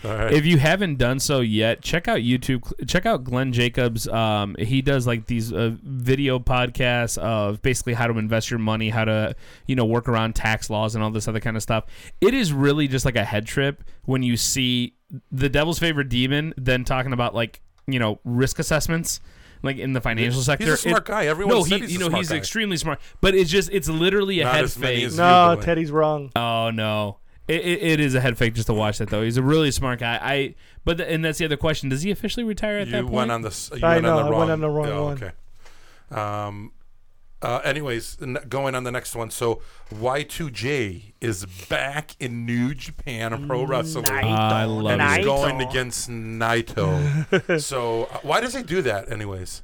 Speaker 2: All right.
Speaker 5: if you haven't done so yet, check out YouTube. Check out Glenn Jacobs. Um, he does like these uh, video podcasts of basically how to invest your money, how to you know work around tax laws and all this other kind of stuff. It is really just like a head trip when you see the devil's favorite demon, then talking about like you know risk assessments. Like in the financial sector,
Speaker 2: smart guy. Everyone
Speaker 5: no,
Speaker 2: said
Speaker 5: he,
Speaker 2: he's a
Speaker 5: you know,
Speaker 2: smart
Speaker 5: he's
Speaker 2: guy.
Speaker 5: extremely smart, but it's just it's literally a
Speaker 2: Not
Speaker 5: head
Speaker 2: as many
Speaker 5: fake.
Speaker 2: as
Speaker 6: no,
Speaker 2: Boy.
Speaker 6: Teddy's wrong.
Speaker 2: Uh,
Speaker 5: Oh no, it, it, it is a head fake just to watch that though. He's a really smart guy. I but the, and that's the other question. Does he officially retire at that
Speaker 2: you
Speaker 5: point?
Speaker 2: went on the s- you
Speaker 6: I
Speaker 2: went
Speaker 6: know,
Speaker 2: on the
Speaker 6: I went
Speaker 2: wrong,
Speaker 6: on the wrong
Speaker 2: oh,
Speaker 6: one.
Speaker 2: Okay. Um, uh, anyways, n- going on the next one. So Y2J is back in New Japan Pro Wrestling.
Speaker 5: I love
Speaker 2: And he's
Speaker 5: it.
Speaker 2: going against Naito. so uh, why does he do that, anyways?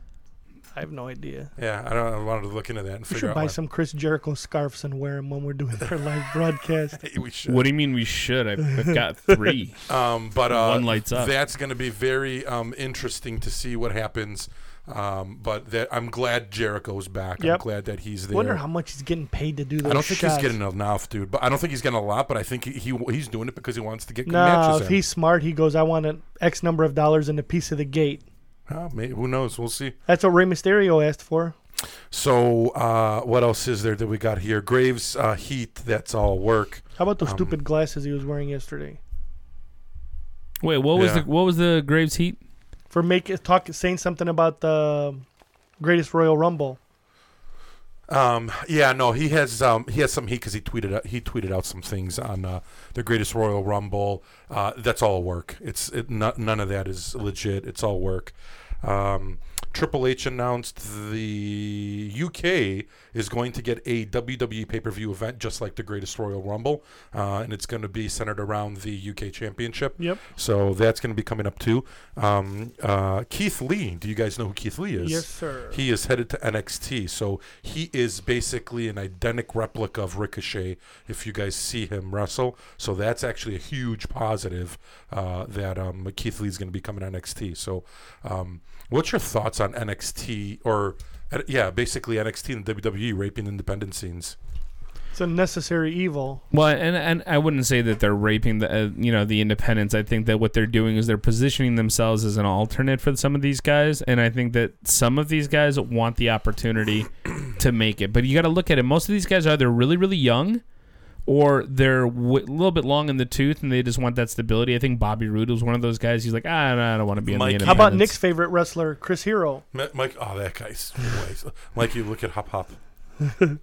Speaker 6: I have no idea.
Speaker 2: Yeah, I don't. I wanted to look into that and
Speaker 6: We
Speaker 2: figure
Speaker 6: should
Speaker 2: out.
Speaker 6: buy
Speaker 2: why.
Speaker 6: some Chris Jericho scarves and wear them when we're doing our live broadcast.
Speaker 2: Hey, we should.
Speaker 5: What do you mean we should? I've, I've got three.
Speaker 2: Um, but uh,
Speaker 5: One lights up.
Speaker 2: That's going to be very um, interesting to see what happens. Um, but that I'm glad Jericho's back.
Speaker 6: Yep.
Speaker 2: I'm glad that he's there.
Speaker 6: Wonder how much he's getting paid to do those
Speaker 2: I don't think
Speaker 6: shots.
Speaker 2: he's getting enough, dude. But I don't think he's getting a lot. But I think he, he he's doing it because he wants to get good
Speaker 6: No,
Speaker 2: matches.
Speaker 6: if
Speaker 2: in.
Speaker 6: he's smart, he goes, I want an X number of dollars and a piece of the gate.
Speaker 2: Oh, may- who knows? We'll see.
Speaker 6: That's what Rey Mysterio asked for.
Speaker 2: So uh, what else is there that we got here? Graves uh, Heat. That's all work.
Speaker 6: How about those
Speaker 2: Um,
Speaker 6: stupid glasses he was wearing yesterday?
Speaker 5: Wait, what was
Speaker 2: Yeah.
Speaker 5: the what was the Graves Heat?
Speaker 6: For make talk saying something about the greatest Royal Rumble.
Speaker 2: Um, yeah, no, he has um, he has some heat because he tweeted out, he tweeted out some things on uh, the Greatest Royal Rumble. Uh, that's all work. It's it, no, none of that is legit. It's all work. Um, Triple H announced the UK is going to get a WWE pay per view event just like the Greatest Royal Rumble, uh, and it's going to be centered around the UK Championship.
Speaker 6: Yep.
Speaker 2: So that's going to be coming up too. Um, uh, Keith Lee. Do you guys know who Keith Lee is?
Speaker 6: Yes, sir.
Speaker 2: He is headed to NXT, so he is basically an identical replica of Ricochet. If you guys see him wrestle, so that's actually a huge positive uh, that um, Keith Lee's going to be coming to NXT. So, um, what's your thoughts on NXT or uh, yeah, basically NXT and WWE raping independent scenes?
Speaker 6: It's a necessary evil.
Speaker 5: Well, and and I wouldn't say that they're raping the uh, you know the independents. I think that what they're doing is they're positioning themselves as an alternate for some of these guys, and I think that some of these guys want the opportunity to make it. But you got to look at it. Most of these guys are either really really young, or they're w- a little bit long in the tooth, and they just want that stability. I think Bobby Roode was one of those guys. He's like, ah, no, I don't want to be in
Speaker 2: Mike-
Speaker 5: the independents.
Speaker 6: How about Nick's favorite wrestler, Chris Hero?
Speaker 2: Ma- Mike, oh that guy's ways. Mike, you look at Hop Hop. look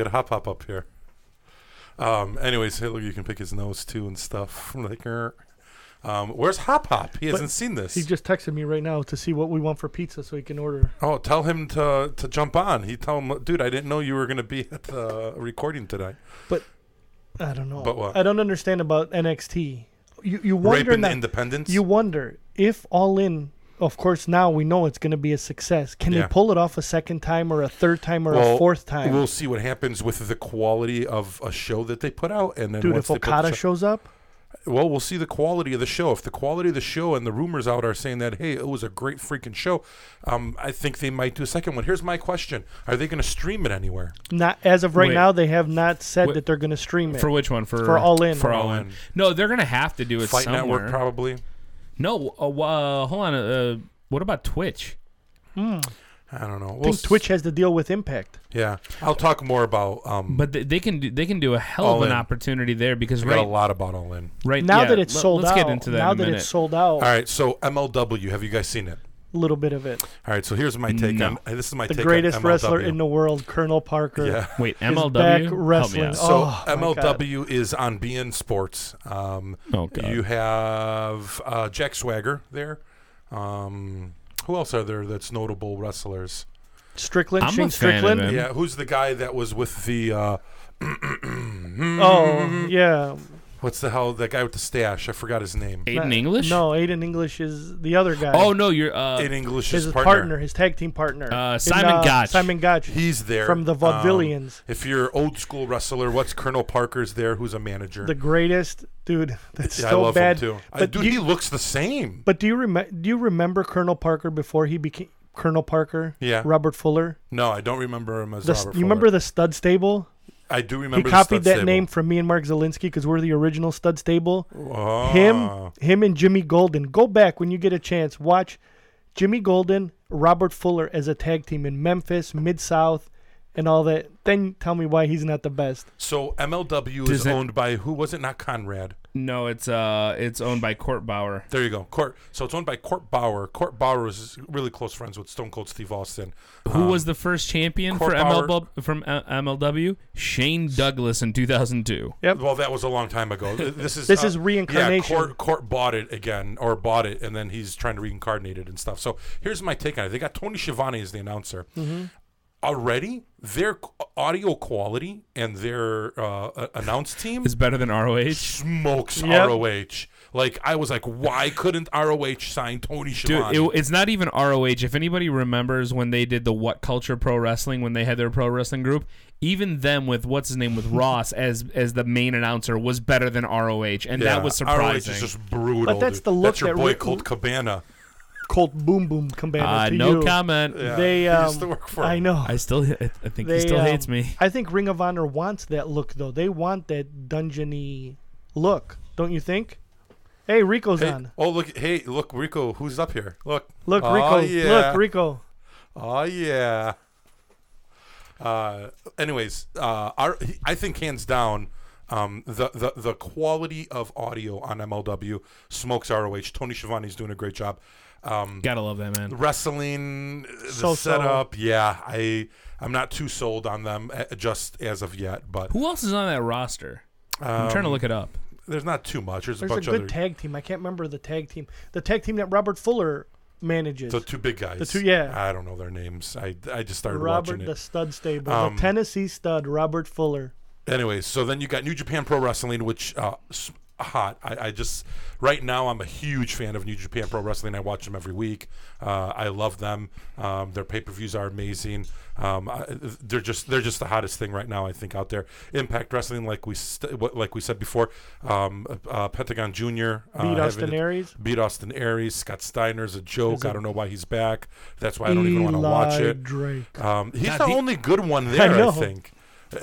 Speaker 2: at Hop Hop up here. Um, anyways, hey, look, you can pick his nose too and stuff. like, er. um, where's Hop Hop? He hasn't seen this.
Speaker 6: He just texted me right now to see what we want for pizza so he can order.
Speaker 2: Oh, tell him to to jump on. He tell him, dude, I didn't know you were gonna be at the recording tonight.
Speaker 6: I don't know.
Speaker 2: But what?
Speaker 6: I don't understand about NXT. You you wonder
Speaker 2: Raping the
Speaker 6: now-
Speaker 2: independence.
Speaker 6: You wonder if All In. Of course, now we know it's going to be a success. Can
Speaker 2: Yeah.
Speaker 6: they pull it off a second time or a third time or
Speaker 2: Well,
Speaker 6: a fourth time?
Speaker 2: We'll see what happens with the quality of a show that they put out, and then
Speaker 6: Dude,
Speaker 2: once
Speaker 6: if
Speaker 2: they put the
Speaker 6: Okada
Speaker 2: show-
Speaker 6: shows up,
Speaker 2: well, we'll see the quality of the show. If the quality of the show and the rumors out are saying that, hey, it was a great freaking show, um, I think they might do a second one. Here's my question: Are they going to stream it anywhere?
Speaker 6: not as of right
Speaker 5: Wait.
Speaker 6: now, they have not said
Speaker 5: Wait.
Speaker 6: that they're going to stream it.
Speaker 5: For which one? For
Speaker 6: For All In.
Speaker 5: For all
Speaker 2: All
Speaker 5: in.
Speaker 2: In.
Speaker 5: No, they're gonna have to do it
Speaker 2: Fight
Speaker 5: somewhere.
Speaker 2: Network probably.
Speaker 5: no, uh, w- uh, hold on. Uh, what about Twitch?
Speaker 2: I don't know.
Speaker 6: I
Speaker 2: We'll
Speaker 6: think
Speaker 2: s-
Speaker 6: Twitch has to deal with Impact.
Speaker 2: Yeah, I'll talk more about. Um,
Speaker 5: But they, they can do, they can do a hell
Speaker 2: All
Speaker 5: of an
Speaker 2: in.
Speaker 5: opportunity there because
Speaker 2: I got
Speaker 5: right
Speaker 2: a lot about All In.
Speaker 5: right
Speaker 6: Now
Speaker 5: yeah,
Speaker 6: that it's
Speaker 5: let-
Speaker 6: sold
Speaker 5: let's
Speaker 6: out,
Speaker 5: get into that
Speaker 6: now
Speaker 5: in a
Speaker 6: that
Speaker 5: minute.
Speaker 6: it's sold out,
Speaker 2: All
Speaker 6: a
Speaker 2: right, so MLW. Have you guys seen it?
Speaker 6: little bit of it.
Speaker 2: All right, so here's my take
Speaker 5: No.
Speaker 2: on uh, this is my
Speaker 6: The
Speaker 2: take
Speaker 6: greatest
Speaker 2: on MLW.
Speaker 6: wrestler in the world, Colonel Parker.
Speaker 2: yeah.
Speaker 5: Wait,
Speaker 6: is
Speaker 5: MLW
Speaker 6: back
Speaker 5: Help me
Speaker 6: wrestling.
Speaker 5: out.
Speaker 2: So
Speaker 6: Oh, my God.
Speaker 2: MLW is on BN Sports. Um,
Speaker 5: Oh, God.
Speaker 2: You have uh, Jack Swagger there. Um, who else are there that's notable wrestlers?
Speaker 6: Strickland,
Speaker 5: I'm a fan
Speaker 6: Shane
Speaker 5: of
Speaker 6: Strickland.
Speaker 5: him.
Speaker 2: Yeah, who's the guy that was with the uh, Mm-hmm.
Speaker 6: Oh yeah,
Speaker 2: what's the hell that guy with the stash? I forgot his name.
Speaker 5: Aiden English?
Speaker 6: no, Aiden English is the other guy.
Speaker 5: Oh no, you're uh,
Speaker 2: In English,
Speaker 6: his
Speaker 2: his
Speaker 6: partner.
Speaker 2: partner.
Speaker 6: his tag team partner,
Speaker 5: Uh,
Speaker 6: In,
Speaker 5: Simon Gotch.
Speaker 6: Simon Gotch.
Speaker 2: He's there
Speaker 6: From the
Speaker 2: Um,
Speaker 6: Vaudevillians.
Speaker 2: if you're old school wrestler, what's Colonel Parker's there? Who's a manager?
Speaker 6: the greatest dude. That's
Speaker 2: Yeah,
Speaker 6: so
Speaker 2: I love
Speaker 6: bad.
Speaker 2: him too. I-
Speaker 6: But
Speaker 2: dude,
Speaker 6: you-
Speaker 2: he looks the same.
Speaker 6: But do you remember? Do you remember Colonel Parker before he became Colonel Parker?
Speaker 2: Yeah.
Speaker 6: Robert Fuller.
Speaker 2: no, I don't remember him as
Speaker 6: The,
Speaker 2: Robert.
Speaker 6: you remember
Speaker 2: Fuller.
Speaker 6: the Stud Stable?
Speaker 2: I do remember.
Speaker 6: he
Speaker 2: the
Speaker 6: copied
Speaker 2: stud
Speaker 6: that
Speaker 2: stable.
Speaker 6: name from me and Mark Zelinsky because we're the original Stud Stable.
Speaker 2: Oh.
Speaker 6: Him, him, and Jimmy Golden. Go back when you get a chance. Watch Jimmy Golden, Robert Fuller as a tag team in Memphis, Mid South, and all that. Then tell me why he's not the best.
Speaker 2: So MLW
Speaker 5: Does
Speaker 2: is
Speaker 5: it-
Speaker 2: owned by who was it? Not Conrad.
Speaker 5: no, it's uh, it's owned by Court Bauer.
Speaker 2: There you go. Court. So it's owned by Court Bauer. Court Bauer is really close friends with Stone Cold Steve Austin.
Speaker 5: Who was the first champion
Speaker 2: Um, Court
Speaker 5: for
Speaker 2: Bauer-
Speaker 5: MLB, from uh, MLW? Shane Douglas in 2002.
Speaker 2: Well, that was a long time ago. Th- This is
Speaker 6: This
Speaker 2: uh,
Speaker 6: is reincarnation.
Speaker 2: Yeah, Court, Court bought it again, or bought it, and then he's trying to reincarnate it and stuff. So here's my take on it. They got Tony Schiavone as the announcer.
Speaker 5: Mm-hmm.
Speaker 2: Already, their c- audio quality and their uh, a- announce team
Speaker 5: Is better than ROH.
Speaker 2: smokes
Speaker 6: Yep.
Speaker 2: ROH. Like I was like, why couldn't ROH sign Tony
Speaker 5: Dude,
Speaker 2: Schiavone?
Speaker 5: it, it's not even ROH. If anybody remembers when they did the What Culture Pro Wrestling when they had their pro wrestling group, even them with what's his name with Ross as as the main announcer was better than ROH, and
Speaker 2: Yeah,
Speaker 5: that was
Speaker 2: ROH
Speaker 5: surprising.
Speaker 2: is just brutal.
Speaker 6: But that's
Speaker 2: dude.
Speaker 6: the look
Speaker 2: That's your
Speaker 6: that
Speaker 2: boy
Speaker 6: re-
Speaker 2: Colt Cabana.
Speaker 6: Colt Boom Boom Cabana
Speaker 5: uh,
Speaker 6: to
Speaker 5: no
Speaker 6: you.
Speaker 5: comment.
Speaker 2: Yeah,
Speaker 6: They
Speaker 2: he
Speaker 6: um,
Speaker 2: used to work for.
Speaker 6: I
Speaker 2: him.
Speaker 6: know.
Speaker 5: I still, I I think
Speaker 6: They,
Speaker 5: he still
Speaker 6: um,
Speaker 5: hates me.
Speaker 6: I think Ring of Honor wants that look though. They want that dungeony look, don't you think? Hey, Rico's
Speaker 2: Hey,
Speaker 6: on.
Speaker 2: oh look! Hey, look, Rico. Who's up here? Look,
Speaker 6: Look,
Speaker 2: Oh,
Speaker 6: Rico.
Speaker 2: yeah.
Speaker 6: Look, Rico.
Speaker 2: Oh yeah. Uh, anyways, uh, our, he- I think hands down, um, the, the the quality of audio on MLW smokes ROH. Tony Schiavone's doing a great job. Um,
Speaker 5: Gotta love that man.
Speaker 2: wrestling, the
Speaker 6: So-so.
Speaker 2: setup, yeah. I I'm not too sold on them uh, just as of yet, but
Speaker 5: Who else is on that roster? I'm trying to
Speaker 2: Um,
Speaker 5: look it up.
Speaker 2: there's not too much. There's,
Speaker 6: There's
Speaker 2: a
Speaker 6: a
Speaker 2: bunch
Speaker 6: good
Speaker 2: of other.
Speaker 6: tag team. I can't remember the tag team. The tag team that Robert Fuller manages.
Speaker 2: The two big guys.
Speaker 6: The two- yeah.
Speaker 2: I don't know their names. I, I just started watching
Speaker 6: Robert
Speaker 2: it.
Speaker 6: the Stud Stable,
Speaker 2: Um,
Speaker 6: the Tennessee Stud, Robert Fuller.
Speaker 2: Anyways, so then you got New Japan Pro Wrestling, which uh, s- hot. I, I just right now I'm a huge fan of New Japan Pro Wrestling. I watch them every week. Uh, I love them. Um, their pay per views are amazing. Um, I, they're just they're just the hottest thing right now I think out there. Impact Wrestling, like we st- what- like we said before, um, uh, Pentagon Junior uh,
Speaker 6: Beat Austin
Speaker 2: having it-
Speaker 6: Aries.
Speaker 2: Beat Austin Aries. Scott Steiner's a joke. I don't know why he's back. That's why I don't even want to
Speaker 6: Eli
Speaker 2: watch it.
Speaker 6: Drake.
Speaker 2: Um, he's the only good one there, I,
Speaker 6: know.
Speaker 2: think.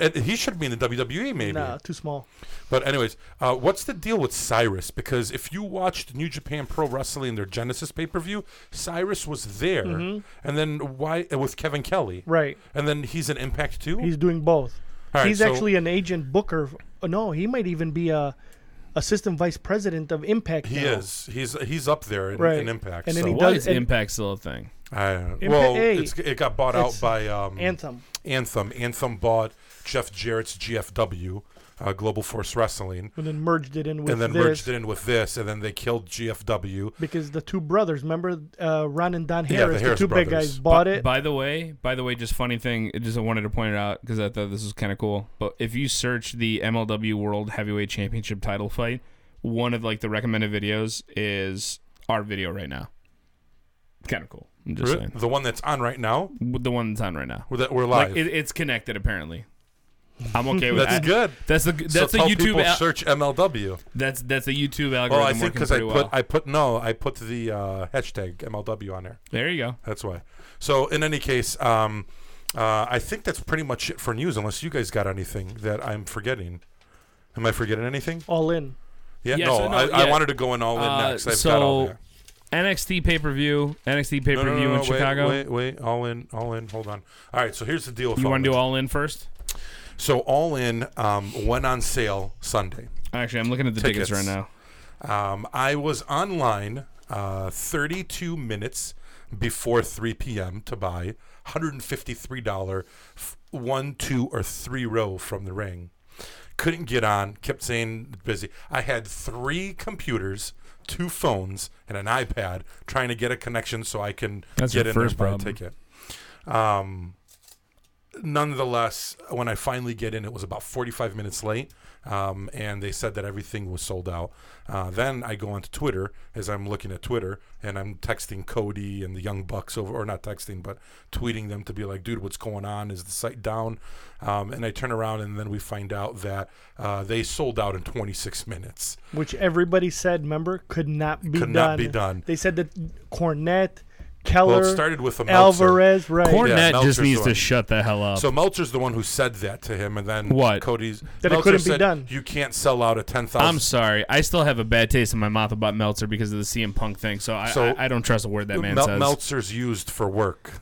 Speaker 2: And he should be in the WWE, maybe.
Speaker 6: Nah, too small.
Speaker 2: But anyways, uh, what's the deal with Cyrus? Because if you watched New Japan Pro Wrestling, their Genesis pay per view, Cyrus was there, and then why uh, with Kevin Kelly,
Speaker 6: Mm-hmm. Right.
Speaker 2: And then he's an Impact too.
Speaker 6: He's doing both.
Speaker 2: All right,
Speaker 6: He's
Speaker 2: so-
Speaker 6: actually an agent booker. uh, No, he might even be a assistant vice president of Impact.
Speaker 2: he
Speaker 6: now.
Speaker 2: is. He's he's up there in,
Speaker 6: Right.
Speaker 2: in Impact.
Speaker 6: And then
Speaker 2: so.
Speaker 6: he
Speaker 5: Why
Speaker 6: does-
Speaker 5: is
Speaker 6: and-
Speaker 5: Impact still a thing?
Speaker 2: I don't know.
Speaker 6: Impa-
Speaker 2: well,
Speaker 6: hey,
Speaker 2: it's, it got bought out
Speaker 6: it's
Speaker 2: by um,
Speaker 6: Anthem.
Speaker 2: Anthem. Anthem bought Jeff Jarrett's GFW, uh, Global Force Wrestling,
Speaker 6: And then merged it in with
Speaker 2: and then
Speaker 6: this.
Speaker 2: merged it in with this, and then they killed GFW.
Speaker 6: because the two brothers, remember uh, Ron and Don
Speaker 2: Yeah, the
Speaker 6: Harris, the,
Speaker 2: Harris
Speaker 6: two big
Speaker 2: brothers.
Speaker 6: guys, bought it.
Speaker 5: By the way, by the way, just funny thing. I Just wanted to point it out because I thought this was kind of cool. But if you search the MLW World Heavyweight Championship title fight, one of like the recommended videos is our video right now. Kind of cool. I'm just saying
Speaker 2: The one that's on right now,
Speaker 5: the one that's on right now.
Speaker 2: that we're live.
Speaker 5: Like it, it's connected apparently. I'm okay with
Speaker 2: That's
Speaker 5: that.
Speaker 2: good.
Speaker 5: That's the that's
Speaker 2: so
Speaker 5: the
Speaker 2: tell
Speaker 5: YouTube.
Speaker 2: people
Speaker 5: Al-
Speaker 2: search MLW.
Speaker 5: that's that's the YouTube algorithm
Speaker 2: Well, I think
Speaker 5: working
Speaker 2: because I
Speaker 5: pretty
Speaker 2: put
Speaker 5: well.
Speaker 2: I put no, I put the uh, hashtag MLW on there.
Speaker 5: there you go.
Speaker 2: That's why. So in any case, um, uh, I think that's pretty much it for news. Unless you guys got anything that I'm forgetting. Am I forgetting anything?
Speaker 6: all in.
Speaker 2: Yeah,
Speaker 5: Yeah,
Speaker 2: no,
Speaker 5: so no,
Speaker 2: I, I
Speaker 5: yeah.
Speaker 2: wanted to go in all in
Speaker 5: Uh,
Speaker 2: next. I've
Speaker 5: so
Speaker 2: got all that.
Speaker 5: NXT pay per view, NXT pay per
Speaker 2: No,
Speaker 5: view
Speaker 2: no, no, no,
Speaker 5: in
Speaker 2: wait,
Speaker 5: Chicago.
Speaker 2: Wait, wait, all in, all in. Hold on. All right, so here's the deal. With
Speaker 5: You
Speaker 2: all
Speaker 5: want to
Speaker 2: in.
Speaker 5: do all in first?
Speaker 2: So all in um, went on sale Sunday.
Speaker 5: Actually, I'm looking at the tickets,
Speaker 2: Tickets.
Speaker 5: right now.
Speaker 2: Um, I was online uh, 32 minutes before 3 p.m. to buy $153 f- one, two, or three row from the ring. Couldn't get on, kept saying busy. I had three computers, two phones, and an iPad trying to get a connection so I can
Speaker 5: That's
Speaker 2: get
Speaker 5: your
Speaker 2: in there
Speaker 5: first
Speaker 2: and buy a
Speaker 5: problem.
Speaker 2: ticket. nonetheless, when I finally get in, it was about 45 minutes late, um, and they said that everything was sold out. Uh, then I go onto Twitter as I'm looking at Twitter, and I'm texting Cody and the Young Bucks over, or not texting, but tweeting them to be like, "Dude, what's going on? Is the site down?" Um, and I turn around, and then we find out that uh, they sold out in 26 minutes.
Speaker 6: which everybody said, remember, could not be
Speaker 2: Could
Speaker 6: done.
Speaker 2: not be done.
Speaker 6: They said that Cornette, Keller,
Speaker 2: started with a Meltzer.
Speaker 6: Alvarez, right?
Speaker 2: Corn-
Speaker 5: Cornette
Speaker 2: Meltzer's
Speaker 5: just needs
Speaker 2: the
Speaker 5: to
Speaker 2: one.
Speaker 5: shut the hell up.
Speaker 2: So Meltzer's the one who said that to him, and then
Speaker 5: What?
Speaker 2: Cody's
Speaker 6: That it
Speaker 2: Meltzer
Speaker 6: couldn't be
Speaker 2: said,
Speaker 6: done.
Speaker 2: You can't sell out at 10,000.
Speaker 5: I'm sorry. I still have a bad taste in my mouth about Meltzer because of the CM Punk thing. So I,
Speaker 2: So-
Speaker 5: I, I don't trust a word that man
Speaker 2: Mel-
Speaker 5: says.
Speaker 2: Meltzer's used for work.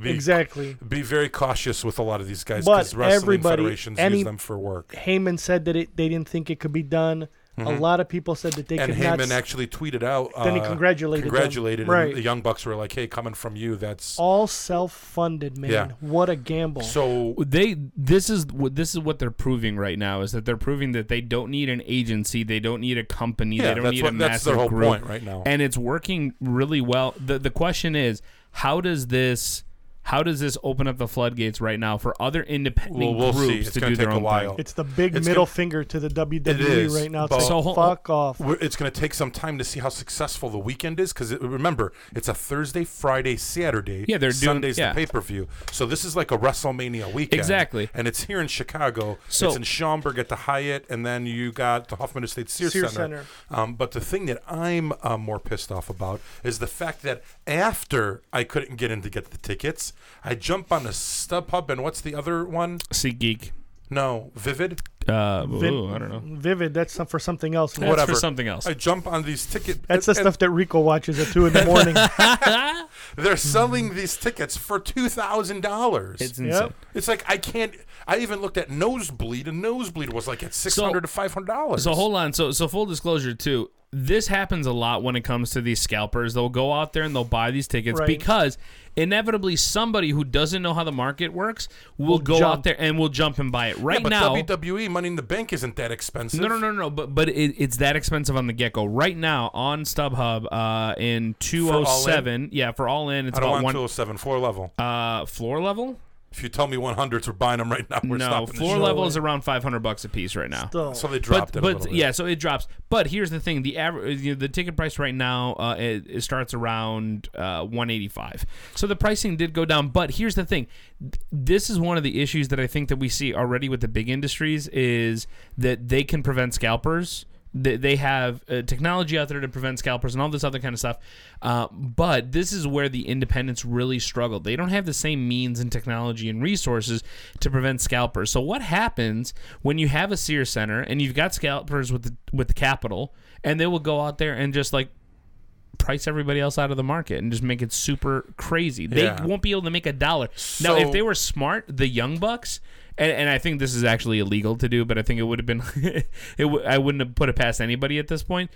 Speaker 2: Be-
Speaker 6: exactly.
Speaker 2: Be very cautious with a lot of these guys
Speaker 6: But
Speaker 2: because wrestling
Speaker 6: everybody-
Speaker 2: federations
Speaker 6: any-
Speaker 2: use them for work.
Speaker 6: Heyman said that it, they didn't think it could be done. A lot of people said that they
Speaker 2: Mm-hmm. And
Speaker 6: could
Speaker 2: Heyman
Speaker 6: not. s-
Speaker 2: actually tweeted out.
Speaker 6: Then he
Speaker 2: uh,
Speaker 6: congratulated them.
Speaker 2: Congratulated. and
Speaker 6: Right.
Speaker 2: the Young Bucks were like, hey, coming from you, that's.
Speaker 6: all self-funded, man.
Speaker 2: Yeah.
Speaker 6: What a gamble.
Speaker 2: so
Speaker 5: they this is what this is what they're proving right now is that they're proving that they don't need an agency, they don't need a company,
Speaker 2: Yeah,
Speaker 5: they don't
Speaker 2: that's
Speaker 5: need a
Speaker 2: what-
Speaker 5: massive
Speaker 2: that's their whole
Speaker 5: group.
Speaker 2: point right now.
Speaker 5: and it's working really well. the The question is, how does this how does this open up the floodgates right now for other independent
Speaker 2: we'll, we'll see.
Speaker 5: groups
Speaker 2: It's
Speaker 5: to
Speaker 2: going
Speaker 5: do
Speaker 2: to
Speaker 5: their
Speaker 2: take a
Speaker 5: own
Speaker 2: while.
Speaker 5: thing?
Speaker 6: it's the big
Speaker 2: It's
Speaker 6: middle
Speaker 2: gonna-
Speaker 6: finger to the WWE
Speaker 2: is,
Speaker 6: right now. It's
Speaker 2: but-
Speaker 6: like,
Speaker 5: So hold-
Speaker 6: fuck off.
Speaker 2: We're, it's going to take some time to see how successful the weekend is because remember it's a Thursday, Friday, Saturday.
Speaker 5: Yeah, they're doing-
Speaker 2: Sunday's the
Speaker 5: yeah.
Speaker 2: pay per view. So this is like a WrestleMania weekend.
Speaker 5: Exactly.
Speaker 2: and it's here in Chicago.
Speaker 5: So-
Speaker 2: it's in Schaumburg at the Hyatt, and then you got the Hoffman Estates Sears,
Speaker 6: Sears
Speaker 2: Center.
Speaker 6: Center.
Speaker 2: Um, but the thing that I'm uh, more pissed off about is the fact that after I couldn't get in to get the tickets, I jump on a StubHub and what's the other one?
Speaker 5: See, geek.
Speaker 2: No, Vivid.
Speaker 5: Uh,
Speaker 6: Vin-
Speaker 5: ooh, I don't know.
Speaker 6: Vivid. That's some- for something else. man.
Speaker 5: That's
Speaker 2: Whatever.
Speaker 5: for something else.
Speaker 2: I jump on these ticket.
Speaker 6: That's the
Speaker 2: and-
Speaker 6: stuff that Rico watches at two in the morning.
Speaker 2: They're selling these tickets for two thousand dollars.
Speaker 5: It's
Speaker 2: It's
Speaker 5: insane.
Speaker 6: Yep.
Speaker 2: like I can't. I even looked at nosebleed, and nosebleed was like at six hundred to five hundred dollars.
Speaker 5: So hold on. So so full disclosure too. This happens a lot when it comes to these scalpers. They'll go out there and they'll buy these tickets
Speaker 6: Right.
Speaker 5: because inevitably somebody who doesn't know how the market works will, go
Speaker 6: jump.
Speaker 5: out there and will jump and buy it
Speaker 2: yeah,
Speaker 5: right
Speaker 2: but
Speaker 5: now.
Speaker 2: WWE Money in the Bank isn't that expensive.
Speaker 5: no, no, no, no, no, but but it, it's that expensive on the get go. Right now on StubHub, uh, in two oh seven, yeah, for all in, it's
Speaker 2: I don't
Speaker 5: about
Speaker 2: want
Speaker 5: one
Speaker 2: two hundred seven floor level.
Speaker 5: uh, floor level.
Speaker 2: if you tell me one hundreds, we're buying them right now. We're
Speaker 5: no,
Speaker 2: stopping the
Speaker 5: floor
Speaker 2: show.
Speaker 5: level is around five hundred bucks a piece right now.
Speaker 6: So,
Speaker 2: So they dropped
Speaker 5: but,
Speaker 2: it. a
Speaker 5: but
Speaker 2: little bit. Um,
Speaker 5: yeah, so it drops. But here's the thing: the average, you know, the ticket price right now, uh, it, it starts around uh, 185. So the pricing did go down. But here's the thing: Th- this is one of the issues that I think that we see already with the big industries is that they can prevent scalpers. They they have uh, technology out there to prevent scalpers and all this other kind of stuff. Uh, but this is where the independents really struggle. They don't have the same means and technology and resources to prevent scalpers. So what happens when you have a Sears Center and you've got scalpers with the, with the capital, and they will go out there and just like price everybody else out of the market and just make it super crazy. They
Speaker 2: Yeah.
Speaker 5: won't be able to make a dollar. now,
Speaker 2: So-
Speaker 5: if they were smart, the Young Bucks. And, and I think this is actually illegal to do, but I think it would have been, it w- I wouldn't have put it past anybody at this point.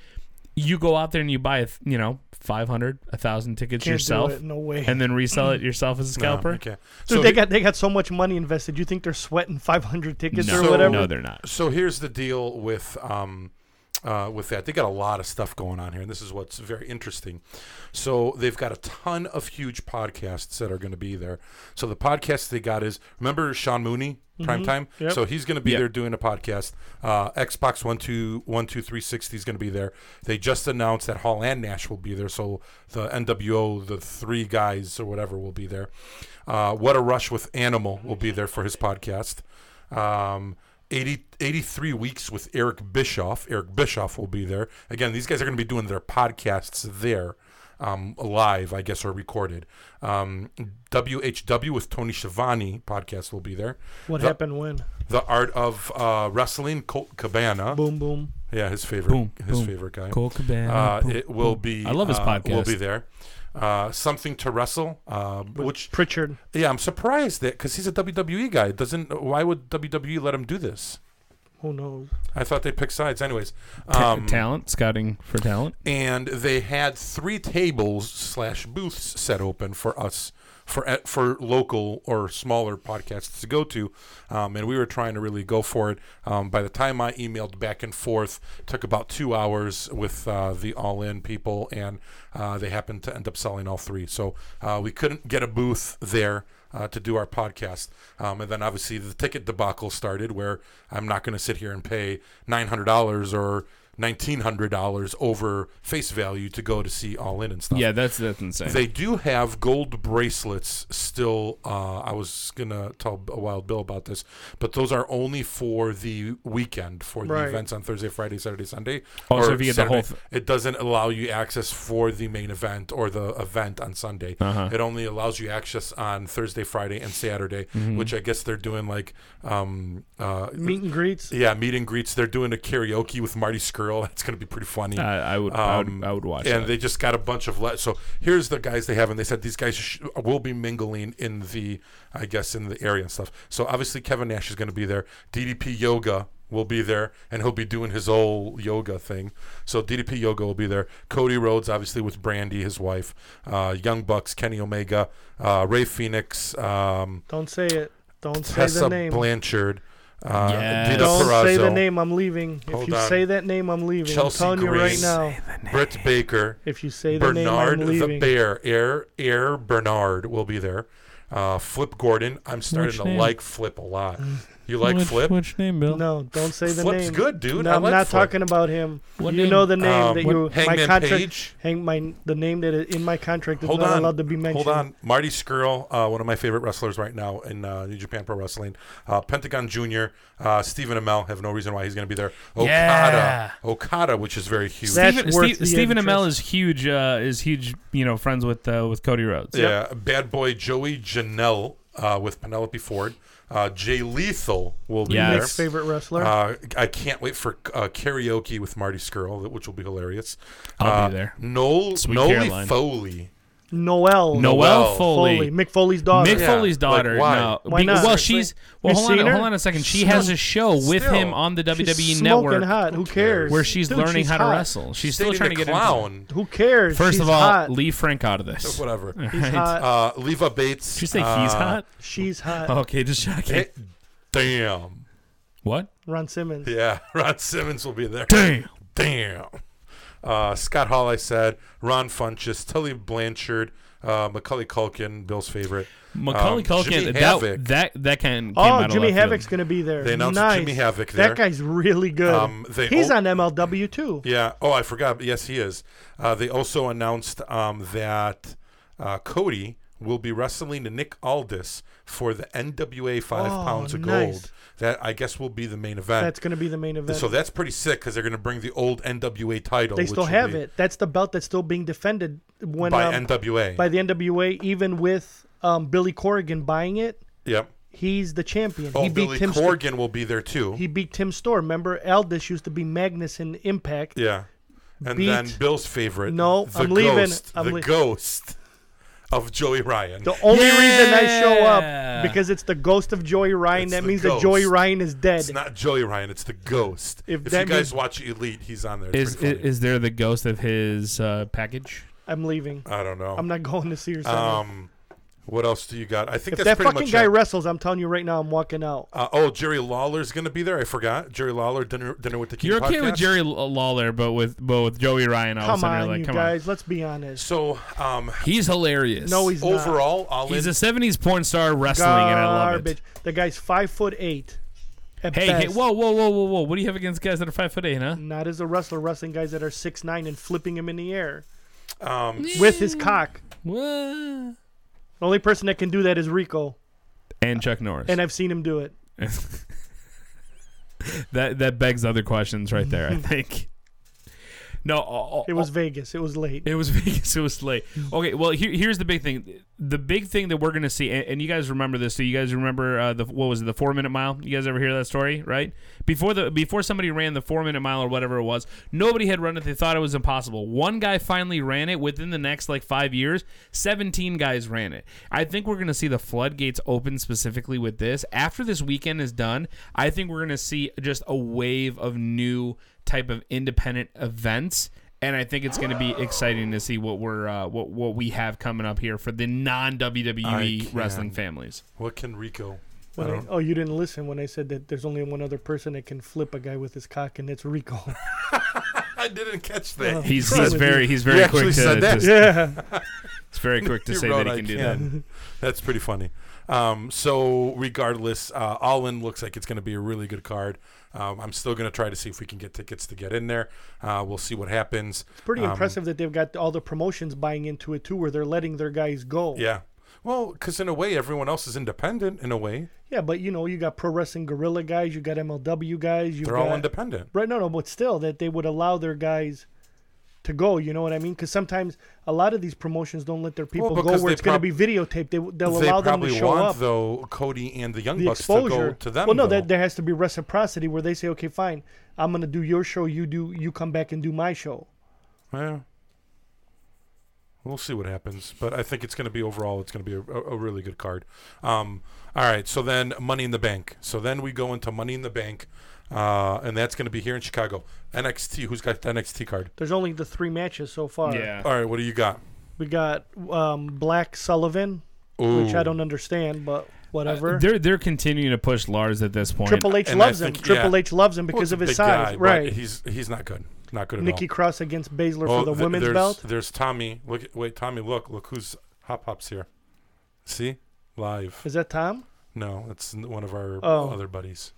Speaker 5: You go out there and you buy, a, th- you know, 500, 1,000 tickets
Speaker 6: Can't do
Speaker 5: yourself.
Speaker 6: it, no way.
Speaker 5: And then resell it yourself as a
Speaker 2: No,
Speaker 5: scalper?
Speaker 2: okay.
Speaker 6: Dude,
Speaker 2: So
Speaker 6: they got they got so much money invested. You think they're sweating 500 tickets
Speaker 5: No.
Speaker 6: or whatever?
Speaker 5: no, they're not.
Speaker 2: So here's the deal with um, uh, with that. They got a lot of stuff going on here, and this is what's very interesting. So they've got a ton of huge podcasts that are going to be there. So the podcast they got is remember Sean Mooney. Prime time,
Speaker 6: Mm-hmm. Yep.
Speaker 2: so he's going to be
Speaker 5: Yep.
Speaker 2: there doing a podcast. Uh, Xbox One Two One Two Three Sixty is going to be there. They just announced that Hall and Nash will be there, so the NWO, the three guys or whatever, will be there. Uh, what a rush with Animal will be there for his podcast um, 80, 83 weeks with Eric Bischoff. Eric Bischoff will be there. Again, these guys are going to be doing their podcasts there, um, live, I guess, or recorded. Um, WHW with Tony Schiavone podcast will be there.
Speaker 6: What
Speaker 2: the,
Speaker 6: happened when?
Speaker 2: The Art of uh, Wrestling, Colt Cabana.
Speaker 6: Boom, boom.
Speaker 2: Yeah, his favorite,
Speaker 5: Boom,
Speaker 2: his
Speaker 5: boom.
Speaker 2: favorite guy.
Speaker 5: Colt Cabana,
Speaker 2: Uh,
Speaker 5: boom,
Speaker 2: it will
Speaker 5: boom.
Speaker 2: be.
Speaker 5: I love his
Speaker 2: uh, Will
Speaker 5: podcast.
Speaker 2: be there. Uh, something to wrestle, uh, which
Speaker 6: Pritchard.
Speaker 2: yeah, I'm surprised that because he's a WWE guy. Doesn't why would WWE let him do this?
Speaker 6: Who knows?
Speaker 2: I thought they picked sides. Anyways,
Speaker 5: Ta-
Speaker 2: um,
Speaker 5: talent, scouting for talent.
Speaker 2: and they had three tables slash booths set open for us for eh, for local or smaller podcasts to go to, um, and we were trying to really go for it. Um, by the time I emailed back and forth, took about two hours with uh, the All In people, and uh, they happened to end up selling all three. So uh, we couldn't get a booth there uh, to do our podcast. Um, and then obviously the ticket debacle started where I'm not going to sit here and pay $900 or $1,900 over face value to go to see All In and stuff.
Speaker 5: Yeah, that's that's insane.
Speaker 2: They do have gold bracelets still. Uh, I was gonna tell B- Wild Bill about this, but those are only for the weekend for the
Speaker 6: Right.
Speaker 2: events on Thursday, Friday, Saturday, Sunday.
Speaker 5: Oh, so if you get the
Speaker 2: Saturday.
Speaker 5: whole th-
Speaker 2: it doesn't allow you access for the main event or the event on Sunday.
Speaker 5: Uh-huh.
Speaker 2: It only allows you access on Thursday, Friday, and Saturday,
Speaker 5: Mm-hmm.
Speaker 2: which I guess they're doing like um, uh,
Speaker 6: Meet and greets.
Speaker 2: yeah, meet and greets. They're doing a karaoke with Marty Skrull. That's going to be pretty funny. Um,
Speaker 5: I- I would- I would- I would watch
Speaker 2: And
Speaker 5: that.
Speaker 2: they just got a bunch of le- so here's the guys they have, and they said these guys sh- will be mingling in the, I guess, in the area and stuff. So obviously Kevin Nash is going to be there. DDP Yoga will be there, and he'll be doing his whole yoga thing. So DDP Yoga will be there. Cody Rhodes, obviously with Brandy, his wife, uh, Young Bucks, Kenny Omega, uh, Ray Phoenix. Um,
Speaker 6: Don't say it. Don't say
Speaker 2: Tessa
Speaker 6: the name.
Speaker 2: Blanchard, uh,
Speaker 5: Yes.
Speaker 2: Dita
Speaker 6: Don't say the
Speaker 2: Perazzo.
Speaker 6: name. I'm leaving.
Speaker 2: Hold
Speaker 6: if you
Speaker 2: on.
Speaker 6: say that name, I'm leaving.
Speaker 2: Chelsea
Speaker 6: I'm telling
Speaker 2: Green.
Speaker 6: you right now.
Speaker 2: Britt Baker,
Speaker 6: If you say the
Speaker 2: Bernard
Speaker 6: name, I'm
Speaker 2: the
Speaker 6: leaving.
Speaker 2: Bear, Air Air Bernard will be there. Uh, Flip Gordon, I'm starting
Speaker 5: Which
Speaker 2: to
Speaker 5: name?
Speaker 2: like Flip a lot.
Speaker 6: Mm.
Speaker 2: You like
Speaker 5: which,
Speaker 2: Flip?
Speaker 5: Which name, Bill?
Speaker 6: No, don't say the
Speaker 2: Flip's
Speaker 6: name.
Speaker 2: good, dude.
Speaker 6: No,
Speaker 2: I
Speaker 6: I'm
Speaker 2: like
Speaker 6: not
Speaker 2: Flip.
Speaker 6: talking about him.
Speaker 5: What
Speaker 6: you
Speaker 5: name?
Speaker 6: know the name
Speaker 2: Um,
Speaker 6: that
Speaker 2: what-
Speaker 6: you my
Speaker 2: Hangman
Speaker 6: contract.
Speaker 2: Page?
Speaker 6: Hang my the name that is in my contract is
Speaker 2: Hold
Speaker 6: not
Speaker 2: on,
Speaker 6: allowed to be mentioned.
Speaker 2: hold on. Marty Skrull, uh, one of my favorite wrestlers right now in uh, New Japan Pro Wrestling. Uh, Pentagon Jr., uh, Stephen Amell have no reason why he's going to be there. Okada,
Speaker 5: Yeah.
Speaker 2: Okada, which is very huge.
Speaker 6: That's
Speaker 5: Steven,
Speaker 6: worth
Speaker 5: Steve,
Speaker 6: the
Speaker 5: Stephen Amell
Speaker 6: interest.
Speaker 5: is huge. Uh, is huge. You know, friends with uh, with Cody Rhodes.
Speaker 2: Yeah, bad boy Joey Janelle uh, with Penelope Ford. Uh, Jay Lethal will be
Speaker 5: Yes.
Speaker 2: there.
Speaker 6: Nick's favorite wrestler.
Speaker 2: Uh, I can't wait for uh, karaoke with Marty Skrull, which will be hilarious.
Speaker 5: I'll
Speaker 2: uh,
Speaker 5: be there.
Speaker 2: Noel,
Speaker 5: Sweet
Speaker 2: Noel
Speaker 5: Caroline.
Speaker 2: Foley.
Speaker 5: Noelle
Speaker 6: Noel.
Speaker 2: Noelle
Speaker 5: Foley.
Speaker 6: Foley. Mick Foley's daughter.
Speaker 5: Mick
Speaker 2: Yeah,
Speaker 5: Foley's
Speaker 2: like,
Speaker 5: daughter.
Speaker 2: why?
Speaker 5: No,
Speaker 6: Why
Speaker 5: be-
Speaker 6: not?
Speaker 5: Well, she's well.
Speaker 6: You
Speaker 5: Hold on,
Speaker 6: seen her?
Speaker 5: hold on a second. She has a show with
Speaker 2: Still.
Speaker 5: him on the WWE
Speaker 6: She's
Speaker 5: E Network
Speaker 6: Smoking hot. Who cares?
Speaker 5: where she's
Speaker 6: Dude,
Speaker 5: learning
Speaker 6: she's
Speaker 5: how to
Speaker 6: hot.
Speaker 5: wrestle. She's still
Speaker 2: Stating
Speaker 5: trying to
Speaker 2: the
Speaker 5: get into
Speaker 2: clown.
Speaker 6: Who cares?
Speaker 5: it. First
Speaker 6: she's
Speaker 5: of all,
Speaker 6: hot.
Speaker 5: leave Frank out of this.
Speaker 2: Whatever.
Speaker 6: She's hot.
Speaker 2: Uh, Leva Bates.
Speaker 5: Did you say he's
Speaker 2: uh,
Speaker 5: hot? Oh,
Speaker 6: She's hot.
Speaker 5: Okay, just checking.
Speaker 2: eh, damn.
Speaker 5: what?
Speaker 6: Ron Simmons.
Speaker 2: Yeah, Ron Simmons will be there.
Speaker 5: Damn.
Speaker 2: Damn. Uh, Scott Hall, I said. Ron Funches, Tully Blanchard, uh, Macaulay Culkin, Bill's favorite.
Speaker 5: Macaulay
Speaker 2: Um,
Speaker 5: Culkin.
Speaker 2: Jimmy
Speaker 5: That,
Speaker 2: Havoc.
Speaker 5: that that can. Came out
Speaker 6: Oh,
Speaker 5: of
Speaker 6: Jimmy
Speaker 5: left
Speaker 6: Havoc's
Speaker 5: field.
Speaker 6: going to be there.
Speaker 2: They announced
Speaker 6: nice.
Speaker 2: Jimmy Havoc there.
Speaker 6: That guy's really good.
Speaker 2: Um, they
Speaker 6: He's
Speaker 2: al-
Speaker 6: on MLW too.
Speaker 2: Yeah. Oh, I forgot. Yes, he is. Uh, they also announced um, that uh, Cody will be wrestling Nick Aldis for the NWA Five
Speaker 6: Oh,
Speaker 2: Pounds of
Speaker 6: nice.
Speaker 2: Gold. That I guess will be the main event.
Speaker 6: That's going to be the main event.
Speaker 2: so that's pretty sick because they're going to bring the old NWA title.
Speaker 6: they
Speaker 2: which
Speaker 6: still
Speaker 2: will
Speaker 6: have
Speaker 2: be
Speaker 6: it. That's the belt that's still being defended when
Speaker 2: by
Speaker 6: um,
Speaker 2: NWA.
Speaker 6: by the NWA, even with um, Billy Corrigan buying it.
Speaker 2: yep.
Speaker 6: He's the champion.
Speaker 2: Oh,
Speaker 6: he beat
Speaker 2: Billy
Speaker 6: Tim Sto-
Speaker 2: Corgan will be there too.
Speaker 6: he beat Tim Storr. Remember, Aldis used to be Magnus in Impact.
Speaker 2: yeah. And then
Speaker 6: beat-
Speaker 2: Bill's favorite.
Speaker 6: No,
Speaker 2: the
Speaker 6: I'm leaving.
Speaker 2: Ghost,
Speaker 6: I'm
Speaker 2: the
Speaker 6: lea-
Speaker 2: ghost of Joey Ryan.
Speaker 6: The only reason I show
Speaker 5: Yeah.
Speaker 6: up because it's the ghost of Joey Ryan.
Speaker 2: It's
Speaker 6: that
Speaker 2: the
Speaker 6: means that
Speaker 2: ghost.
Speaker 6: Joey Ryan is
Speaker 2: It's
Speaker 6: dead.
Speaker 2: not Joey Ryan. It's the Ghost.
Speaker 6: If
Speaker 2: If, you
Speaker 6: that
Speaker 2: guys
Speaker 6: means-
Speaker 2: watch Elite, he's on there. It's
Speaker 5: Is,
Speaker 2: pretty
Speaker 5: is
Speaker 2: funny.
Speaker 5: is there the ghost of his uh, package?
Speaker 6: I'm leaving.
Speaker 2: I don't know.
Speaker 6: I'm not going to see her. Sunday.
Speaker 2: Uh, um, what else do you got? I think
Speaker 6: if
Speaker 2: that's
Speaker 6: that
Speaker 2: pretty
Speaker 6: fucking
Speaker 2: much
Speaker 6: guy
Speaker 2: it.
Speaker 6: wrestles, I'm telling you right now, I'm walking out.
Speaker 2: uh, oh, Jerry Lawler's gonna be there. I forgot. Jerry Lawler, dinner, dinner with the King.
Speaker 5: You're okay with
Speaker 2: podcast.
Speaker 5: Jerry L- Lawler, but with but with Joey Ryan, all of a
Speaker 6: Come
Speaker 5: sudden
Speaker 6: on,
Speaker 5: you're like,
Speaker 6: you
Speaker 5: come
Speaker 6: guys. Let's be honest.
Speaker 2: So, um,
Speaker 5: on. He's hilarious.
Speaker 6: No, he's not.
Speaker 2: overall, all
Speaker 5: he's
Speaker 2: in.
Speaker 5: a '70s porn star wrestling, and I love it.
Speaker 6: Garbage. The guy's five foot eight. At
Speaker 5: Hey, hey,
Speaker 6: best.
Speaker 5: whoa, whoa, whoa, whoa, whoa! What do you have against guys that are five foot eight, huh?
Speaker 6: Not as a wrestler, wrestling guys that are six nine and flipping him in the air
Speaker 2: um,
Speaker 6: with his cock.
Speaker 5: What?
Speaker 6: The only person that can do that is Rico,
Speaker 5: And Chuck Norris.
Speaker 6: and I've seen him do it.
Speaker 5: that that begs other questions right there. I think. No, uh, all-
Speaker 6: It
Speaker 2: Oh.
Speaker 6: was Vegas. It was late.
Speaker 5: It was Vegas. It was late. Okay, well, here, here's the big thing. The big thing that we're going to see, and, and you guys remember this. So you guys remember uh, the what was it, the four minute mile? You guys ever hear that story? Right before the before somebody ran the four minute mile or whatever it was, nobody had run it. They thought it was impossible. One guy finally ran it. Within the next like five years, seventeen guys ran it. I think we're going to see the floodgates open specifically with this. After this weekend is done, I think we're going to see just a wave of new type of independent events and I think it's going to be exciting to see what we're uh, what what we have coming up here for the non
Speaker 2: I
Speaker 5: WWE
Speaker 2: can't.
Speaker 5: wrestling families.
Speaker 2: What can Rico?
Speaker 6: When I, oh, you didn't listen when I said that there's only one other person that can flip a guy with his cock, and that's Rico.
Speaker 2: I didn't catch that.
Speaker 5: He's
Speaker 2: Right.
Speaker 5: he's very he's very
Speaker 2: You actually
Speaker 5: quick to,
Speaker 2: said that.
Speaker 5: to-
Speaker 6: yeah.
Speaker 5: it's very quick to
Speaker 2: You
Speaker 5: say
Speaker 2: wrote,
Speaker 5: that he
Speaker 2: "I
Speaker 5: can do that.
Speaker 2: can." That's pretty funny. Um, so regardless, uh, All In looks like it's going to be a really good card. Um, I'm still going to try to see if we can get tickets to get in there. Uh, we'll see what happens.
Speaker 6: Pretty
Speaker 2: Um,
Speaker 6: impressive that they've got all the promotions buying into it too, where they're letting their guys go.
Speaker 2: Yeah. Well, because in a way, everyone else is independent. In a way,
Speaker 6: Yeah, but you know, you got pro wrestling gorilla guys, you got MLW guys, you
Speaker 2: they're
Speaker 6: got
Speaker 2: all independent.
Speaker 6: Right? No, no, but still, that they would allow their guys to go. You know what I mean? Because sometimes a lot of these promotions don't let their people go
Speaker 2: because
Speaker 6: where
Speaker 2: they
Speaker 6: it's going
Speaker 2: prob-
Speaker 6: to be videotaped. They, they'll
Speaker 2: they
Speaker 6: allow them
Speaker 2: probably
Speaker 6: to show
Speaker 2: want
Speaker 6: up.
Speaker 2: though Cody and the Young
Speaker 6: the
Speaker 2: Bucks to
Speaker 6: exposure
Speaker 2: go to them.
Speaker 6: Well, no,
Speaker 2: though.
Speaker 6: that there has to be reciprocity where they say, okay, fine, I'm going to do your show, you do, you come back and do my show.
Speaker 2: Yeah. We'll see what happens, but I think it's going to be overall. It's going to be a, a, a really good card. Um, all right, so then Money in the Bank. So then we go into Money in the Bank, uh, and that's going to be here in Chicago. NXT. Who's got the NXT card?
Speaker 6: There's only the three matches so far.
Speaker 5: Yeah.
Speaker 2: All right, what do you got?
Speaker 6: we got um, Black Sullivan, which I
Speaker 2: Ooh.
Speaker 6: don't understand, but whatever.
Speaker 5: Uh, They're they're continuing to push Lars at this point.
Speaker 6: Triple H
Speaker 2: And I
Speaker 6: loves him.
Speaker 2: think-
Speaker 6: Triple
Speaker 2: yeah.
Speaker 6: H loves him
Speaker 2: Well, it's
Speaker 6: because
Speaker 2: a
Speaker 6: of his
Speaker 2: big
Speaker 6: size,
Speaker 2: guy, but
Speaker 6: right?
Speaker 2: He's he's not good. Not good at
Speaker 6: Nikki
Speaker 2: all.
Speaker 6: Cross against Baszler
Speaker 2: Oh,
Speaker 6: for the
Speaker 2: th-
Speaker 6: women's
Speaker 2: there's,
Speaker 6: belt.
Speaker 2: There's Tommy. Look, at- wait, Tommy. Look, look who's hop hops here. See, live.
Speaker 6: Is that Tom?
Speaker 2: No, it's n- one of our
Speaker 6: Oh.
Speaker 2: other buddies.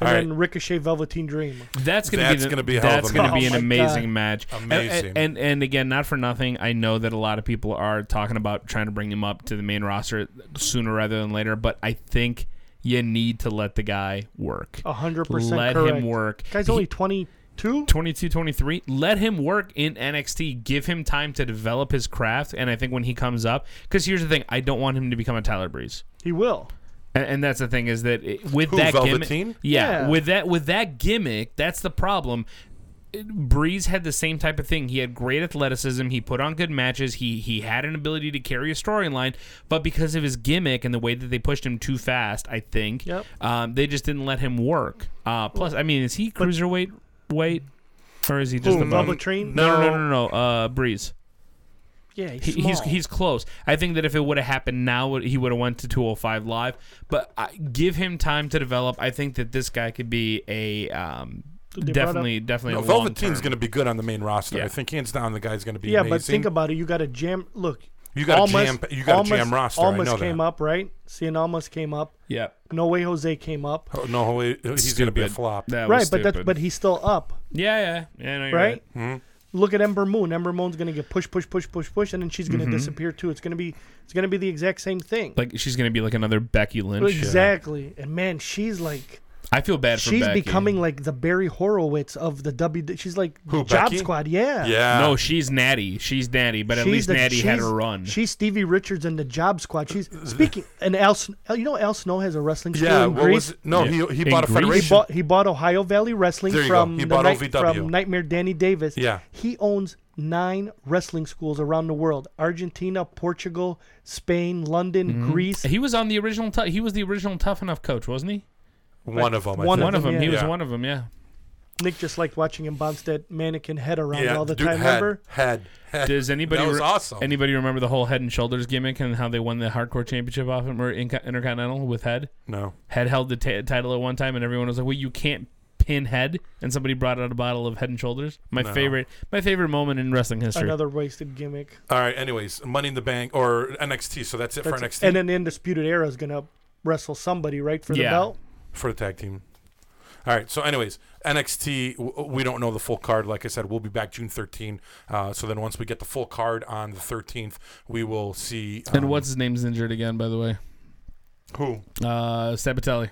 Speaker 6: And
Speaker 2: All right.
Speaker 6: then Ricochet Velveteen Dream.
Speaker 5: That's gonna
Speaker 2: That's
Speaker 5: be the-
Speaker 2: gonna be a hell of
Speaker 5: that's
Speaker 2: a
Speaker 5: gonna
Speaker 2: match.
Speaker 5: be an
Speaker 6: Oh my
Speaker 5: amazing
Speaker 6: God.
Speaker 5: match. And-
Speaker 2: Amazing.
Speaker 5: And, and again, not for nothing, I know that a lot of people are talking about trying to bring him up to the main roster sooner rather than later, but I think you need to let the guy work.
Speaker 6: A hundred percent
Speaker 5: Let
Speaker 6: correct.
Speaker 5: him work.
Speaker 6: Guy's
Speaker 5: He-
Speaker 6: only twenty two?
Speaker 5: 22 23 let him work in NXT give him time to develop his craft and I think when he comes up cuz here's the thing I don't want him to become a Tyler Breeze
Speaker 6: He will.
Speaker 5: and, and that's the thing is that it, with
Speaker 2: Who,
Speaker 5: that
Speaker 2: Velveteen?
Speaker 5: gimmick, yeah,
Speaker 6: Yeah.
Speaker 5: with that with that gimmick, that's the problem. It- Breeze had the same type of thing. He had great athleticism. He put on good matches. He he had an ability to carry a storyline, but because of his gimmick and the way that they pushed him too fast, I think
Speaker 6: Yep.
Speaker 5: um, they just didn't let him work. Uh, plus, I mean, is he cruiserweight weight, or is he just the
Speaker 6: Who,
Speaker 5: bum?
Speaker 6: Velveteen?
Speaker 5: No, no, no, no, no. Uh, Breeze.
Speaker 6: Yeah, he's,
Speaker 5: He, he's
Speaker 6: small.
Speaker 5: he's close. I think that if it would have happened now, he would have went to 205 live. But I, give him time to develop. I think that this guy could be a um,
Speaker 6: brought up-
Speaker 5: definitely definitely.
Speaker 2: No,
Speaker 5: a
Speaker 2: Velveteen's
Speaker 5: long-term.
Speaker 2: going to be good on the main roster.
Speaker 5: Yeah.
Speaker 2: I think hands down the guy's going to be
Speaker 6: Yeah,
Speaker 2: amazing.
Speaker 6: but think about it. You got a jam. Look,
Speaker 2: You got a
Speaker 6: Almas-
Speaker 2: jam- you got a
Speaker 6: Almas-
Speaker 2: jam roster, I
Speaker 6: Almas
Speaker 2: know that.
Speaker 6: came up, right? Seeing Almas came up.
Speaker 5: yeah.
Speaker 6: No way, Jose came up.
Speaker 2: Oh, no, he- he's going to be a
Speaker 5: Stupid.
Speaker 2: flop.
Speaker 5: That was
Speaker 6: right, but that's
Speaker 5: stupid.
Speaker 6: but he's still up,
Speaker 5: yeah yeah yeah. No, you're
Speaker 6: right?
Speaker 2: Hmm?
Speaker 6: Look at Ember Moon. Ember Moon's gonna get push, push, push, push, push, and then she's
Speaker 2: Mm-hmm.
Speaker 6: gonna disappear too. It's gonna be it's gonna be the exact same thing.
Speaker 5: Like she's going to be like another Becky Lynch.
Speaker 6: exactly. And man, she's like
Speaker 5: I feel bad for
Speaker 6: she's
Speaker 5: Becky.
Speaker 6: becoming like the Barry Horowitz of the W. She's like
Speaker 2: Who,
Speaker 6: Job
Speaker 2: Becky?
Speaker 6: Squad. Yeah.
Speaker 2: Yeah.
Speaker 5: no, she's natty. She's natty, but at
Speaker 6: She's
Speaker 5: least
Speaker 6: the-
Speaker 5: natty had
Speaker 6: she's-
Speaker 5: her run.
Speaker 6: She's Stevie Richards in the Job Squad. She's speaking. And Al, Sn- Al- you know, Al Snow has a wrestling school
Speaker 2: yeah.
Speaker 6: in
Speaker 2: What
Speaker 6: Greece.
Speaker 2: was it? No,
Speaker 5: Yeah.
Speaker 2: he, he
Speaker 5: In
Speaker 2: bought a
Speaker 5: Greece? He
Speaker 6: He
Speaker 2: federation.
Speaker 6: bought, he bought Ohio Valley Wrestling
Speaker 2: There you go.
Speaker 6: from,
Speaker 2: He
Speaker 6: the
Speaker 2: bought
Speaker 6: night-
Speaker 2: OVW.
Speaker 6: from Nightmare Danny Davis.
Speaker 2: Yeah.
Speaker 6: He owns nine wrestling schools around the world Argentina, Portugal, Spain, London, Greece.
Speaker 5: Mm-hmm. he was on the original. Tou- he was the original tough enough coach, wasn't he?
Speaker 2: one of them. I
Speaker 6: One
Speaker 2: think.
Speaker 5: One of them. He was
Speaker 2: Yeah.
Speaker 5: one of them. Yeah.
Speaker 6: Nick just liked watching him bounce that mannequin head around
Speaker 2: Yeah,
Speaker 6: all the
Speaker 2: dude,
Speaker 6: time,
Speaker 2: head,
Speaker 6: remember?
Speaker 2: Head. head.
Speaker 5: Does anybody
Speaker 2: That was
Speaker 5: re-
Speaker 2: awesome.
Speaker 5: anybody remember the whole head and shoulders gimmick and how they won the hardcore championship off him or Inca- intercontinental with head?
Speaker 2: no.
Speaker 5: Head held the t- title at one time and everyone was like, "Well, you can't pin head." And somebody brought out a bottle of head and shoulders. My
Speaker 2: No.
Speaker 5: favorite, my favorite moment in wrestling history.
Speaker 6: Another wasted gimmick.
Speaker 2: All right. Anyways, Money in the Bank or NXT. So that's it for
Speaker 6: That's-
Speaker 2: NXT
Speaker 6: And then the Undisputed Era is going to wrestle somebody, right, for the
Speaker 5: Yeah.
Speaker 6: belt?
Speaker 2: for the tag team. All right. So, anyways, NXT. W- we don't know the full card. Like I said, we'll be back June 13. Uh, so then, once we get the full card on the 13th, we will see.
Speaker 5: and
Speaker 2: um,
Speaker 5: what's his name's injured again, by the way?
Speaker 2: who?
Speaker 5: Uh, Sabatelli.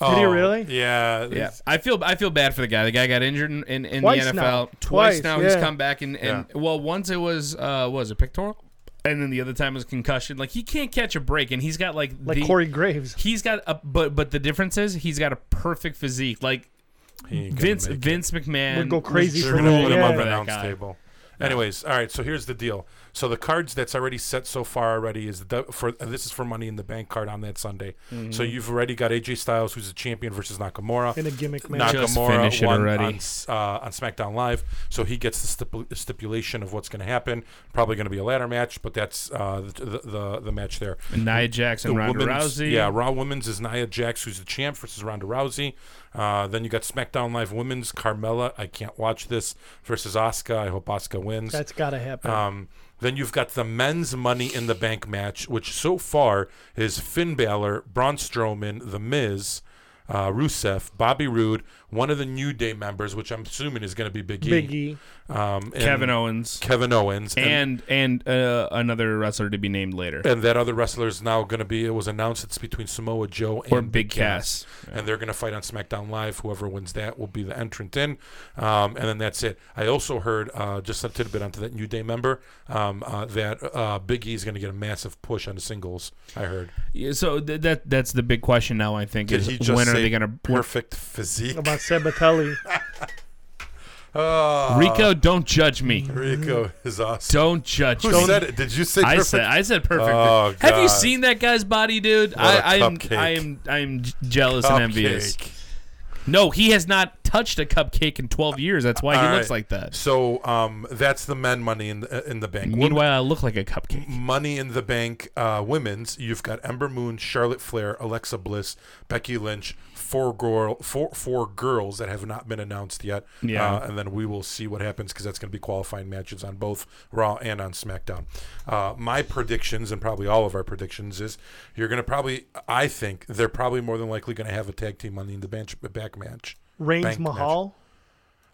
Speaker 6: Did he
Speaker 2: Oh,
Speaker 6: really?
Speaker 2: Yeah.
Speaker 5: Yeah, I feel I feel bad for the guy. The guy got injured in, in, in the
Speaker 6: Twice
Speaker 5: NFL
Speaker 6: now.
Speaker 5: twice.
Speaker 6: Twice,
Speaker 5: Now he's
Speaker 6: yeah.
Speaker 5: come back and, and well, once it was uh, what was it pectoral, and then the other time was concussion. Like he can't catch a break, and he's got like
Speaker 6: Like
Speaker 5: the,
Speaker 6: Corey Graves.
Speaker 5: He's got a but but the difference is he's got a perfect physique. Like
Speaker 2: He ain't gonna
Speaker 5: Vince
Speaker 2: make it.
Speaker 5: Vince McMahon
Speaker 6: Would go crazy
Speaker 5: was
Speaker 2: They're
Speaker 6: for
Speaker 5: drooling
Speaker 2: gonna put him on
Speaker 6: that, yeah.
Speaker 5: over
Speaker 2: the
Speaker 5: that
Speaker 2: announce
Speaker 5: guy.
Speaker 2: table. Anyways, all right. So here's the deal. So the cards that's already set so far already is the for and this is for Money in the Bank card on that Sunday. So you've already got AJ Styles, who's a champion, versus Nakamura.
Speaker 6: Mm-hmm. In a gimmick match.
Speaker 5: Just
Speaker 2: Nakamura
Speaker 5: finish it
Speaker 2: won
Speaker 5: already.
Speaker 2: on, s- uh, on SmackDown Live, so he gets the stipu- stipulation of what's going to happen. Probably going to be a ladder match, but that's uh, the, the the the match there.
Speaker 5: Nia Jackson, Ronda
Speaker 2: women's-
Speaker 5: Rousey.
Speaker 2: Yeah, Raw Women's is Nia Jax, who's the champ, versus Ronda Rousey. Uh, then you got SmackDown Live Women's, Carmella. I can't watch this versus Asuka. I hope Asuka wins.
Speaker 6: That's got to happen.
Speaker 2: um, then you've got the men's Money in the Bank match, which so far is Finn Balor, Braun Strowman, The Miz, uh, Rusev, Bobby Roode, one of the New Day members, which I'm assuming is going to be Big E.
Speaker 6: Big E.
Speaker 2: Um, and
Speaker 5: Kevin Owens.
Speaker 2: Kevin Owens.
Speaker 5: and and uh, another wrestler to be named later.
Speaker 2: and that other wrestler is now going to be. It was announced it's between Samoa Joe and
Speaker 5: Or Big Cass.
Speaker 2: and they're going to fight on SmackDown Live. Whoever wins that will be the entrant in, um, and then that's it. I also heard uh, just a tidbit onto that New Day member um, uh, that uh, Big E is going to get a massive push on the singles. I heard.
Speaker 5: Yeah, so th- that that's the big question now. I think
Speaker 2: Did
Speaker 5: is
Speaker 2: he just
Speaker 5: when are
Speaker 2: say
Speaker 5: they going to
Speaker 2: perfect physique?
Speaker 6: About Sabatelli.
Speaker 2: Oh,
Speaker 5: Rico? Don't judge me.
Speaker 2: Rico is awesome.
Speaker 5: Don't judge
Speaker 2: Who
Speaker 5: me.
Speaker 2: said it? Did you say?
Speaker 5: I
Speaker 2: perfect?
Speaker 5: said I said perfect.
Speaker 2: Oh,
Speaker 5: Have
Speaker 2: God.
Speaker 5: you seen that guy's body, dude?
Speaker 2: What a
Speaker 5: I, I am
Speaker 2: cupcake.
Speaker 5: I am I am j- jealous and envious.
Speaker 2: Cupcake.
Speaker 5: No, he has not touched a cupcake in 12 years. That's why he
Speaker 2: All
Speaker 5: looks
Speaker 2: right.
Speaker 5: like that.
Speaker 2: So um, that's the men money in the, in the bank. Women-
Speaker 5: Meanwhile, I look like a cupcake.
Speaker 2: Money in the Bank uh, women's, you've got Ember Moon, Charlotte Flair, Alexa Bliss, Becky Lynch, four girl, four four girls that have not been announced yet.
Speaker 5: Yeah.
Speaker 2: Uh, and then we will see what happens because that's going to be qualifying matches on both Raw and on SmackDown. Uh, my predictions and probably all of our predictions is you're going to probably, I think they're probably more than likely going to have a tag team Money in the Bank back match.
Speaker 6: Reigns
Speaker 2: Bank match.
Speaker 6: Mahal.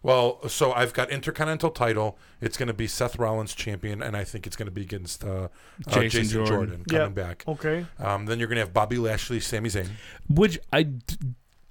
Speaker 2: Well, so I've got Intercontinental title. It's going to be Seth Rollins champion, and I think it's going to be against uh, uh,
Speaker 5: Jason
Speaker 2: Jason,
Speaker 5: Jordan.
Speaker 2: Jordan, coming
Speaker 6: Yep. Oh.
Speaker 2: back.
Speaker 6: Okay.
Speaker 2: Um, then you're going to have Bobby Lashley, Sami Zayn.
Speaker 5: Which I d-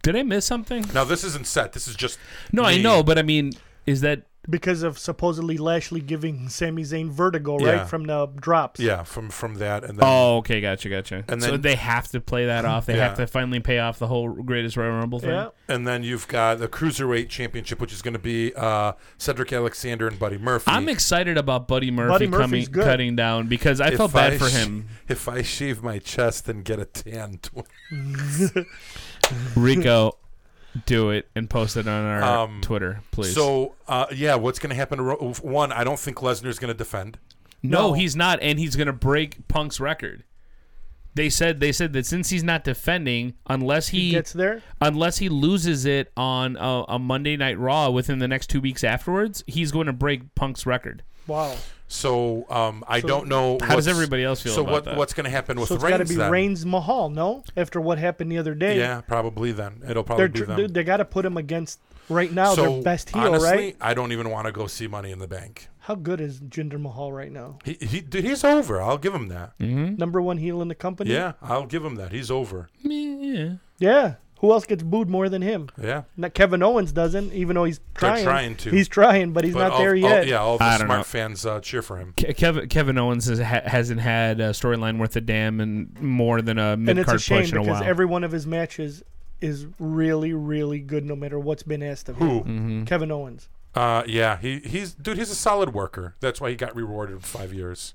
Speaker 5: did I miss something?
Speaker 2: Now this isn't set. This is just
Speaker 5: No, I
Speaker 2: me.
Speaker 5: know, but I mean, is that
Speaker 6: Because of supposedly Lashley giving Sami Zayn vertigo, right?
Speaker 2: Yeah.
Speaker 6: From the drops.
Speaker 2: Yeah, from from that, and then
Speaker 5: Oh, okay, gotcha, gotcha.
Speaker 2: And
Speaker 5: so
Speaker 2: then-
Speaker 5: they have to play that off. They have
Speaker 2: Yeah.
Speaker 5: to finally pay off the whole greatest Royal Rumble thing.
Speaker 6: Yeah.
Speaker 2: and then you've got the cruiserweight championship, which is going to be uh, Cedric Alexander and Buddy Murphy.
Speaker 5: I'm excited about Buddy Murphy
Speaker 6: Buddy
Speaker 5: coming
Speaker 6: Murphy's good.
Speaker 5: cutting down because I
Speaker 2: If
Speaker 5: felt bad
Speaker 2: I
Speaker 5: for
Speaker 2: sh-
Speaker 5: him.
Speaker 2: If I shave my chest and get a tan, tw-
Speaker 5: Rico, do it and post it on our
Speaker 2: Um,
Speaker 5: Twitter, please.
Speaker 2: so uh, yeah, what's going to happen? to Ro- One, I don't think Lesnar's going to defend.
Speaker 5: no,
Speaker 6: No.
Speaker 5: he's not, and he's gonna break Punk's record. They said they said that since he's not defending, unless he,
Speaker 6: He gets there.
Speaker 5: unless he loses it on a, a Monday Night Raw within the next two weeks afterwards, he's going to break Punk's record.
Speaker 6: Wow.
Speaker 2: So um, I don't know.
Speaker 5: How does
Speaker 2: what's-
Speaker 5: everybody else feel
Speaker 2: So
Speaker 5: about
Speaker 2: what,
Speaker 5: that?
Speaker 2: what's going to happen with
Speaker 6: So it's got to
Speaker 2: Reigns
Speaker 6: be
Speaker 2: then?
Speaker 6: Reigns Mahal, no? After what happened the other day.
Speaker 2: Yeah, probably then. It'll probably
Speaker 6: They're
Speaker 2: be
Speaker 6: tr-
Speaker 2: them.
Speaker 6: dude, they got to put him against right now
Speaker 2: so
Speaker 6: their best heel,
Speaker 2: honestly,
Speaker 6: right?
Speaker 2: I don't even want to go see Money in the Bank.
Speaker 6: How good is Jinder Mahal right now?
Speaker 2: He, he dude, he's over. I'll give him that.
Speaker 5: Mm-hmm.
Speaker 6: Number one heel in the company.
Speaker 2: Yeah, I'll give him that. He's over.
Speaker 5: Yeah.
Speaker 6: Yeah. Who else gets booed more than him?
Speaker 2: Yeah.
Speaker 6: Not Kevin Owens doesn't, even though he's trying.
Speaker 2: trying to.
Speaker 6: He's trying, but he's
Speaker 2: But
Speaker 6: not
Speaker 2: all-
Speaker 6: there
Speaker 2: all-
Speaker 6: yet.
Speaker 2: yeah, all
Speaker 5: I
Speaker 2: the
Speaker 5: don't know.
Speaker 2: smart fans uh, cheer for him.
Speaker 5: Ke- Kevin Kevin Owens has, ha- hasn't had a storyline worth a damn and more than a mid
Speaker 6: and it's
Speaker 5: card
Speaker 6: a
Speaker 5: push
Speaker 6: shame
Speaker 5: in a
Speaker 6: because
Speaker 5: while.
Speaker 6: every one of his matches is really, really good, no matter what's been asked of
Speaker 2: Who?
Speaker 6: him. Kevin Owens.
Speaker 2: Uh, yeah, he he's dude. He's a solid worker. That's why he got rewarded for five years.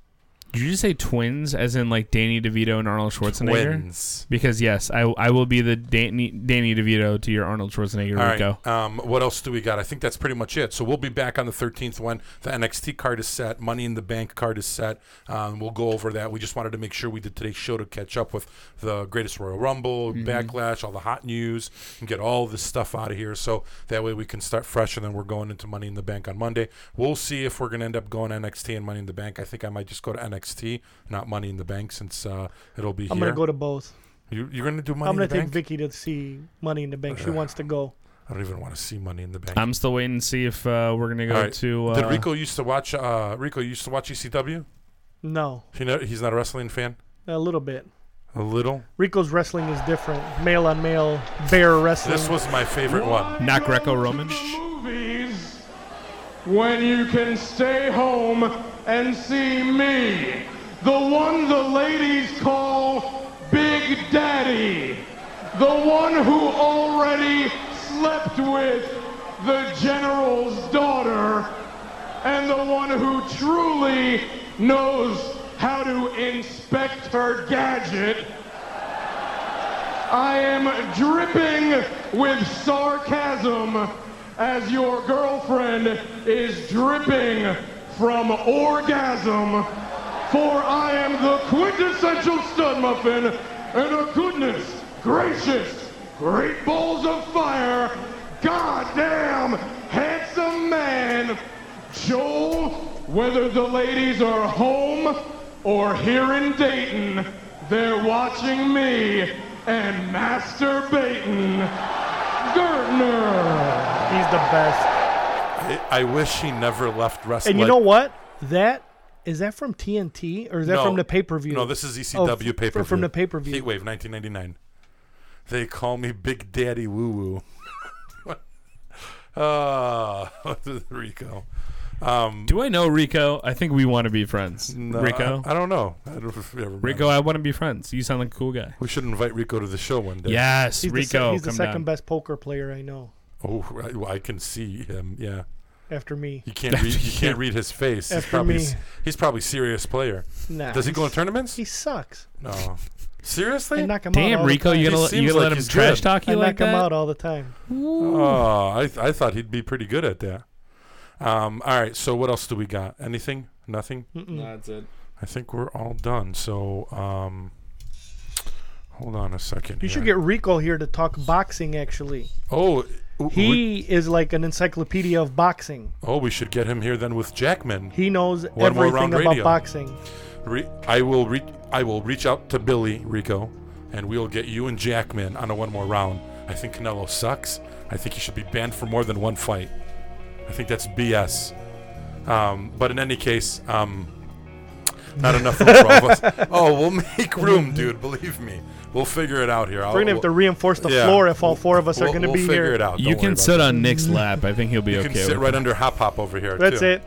Speaker 5: Did you just say twins, as in like Danny DeVito and Arnold Schwarzenegger?
Speaker 2: Wins.
Speaker 5: Because yes, I I will be the Danny Danny DeVito to your Arnold Schwarzenegger
Speaker 2: All right.
Speaker 5: Rico.
Speaker 2: Um, what else do we got? I think that's pretty much it. So we'll be back on the 13th when the NXT card is set, Money in the Bank card is set. Um, we'll go over that. We just wanted to make sure we did today's show to catch up with the Greatest Royal Rumble,
Speaker 6: Mm-hmm.
Speaker 2: Backlash, all the hot news, and get all this stuff out of here. So that way we can start fresh, and then we're going into Money in the Bank on Monday. We'll see if we're going to end up going NXT and Money in the Bank. I think I might just go to NXT, not Money in the Bank, since uh, it'll be
Speaker 6: I'm
Speaker 2: here.
Speaker 6: gonna go to both.
Speaker 2: you, you're going to do Money
Speaker 6: I'm
Speaker 2: in the
Speaker 6: gonna take
Speaker 2: Bank.
Speaker 6: Vicky to see Money in the Bank. She wants to go.
Speaker 2: I don't even want to see Money in the Bank.
Speaker 5: I'm still waiting to see if uh, we're gonna go
Speaker 2: All right.
Speaker 5: to. Uh,
Speaker 2: Did Rico used to watch? Uh, Rico used to watch ECW.
Speaker 6: No,
Speaker 2: He know, he's not a wrestling fan.
Speaker 6: a little bit.
Speaker 2: A little.
Speaker 6: Rico's wrestling is different. Male on male, bear wrestling.
Speaker 2: This was my favorite one.
Speaker 5: not Greco-Roman?
Speaker 7: Movies when you can stay home and see me, the one the ladies call Big Daddy, the one who already slept with the general's daughter, and the one one who truly knows how to inspect her gadget. I am dripping with sarcasm as your girlfriend is dripping from orgasm. For I am the quintessential stud muffin and a goodness gracious, great balls of fire, goddamn handsome man, Joel. Whether the ladies are home or here in Dayton, they're watching me and masturbating. Gertner.
Speaker 6: He's the best.
Speaker 2: I, I wish she never left wrestling.
Speaker 6: And you know what? That is that from TNT or is that
Speaker 2: No.
Speaker 6: from the pay per view?
Speaker 2: No, this is E ECW
Speaker 6: Oh, f-
Speaker 2: pay per view.
Speaker 6: from the pay-per-view.
Speaker 2: Heat Wave 1999. They call me Big Daddy Woo Woo. Ah, Rico. Um,
Speaker 5: Do I know Rico? I think we want to be friends.
Speaker 2: No,
Speaker 5: Rico?
Speaker 2: I, I don't know. I don't know if we ever met
Speaker 5: Rico,
Speaker 2: him.
Speaker 5: I want to be friends. You sound like a cool guy.
Speaker 2: We should invite Rico to the show one day.
Speaker 5: Yes,
Speaker 6: He's the se-
Speaker 5: Rico.
Speaker 6: he's the
Speaker 5: come
Speaker 6: second
Speaker 5: down.
Speaker 6: best poker player I know.
Speaker 2: Oh, I, well, I can see him. Yeah.
Speaker 6: After me,
Speaker 2: You can't read. You can't read his face. He's
Speaker 6: After
Speaker 2: probably
Speaker 6: me.
Speaker 2: s- he's probably serious player.
Speaker 6: nah.
Speaker 2: Does he go
Speaker 6: he's-
Speaker 2: in Eh. tournaments?
Speaker 6: He sucks.
Speaker 2: No.
Speaker 6: I
Speaker 2: Seriously?
Speaker 6: knock him out.
Speaker 5: Damn,
Speaker 6: all the
Speaker 5: Rico,
Speaker 6: time.
Speaker 5: you
Speaker 2: He
Speaker 5: gonna let- you
Speaker 2: seems
Speaker 5: gonna
Speaker 2: like
Speaker 5: let him
Speaker 2: he's
Speaker 5: trash
Speaker 2: good.
Speaker 5: talk
Speaker 6: I
Speaker 5: you like
Speaker 6: knock him out
Speaker 5: that?
Speaker 6: all the time.
Speaker 2: Oh, I, I thought he'd be pretty good at that. Um, all right, so what else do we got? Anything? Nothing?
Speaker 6: Hmm.
Speaker 5: That's it.
Speaker 2: I think we're all done. So um, hold on a second.
Speaker 6: You should
Speaker 2: here.
Speaker 6: get Rico here to talk boxing. Actually,
Speaker 2: Oh, w- we,
Speaker 6: he is like an encyclopedia of boxing.
Speaker 2: oh, we should get him here then with Jackman.
Speaker 6: He knows
Speaker 2: One More
Speaker 6: everything
Speaker 2: Round
Speaker 6: about
Speaker 2: Radio. Oh,
Speaker 6: boxing.
Speaker 2: Re- I will re- I will reach out to Billy Rico, and we'll get you and Jackman on a one more round. I think Canelo sucks. I think he should be banned for more than one fight. I think that's BS. Um, but in any case, um, not enough room for all of us. Oh, we'll make room, dude. Believe me, we'll figure it out here. I'll,
Speaker 6: We're gonna have to
Speaker 2: we'll-
Speaker 6: reinforce the
Speaker 2: yeah.
Speaker 6: floor if all four of us are
Speaker 2: we'll-
Speaker 6: gonna
Speaker 2: we'll
Speaker 6: be
Speaker 2: figure
Speaker 6: here.
Speaker 2: It out.
Speaker 5: You
Speaker 2: Don't worry
Speaker 5: can
Speaker 2: about
Speaker 5: sit
Speaker 2: it.
Speaker 5: on Nick's lap. I think he'll be
Speaker 2: You
Speaker 5: okay.
Speaker 2: can sit
Speaker 5: with
Speaker 2: right
Speaker 5: it.
Speaker 2: under Hop Hop over here.
Speaker 6: That's
Speaker 2: too.
Speaker 6: it.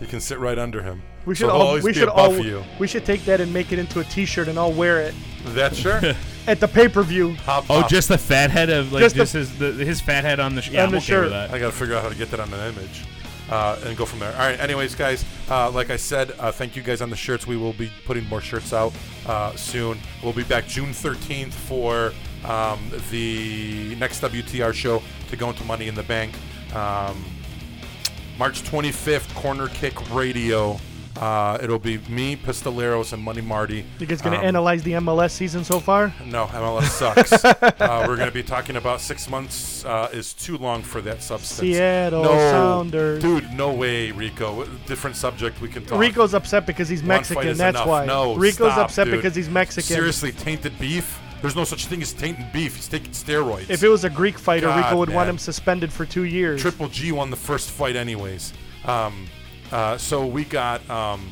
Speaker 2: You can sit right under him.
Speaker 6: We should
Speaker 2: So he'll
Speaker 6: all
Speaker 2: always
Speaker 6: we
Speaker 2: be
Speaker 6: should
Speaker 2: above
Speaker 6: all
Speaker 2: you.
Speaker 6: we should take that and make it into a T-shirt and I'll wear it
Speaker 2: That sure.
Speaker 6: at the pay-per-view.
Speaker 2: Hop
Speaker 5: Oh,
Speaker 2: Hop.
Speaker 5: just the fat head of like
Speaker 6: Just
Speaker 5: just,
Speaker 6: the-
Speaker 5: his the, his fat head on the sh- yeah,
Speaker 6: On
Speaker 5: I'm
Speaker 6: the
Speaker 5: okay
Speaker 6: shirt.
Speaker 5: with that.
Speaker 2: I got to figure out how to get that on an image uh, and go from there. All right. Anyways, guys, uh, like I said, uh, thank you guys on the shirts. We will be putting more shirts out uh, soon. We'll be back June 13th for um, the next WTR show to go into Money in the Bank. Um, March 25th, Corner Kick Radio. Uh, it'll be me, Pistoleros, and Money Marty.
Speaker 6: You guys gonna
Speaker 2: Um,
Speaker 6: analyze the MLS season so far?
Speaker 2: no, MLS sucks. uh, we're going to be talking about six months uh, is too long for that substance.
Speaker 6: Seattle Sounders.
Speaker 2: Dude, no way, Rico. Different subject we can talk.
Speaker 6: Rico's upset because he's
Speaker 2: One fight
Speaker 6: Mexican.
Speaker 2: is
Speaker 6: That's
Speaker 2: enough.
Speaker 6: why.
Speaker 2: No,
Speaker 6: Rico's
Speaker 2: stop,
Speaker 6: upset
Speaker 2: dude.
Speaker 6: because he's Mexican.
Speaker 2: Seriously, tainted beef? There's no such thing as tainted beef. He's taking steroids.
Speaker 6: If it was a Greek fighter,
Speaker 2: God,
Speaker 6: Rico would want
Speaker 2: man.
Speaker 6: him suspended for two years.
Speaker 2: Triple G won the first fight, anyways. Um, uh, so we got. Um,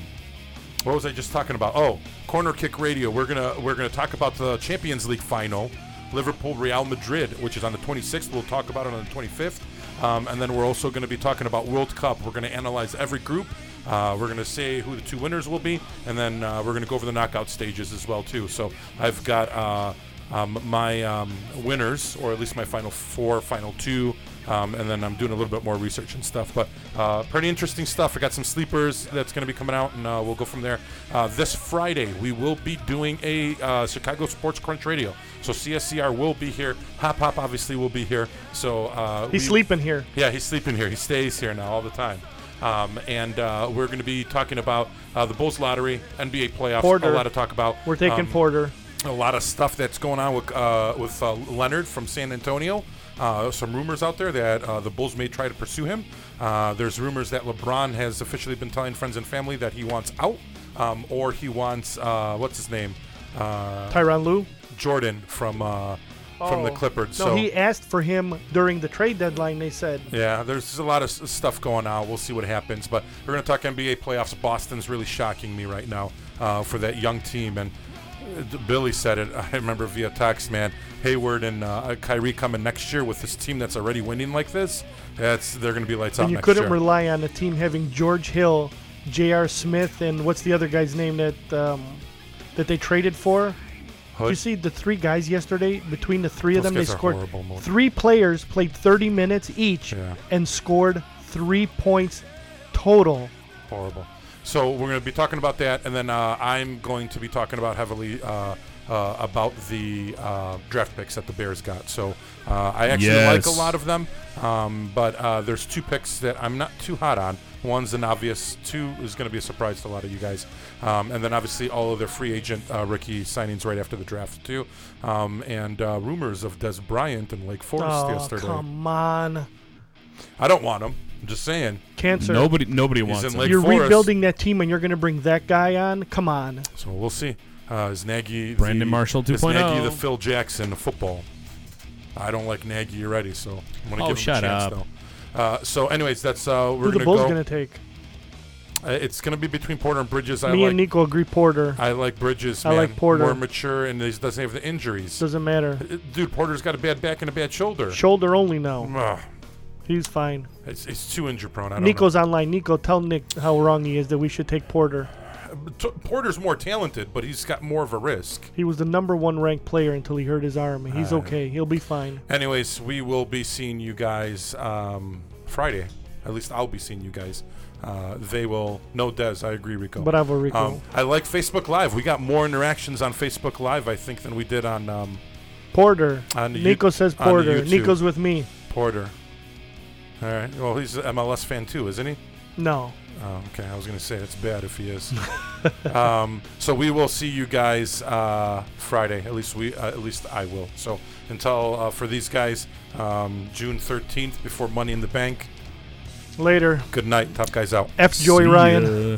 Speaker 2: what was I just talking about? Oh, Corner Kick Radio. We're gonna we're gonna talk about the Champions League final, Liverpool Real Madrid, which is on the 26th. We'll talk about it on the 25th, um, and then we're also going to be talking about World Cup. We're going to analyze every group. Uh, we're going to say who the two winners will be, and then uh, we're going to go over the knockout stages as well too. So I've got uh, um, my um, winners, or at least my final four, final two. Um, and then I'm doing a little bit more research and stuff, but uh, pretty interesting stuff. I got some sleepers that's going to be coming out, and uh, we'll go from there. Uh, this Friday, we will be doing a uh, Chicago Sports Crunch Radio. So CSCR will be here. Hop Hop obviously will be here. So uh,
Speaker 6: He's
Speaker 2: we-
Speaker 6: sleeping here.
Speaker 2: yeah, he's sleeping here. He stays here now all the time. Um, and uh, we're going to be talking about uh, the Bulls lottery, NBA playoffs.
Speaker 6: Porter.
Speaker 2: A lot to talk about.
Speaker 6: We're taking
Speaker 2: Um,
Speaker 6: Porter.
Speaker 2: a lot of stuff that's going on with uh, with uh, Leonard from San Antonio. Uh, some rumors out there that uh, the Bulls may try to pursue him. Uh, there's rumors that LeBron has officially been telling friends and family that he wants out, um, or he wants uh, what's his name, uh,
Speaker 6: Tyron Lou.
Speaker 2: Jordan from uh, from the
Speaker 6: Oh.
Speaker 2: Clippers.
Speaker 6: No,
Speaker 2: so
Speaker 6: he asked for him during the trade deadline. They said
Speaker 2: yeah, there's a lot of s- stuff going on. We'll see what happens, but we're gonna talk NBA playoffs. Boston's really shocking me right now uh, for that young team, and uh, d- Billy said it. I remember via text, man. Hayward and uh, Kyrie coming next year with this team that's already winning like this. That's they're gonna be lights out
Speaker 6: and you
Speaker 2: next
Speaker 6: couldn't
Speaker 2: year.
Speaker 6: rely on a team having George Hill, J.R. Smith, and what's the other guy's name that um, that they traded for? Did you
Speaker 2: Hood?
Speaker 6: see the three guys yesterday? Between the three of
Speaker 2: Those
Speaker 6: them, they
Speaker 2: guys are
Speaker 6: scored
Speaker 2: horrible, Mo.
Speaker 6: three players played 30 minutes each
Speaker 2: Yeah.
Speaker 6: and scored three points total
Speaker 2: Horrible. So we're going to be talking about that, and then uh, I'm going to be talking about heavily uh, uh, about the uh, draft picks that the Bears got. So uh, I actually
Speaker 3: Yes.
Speaker 2: like a lot of them, um, but uh, there's two picks that I'm not too hot on. One's an obvious. Two is going to be a surprise to a lot of you guys, um, and then obviously all of their free agent uh, rookie signings right after the draft too, um, and uh, rumors of Des Bryant and Lake Forest
Speaker 6: Oh,
Speaker 2: yesterday.
Speaker 6: come on.
Speaker 2: I don't want him. I'm just saying.
Speaker 6: Cancer.
Speaker 5: Nobody, nobody
Speaker 2: He's
Speaker 5: wants
Speaker 2: in
Speaker 5: him.
Speaker 2: Lake
Speaker 6: You're
Speaker 2: Forest.
Speaker 6: rebuilding that team and you're going to bring that guy on? Come on.
Speaker 2: So we'll see. Uh, is Nagy
Speaker 5: Brandon
Speaker 2: the,
Speaker 5: Marshall oh.
Speaker 2: Is
Speaker 5: 2.0.
Speaker 2: Nagy the Phil Jackson of football? I don't like Nagy already, so I'm gonna
Speaker 5: Oh,
Speaker 2: give him
Speaker 5: shut
Speaker 2: a chance
Speaker 5: up.
Speaker 2: though. Uh, so, anyways, that's uh, we're
Speaker 6: Who the
Speaker 2: gonna
Speaker 6: Bulls
Speaker 2: go.
Speaker 6: going to take?
Speaker 2: Uh, it's gonna be between Porter and Bridges. I
Speaker 6: Me
Speaker 2: like.
Speaker 6: and Nico agree Porter.
Speaker 2: I like Bridges.
Speaker 6: I
Speaker 2: man.
Speaker 6: like Porter.
Speaker 2: More mature, and he doesn't have the injuries.
Speaker 6: Doesn't matter.
Speaker 2: Uh, Dude, Porter's got a bad back and a bad shoulder.
Speaker 6: Shoulder only now.
Speaker 2: Ugh,
Speaker 6: He's fine.
Speaker 2: it's, it's too injury prone. I don't
Speaker 6: Nico's online. Nico, tell Nick how wrong he is that we should take Porter.
Speaker 2: know. T- Porter's more talented, but he's got more of a risk.
Speaker 6: He was the number one ranked player until he hurt his arm. He's
Speaker 2: Uh,
Speaker 6: okay. He'll be fine.
Speaker 2: Anyways, we will be seeing you guys um, Friday. At least I'll be seeing you guys. Uh, they will. No, Des, I agree, Rico.
Speaker 6: Bravo, Rico.
Speaker 2: Um, I like Facebook Live. We got more interactions on Facebook Live, I think, than we did on um,
Speaker 6: Porter.
Speaker 2: On the
Speaker 6: Nico
Speaker 2: Yout-
Speaker 6: says
Speaker 2: on the
Speaker 6: Porter.
Speaker 2: YouTube.
Speaker 6: Nico's with me.
Speaker 2: Porter. All right. Well, he's an MLS fan too, isn't he?
Speaker 6: No.
Speaker 2: Oh, okay. I was going to say it's bad if he is. um, so we will see you guys uh, Friday. At least we, uh, at least I will. So until uh, for these guys, um, June thirteenth before Money in the Bank.
Speaker 6: Later.
Speaker 2: Good night, top guys out.
Speaker 6: F Joey
Speaker 5: See
Speaker 6: Ryan.
Speaker 5: ya.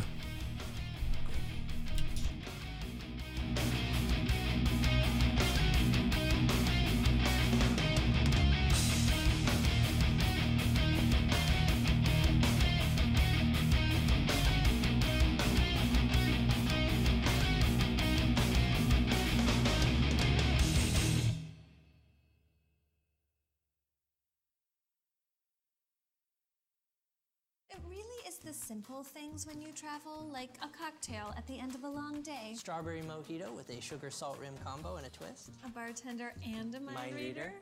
Speaker 8: It really is the simple things when you travel, like a cocktail at the end of a long day,
Speaker 9: Strawberry mojito with a sugar salt rim combo and a twist.
Speaker 8: a bartender and a mind,
Speaker 9: Mind
Speaker 8: reader.
Speaker 9: reader?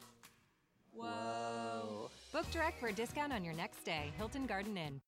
Speaker 8: Whoa.
Speaker 9: Oh.
Speaker 10: Book direct for a discount on your next stay. Hilton Garden Inn.